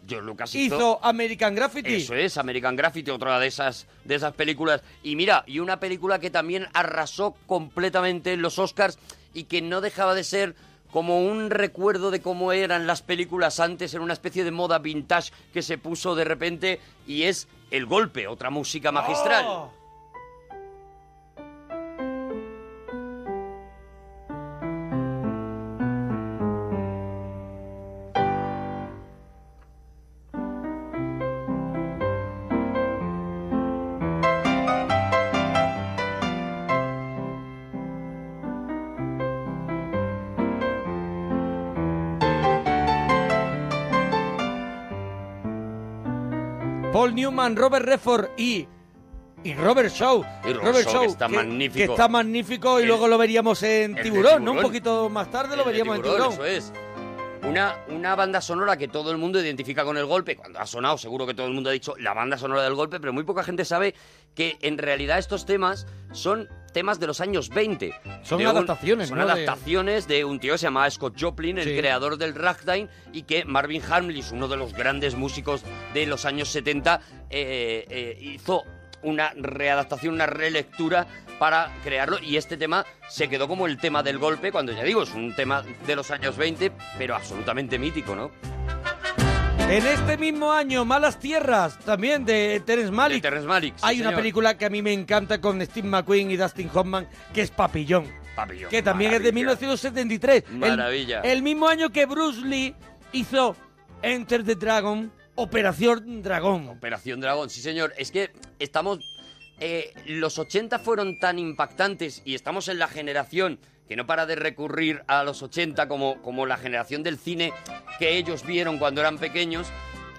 George Lucas
hizo,
hizo-
American Graffiti.
Eso es, American Graffiti, otra de esas, de esas películas. Y mira, y una película que también arrasó completamente en los Oscars y que no dejaba de ser como un recuerdo de cómo eran las películas antes, en una especie de moda vintage que se puso de repente y es El Golpe, otra música magistral.
Paul Newman, Robert Redford y, y Robert Shaw.
Y Robert Shaw, que está magnífico.
que está magnífico y
El-
luego lo veríamos en
el de
tiburón, ¿no? Un
Tiburón.
poquito más tarde lo
El de
veríamos en
Eso
Tiburón.
es. Una, una banda sonora que todo el mundo identifica con el golpe. Cuando ha sonado, seguro que todo el mundo ha dicho la banda sonora del golpe, pero muy poca gente sabe que en realidad estos temas son temas de los años 20.
Son
De un-
adaptaciones,
Son
¿no? De-
adaptaciones de un tío que se llamaba Scott Joplin, el
Sí.
creador del ragtime, y que Marvin Hamlis, uno de los grandes músicos de los años 70, eh, eh, hizo una readaptación, una relectura para crearlo y este tema se quedó como el tema del golpe cuando ya digo es un tema de los años 20 pero absolutamente mítico, ¿no?
En este mismo año, Malas Tierras, también de Terence Malick. Hay una
señor.
película que a mí me encanta con Steve McQueen y Dustin Hoffman, que es Papillón.
Papillón,
Que también es de 1973. El-
Maravilla.
El, mismo año que Bruce Lee hizo Enter the Dragon, Operación Dragón.
Operación Dragón, sí señor. Es que estamos... eh, los 80 fueron tan impactantes y estamos en la generación que no para de recurrir a los 80 como, como la generación del cine que ellos vieron cuando eran pequeños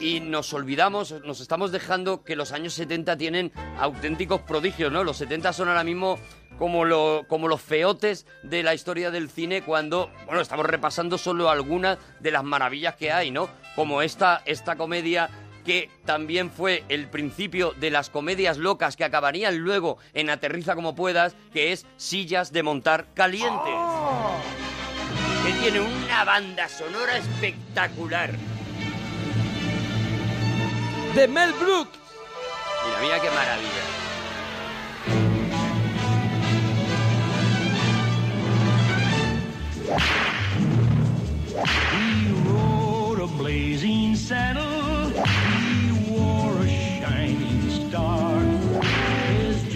y nos olvidamos, nos estamos dejando que los años 70 tienen auténticos prodigios, ¿no? Los 70 son ahora mismo como, lo- como los feotes de la historia del cine cuando, bueno, estamos repasando solo algunas de las maravillas que hay, ¿no? Como esta, esta comedia que también fue el principio de las comedias locas que acabarían luego en Aterriza como puedas, que es Sillas de Montar Calientes.
¡Oh!
Que tiene una banda sonora espectacular.
De Mel Brooks.
Mira, mira qué maravilla.
He rode a blazing saddle. He wore a shining star.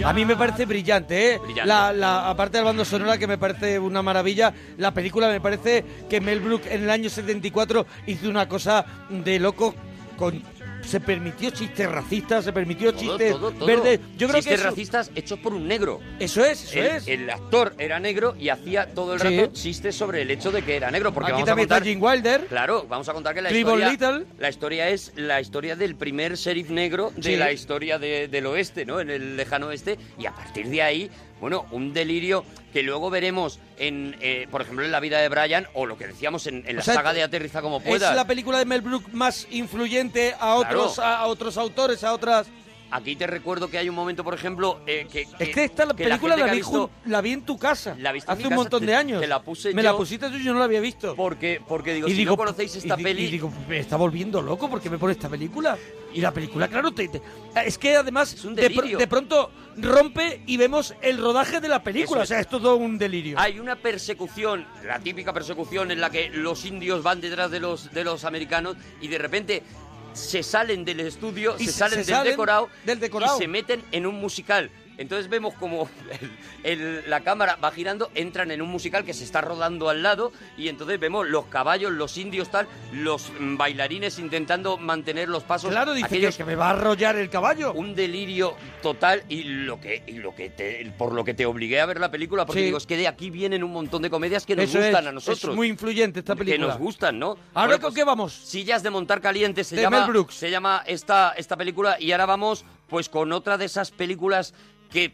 A mí me parece brillante, ¿eh? La, la- aparte del bando sonora que me parece una maravilla, la película me parece que Mel Brooks en el año 74 hizo una cosa de loco con... Se permitió chistes racistas, se permitió chistes
todo, todo.
verdes. Yo creo que
Chistes
eso-
racistas hechos por un negro.
Eso es, eso
el,
es.
El actor era negro y hacía todo el
Sí.
rato chistes sobre el hecho de que era negro. Porque
Aquí
vamos
también
a contar,
está Gene Wilder.
Claro, vamos a contar que la
Trevor
historia,
Little.
la historia es la historia del primer sheriff negro de
Sí.
la historia de- del oeste, ¿no? En el lejano oeste. Y a partir de ahí, bueno, un delirio que luego veremos en, eh, por ejemplo, en la vida de Brian o lo que decíamos en, en la
O sea,
saga de Aterriza como
Es
puedas.
la película de Mel Brooks más influyente a otros,
Claro.
a, a otros autores, a otras...
Aquí te recuerdo que hay un momento, por ejemplo, eh, que,
Es que esta la
que la
película
gente
la,
que
vi,
ha visto-
jun- la vi en tu casa.
La viste en
hace
mi
un
casa,
montón
te-
de años.
te la puse
Me
yo.
la pusiste tú y yo no la había visto.
Porque, porque digo,
Y
si
digo,
no conocéis esta
y di-
peli,
Y digo, me está volviendo loco porque me pone esta película. Y la película, claro, te- te- es que además de, pr-
delirio.
de pronto rompe y vemos el rodaje de la película.
Eso
O sea,
es.
es todo un delirio.
hay una persecución, la típica persecución en la que los indios van detrás de los, de los americanos y de repente se salen del estudio,
Y
se,
se-
salen,
se
del,
salen
decorado,
del decorado.
y se meten en un musical. Entonces vemos como el- el- la cámara va girando, entran en un musical que se está rodando al lado y entonces vemos los caballos, los indios tal, los mm, bailarines intentando mantener los pasos.
Claro, dice que,
Aquellos-
que me va a arrollar el caballo.
Un delirio total y lo que y lo que te- por lo que te obligué a ver la película porque
Sí.
digo es que de aquí vienen un montón de comedias que nos
Eso
gustan
es,
a nosotros
Es muy influyente esta
que
película.
nos gustan no
Ahora
Bueno,
con
pues,
qué vamos.
sillas de montar caliente se
De
llama
Mel Brooks.
se llama esta esta película y ahora vamos pues con otra de esas películas que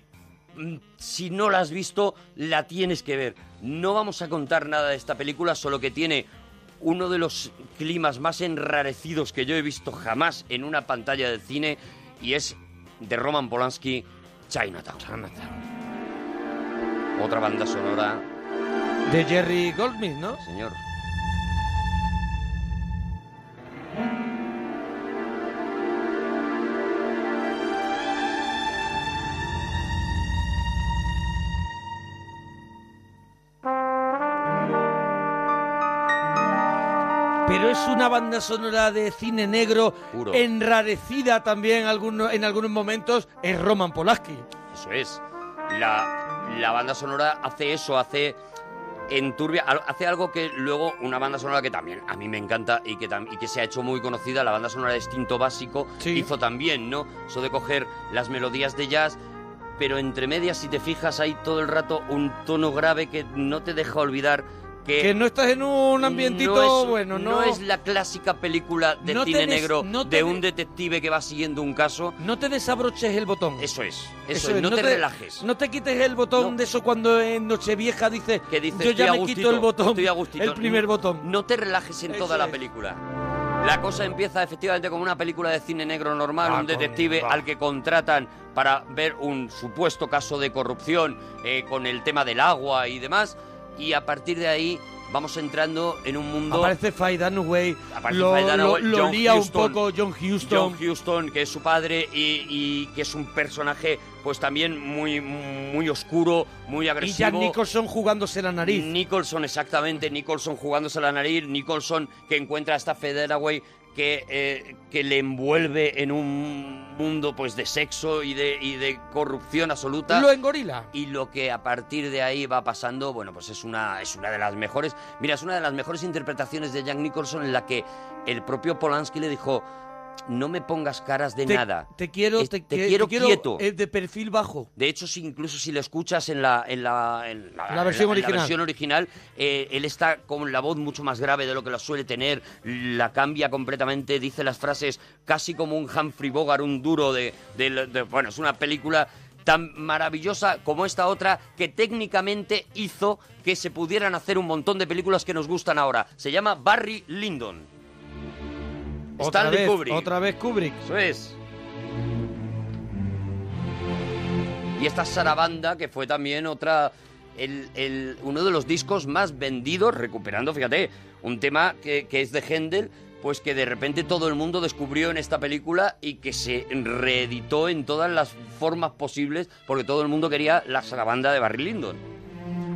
mm, si no la has visto la tienes que ver no vamos a contar nada de esta película solo que tiene uno de los climas más enrarecidos que yo he visto jamás en una pantalla de cine y es de Roman Polanski, Chinatown. Otra banda sonora,
De Jerry Goldsmith, ¿no?
señor.
pero es una banda sonora de cine negro enrarecida también alguno- en algunos momentos en Roman Polanski.
Eso es. La, la banda sonora hace eso, hace enturbia, al- hace algo que luego una banda sonora que también a mí me encanta y que, tam- y que se ha hecho muy conocida, la banda sonora de Instinto Básico, hizo también, ¿no? Eso de coger las melodías de jazz, pero entre medias, si te fijas, hay todo el rato un tono grave que no te deja olvidar que...
Que no estás en un ambientito
Eh, no es-
bueno, no,
no es la clásica película de
No te
cine
des-
negro
no te
de
des-
un detective que va siguiendo un caso.
No te desabroches el botón.
Eso es, eso, es, no, te, relajes.
No te quites el botón de eso cuando en Nochevieja dices,
dices,
yo
"Estoy
ya
a
me
gustito,
quito el botón,
estoy a gustito".
el primer botón.
No te relajes en
Eso
toda la
es.
película. La cosa empieza efectivamente como una película de cine negro normal,
Va
un
con-
detective
va.
al que contratan para ver un supuesto caso de corrupción eh, con el tema del agua y demás, y a partir de ahí vamos entrando en un mundo...
Aparece Faye Way
Aparte,
lo,
Faye Dunaway,
lo- lo
John
lía
Huston.
un poco John Houston.
John Houston, que es su padre y, y que es un personaje pues también muy muy oscuro, muy
y
agresivo.
Jack Nicholson jugándose la nariz.
Nicholson, exactamente. Nicholson jugándose la nariz. Nicholson que encuentra a esta Federaway que, eh, que le envuelve en un mundo pues de sexo y de, y de corrupción absoluta.
Lo engorila.
Y lo que a partir de ahí va pasando, bueno, pues es una, es una de las mejores. Mira, es una de las mejores interpretaciones de Jack Nicholson en la que el propio Polanski le dijo. No me pongas caras de
Te-
nada.
Te quiero,
Es-
te,
te
que-
quiero
te quiero
quieto.
eh, de perfil bajo.
De hecho, si- incluso si lo escuchas en la, en la, en la-
La versión
en la
original.
versión original, eh, él está con la voz mucho más grave de lo que la suele tener, la cambia completamente, dice las frases casi como un Humphrey Bogart, un duro de... de- de- bueno, es una película tan maravillosa como esta otra que técnicamente hizo que se pudieran hacer un montón de películas que nos gustan ahora. Se llama Barry Lyndon.
Otra
Stanley
vez,
Kubrick.
otra vez Kubrick.
Eso es. Y esta Sarabanda, que fue también otra. El, el- uno de los discos más vendidos, recuperando, fíjate, un tema que, que es de Händel, pues que de repente todo el mundo descubrió en esta película y que se reeditó en todas las formas posibles, porque todo el mundo quería la Sarabanda de Barry Lyndon.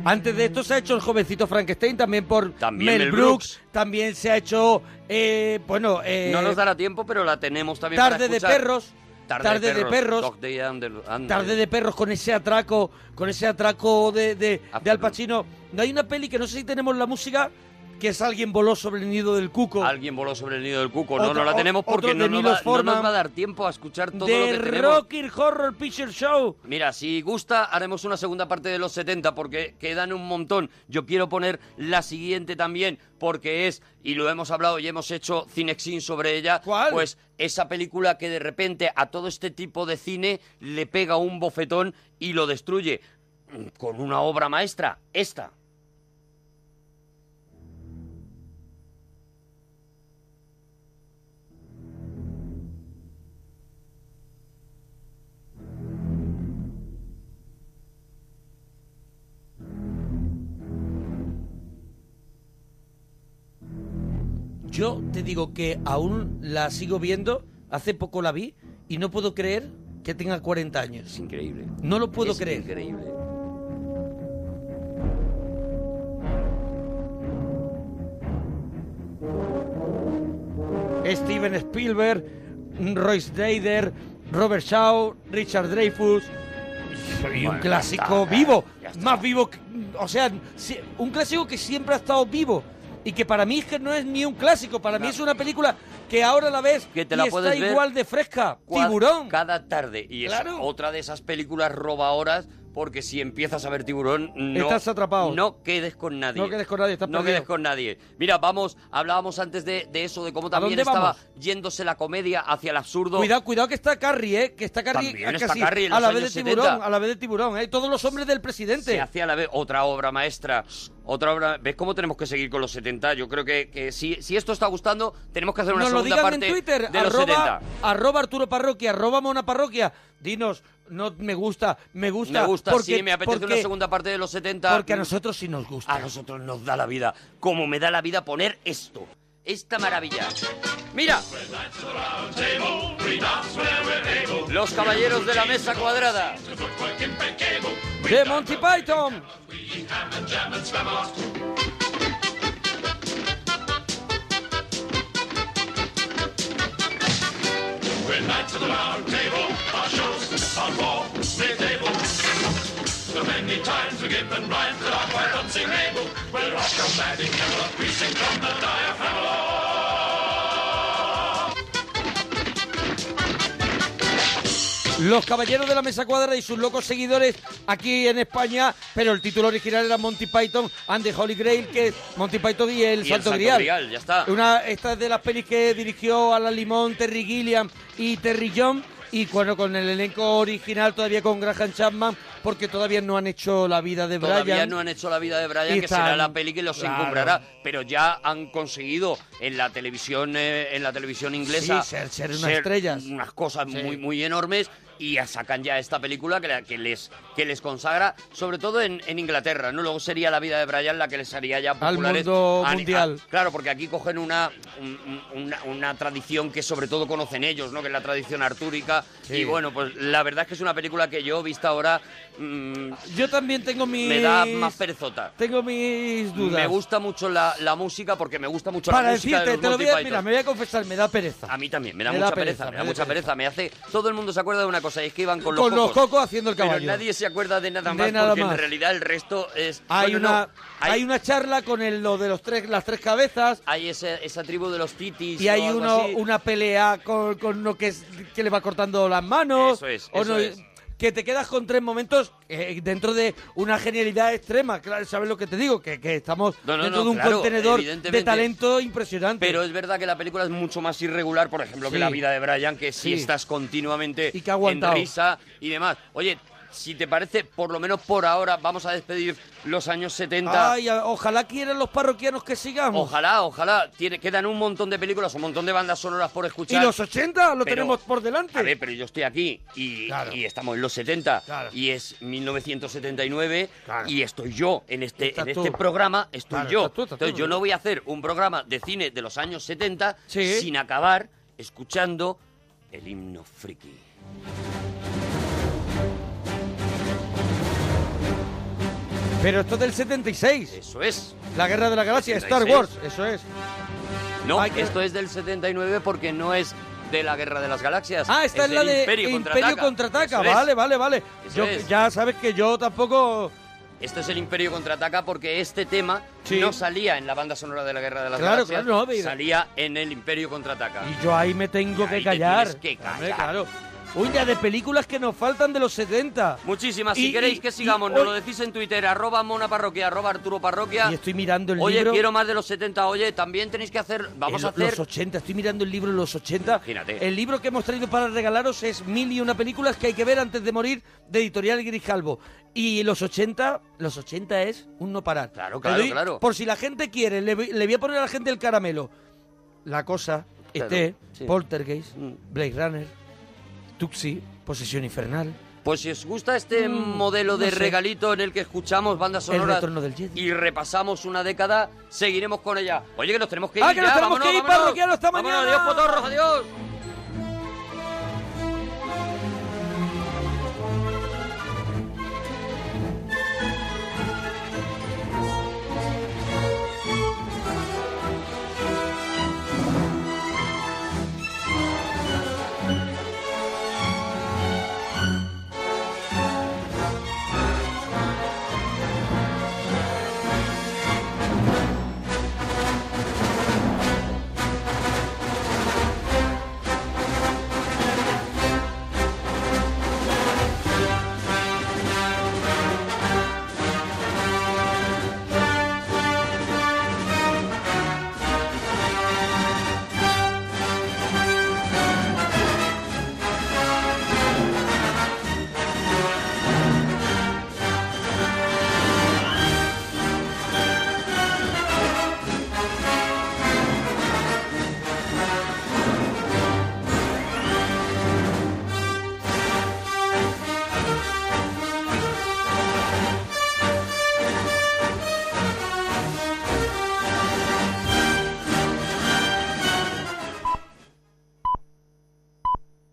Antes de esto se ha hecho el jovencito Frankenstein también por
También
Mel
Mel
Brooks. También se ha hecho, eh, bueno, eh,
no nos dará tiempo, pero la tenemos también
Tarde
para
de
escuchar.
perros, Tarde de perros.
Dog Day Under- Under-
Tarde de perros con ese atraco, con ese atraco de, de, de Al Pacino. No hay una peli que no sé si tenemos la música que es alguien voló sobre el nido del cuco.
Alguien voló sobre el nido del cuco. No,
Otro-
no la tenemos
o-
porque
otro
no
de
nos,
Milos
va, no nos
Forman.
va a dar tiempo a escuchar todo lo
de
que tenemos.
Rocky Horror Picture Show.
Mira, si gusta, haremos una segunda parte de los 70 porque quedan un montón. Yo quiero poner la siguiente también porque es, y lo hemos hablado y hemos hecho Cinexin sobre ella, pues esa película que de repente a todo este tipo de cine le pega un bofetón y lo destruye con una obra maestra, esta.
Yo te digo que aún la sigo viendo, hace poco la vi y no puedo creer que tenga 40 años. Es
increíble.
No lo puedo
Es
creer.
Increíble.
Steven Spielberg, Royce Dader, Robert Shaw, Richard Dreyfus. Y un
Bueno,
clásico
ya está,
vivo,
ya está.
más vivo, que- o sea, si- un clásico que siempre ha estado vivo y que para mí es que no es ni un clásico, para mí es una película que ahora la ves
Que te la
y
puedes
está
ver
igual de fresca,
cua-
tiburón.
Cada tarde. Y es
Claro.
otra de esas películas roba horas porque si empiezas a ver tiburón no
Estás atrapado.
No quedes con nadie.
No quedes con nadie, estás
No
perdido.
quedes con nadie. Mira, vamos, hablábamos antes de, de eso, de cómo también
dónde
estaba
vamos?
yéndose la comedia hacia el absurdo.
Cuidado, cuidado que está Carrie, eh, que está Carrie,
También
a-
está
casi
Carrie en
a
los
la vez de
años
tiburón,
70.
a la vez de tiburón, eh, todos los hombres del presidente.
Se hacía a la vez otra obra maestra. Otra obra. ¿Ves cómo tenemos que seguir con los 70? Yo creo que, que si, si esto está gustando, tenemos que hacer una
Nos lo
segunda
digan
parte
en Twitter,
de los 70.
arroba, arroba Arturo Parroquia, arroba Mona Parroquia. Dinos, no me gusta, me gusta.
Me gusta,
porque-
sí, me apetece
porque-
una segunda parte Ah, de los 70.
Porque a nosotros sí nos gusta.
A nosotros nos da la vida, como me da la vida poner esto, esta maravilla. Mira, los caballeros de la mesa cuadrada.
De Monty Python.
Ride to the round table. Our shows are for mid-table. So many times we give and rhyme till our quite unsingable. We'll rock a magic never we sing from the diaphragm.
Los Caballeros de la Mesa Cuadrada y sus locos seguidores aquí en España, pero el título original era Monty Python and the Holy Grail, que es Monty Python y el
Y el
Santo
Santo
Grial.
Grial, ya está.
Una, esta es de las pelis que dirigió Alan Limón, Terry Gilliam y Terry John. Y bueno, con el elenco original todavía con Graham Chapman, porque todavía no han hecho la vida de Brian.
Todavía no han hecho la vida de Brian,
Y
que
están-
será la peli que los
claro.
encumbrará, pero ya han conseguido en la televisión eh, en la televisión inglesa
Sí, ser- ser unas estrellas.
unas cosas
Sí.
muy muy enormes y ya sacan ya esta película que, la- que les que les consagra sobre todo en, en Inglaterra, ¿no? Luego sería la vida de Brian la que les haría ya
Al
populares
mundo
a- a-
mundial.
claro, porque aquí cogen una, un- un- una una tradición que sobre todo conocen ellos, ¿no? Que es la tradición artúrica
Sí.
y bueno, pues la verdad es que es una película que yo vista ahora mm,
Yo también tengo mi.
me da más perezota.
Eh, Tengo mis dudas.
Me gusta mucho la, la música porque me gusta mucho
Para
la música
decirte,
de los
te lo
Monty
voy a,
Python.
mira, me voy a confesar, me da pereza.
A mí también, me da
me da
mucha pereza,
pereza,
me
me
da
da
mucha pereza. Me hace. Todo el mundo se acuerda de una cosa, y es que iban con los
Con los
cocos.
cocos haciendo el caballo.
Pero nadie se acuerda de nada
De
más
nada
porque
más.
en realidad el resto es.
Hay
bueno,
una
no,
hay... una charla con el, lo de los tres las tres cabezas
hay esa, esa tribu de los titis.
y hay
o algo
uno
así.
una pelea con, con uno que es, que le va cortando las manos.
Eso es,
o
eso
no-
es.
Que te quedas con tres momentos eh, dentro de una genialidad extrema. Claro, ¿sabes lo que te digo? Que, que estamos
No, no,
dentro
no,
de un
claro,
contenedor de
evidentemente.
talento impresionante.
Pero es verdad que la película es mucho más irregular, por ejemplo, que
Sí.
la vida de Brian, que si
Sí.
estás continuamente
que ha aguantado.
en risa y demás. Oye, si te parece, por lo menos por ahora, vamos a despedir los años 70.
Ay, a- ojalá quieran los parroquianos que sigamos.
Ojalá, ojalá. Tiene, quedan un montón de películas, un montón de bandas sonoras por
Y
escuchar.
los 80 lo
Pero-
tenemos por delante.
A ver, pero yo estoy aquí y, y estamos en los 70 y es 1979 y estoy yo en este, en
tú.
este programa, estoy
Claro,
yo.
estás tú, estás tú.
Entonces yo no voy a hacer un programa de cine de los años 70 sin acabar escuchando el himno friki.
Pero esto es del 76.
Eso es.
La guerra de la galaxia,
76.
Star Wars, eso es.
No, esto es del 79 porque no es de la Guerra de las Galaxias.
Ah, esta es, la
del
de
Imperio Contraataca.
Contraataca.
Eso es.
Vale, vale, vale.
Eso
Yo-
es.
ya sabes que yo tampoco.
Esto es el Imperio contraataca porque este tema
Sí.
no salía en la banda sonora de la Guerra de las
Claro,
Galaxias,
claro, no, mira.
salía en el Imperio contraataca.
Y yo ahí me tengo que
te
callar.
tienes que
Hombre, claro. Uy, ya de películas que nos faltan de los 70.
Muchísimas,
Y-
si queréis
y-
que
y
sigamos, nos
hoy-
lo decís en Twitter, arroba mona parroquia, arroba arturo parroquia.
Y estoy mirando el
Oye,
libro.
quiero más de los 70, oye, también tenéis que hacer, vamos
El-
a hacer...
Los 80, estoy mirando el libro de los 80.
Imagínate.
El libro que hemos traído para regalaros es Mil y una películas que hay que ver antes de morir, de Editorial Grijalbo. Y los 80, los 80 es un no parar. Claro,
claro, claro.
Por si la gente quiere, le, voy- le voy a poner a la gente el caramelo. La cosa,
Claro,
ET,
sí. Mm.
Poltergeist, Blade Runner, Tuxi, Posesión Infernal.
Pues si os gusta este
Mm,
modelo de
no sé.
regalito en el que escuchamos bandas sonoras
retorno del Jedi.
y repasamos una década, seguiremos con ella. Oye, que nos tenemos que ir
¡Ah, que
ya,
nos tenemos
vámonos,
que ir,
vámonos.
parroquianos! ¡Hasta
Vámonos,
mañana!
adiós, potorros, adiós.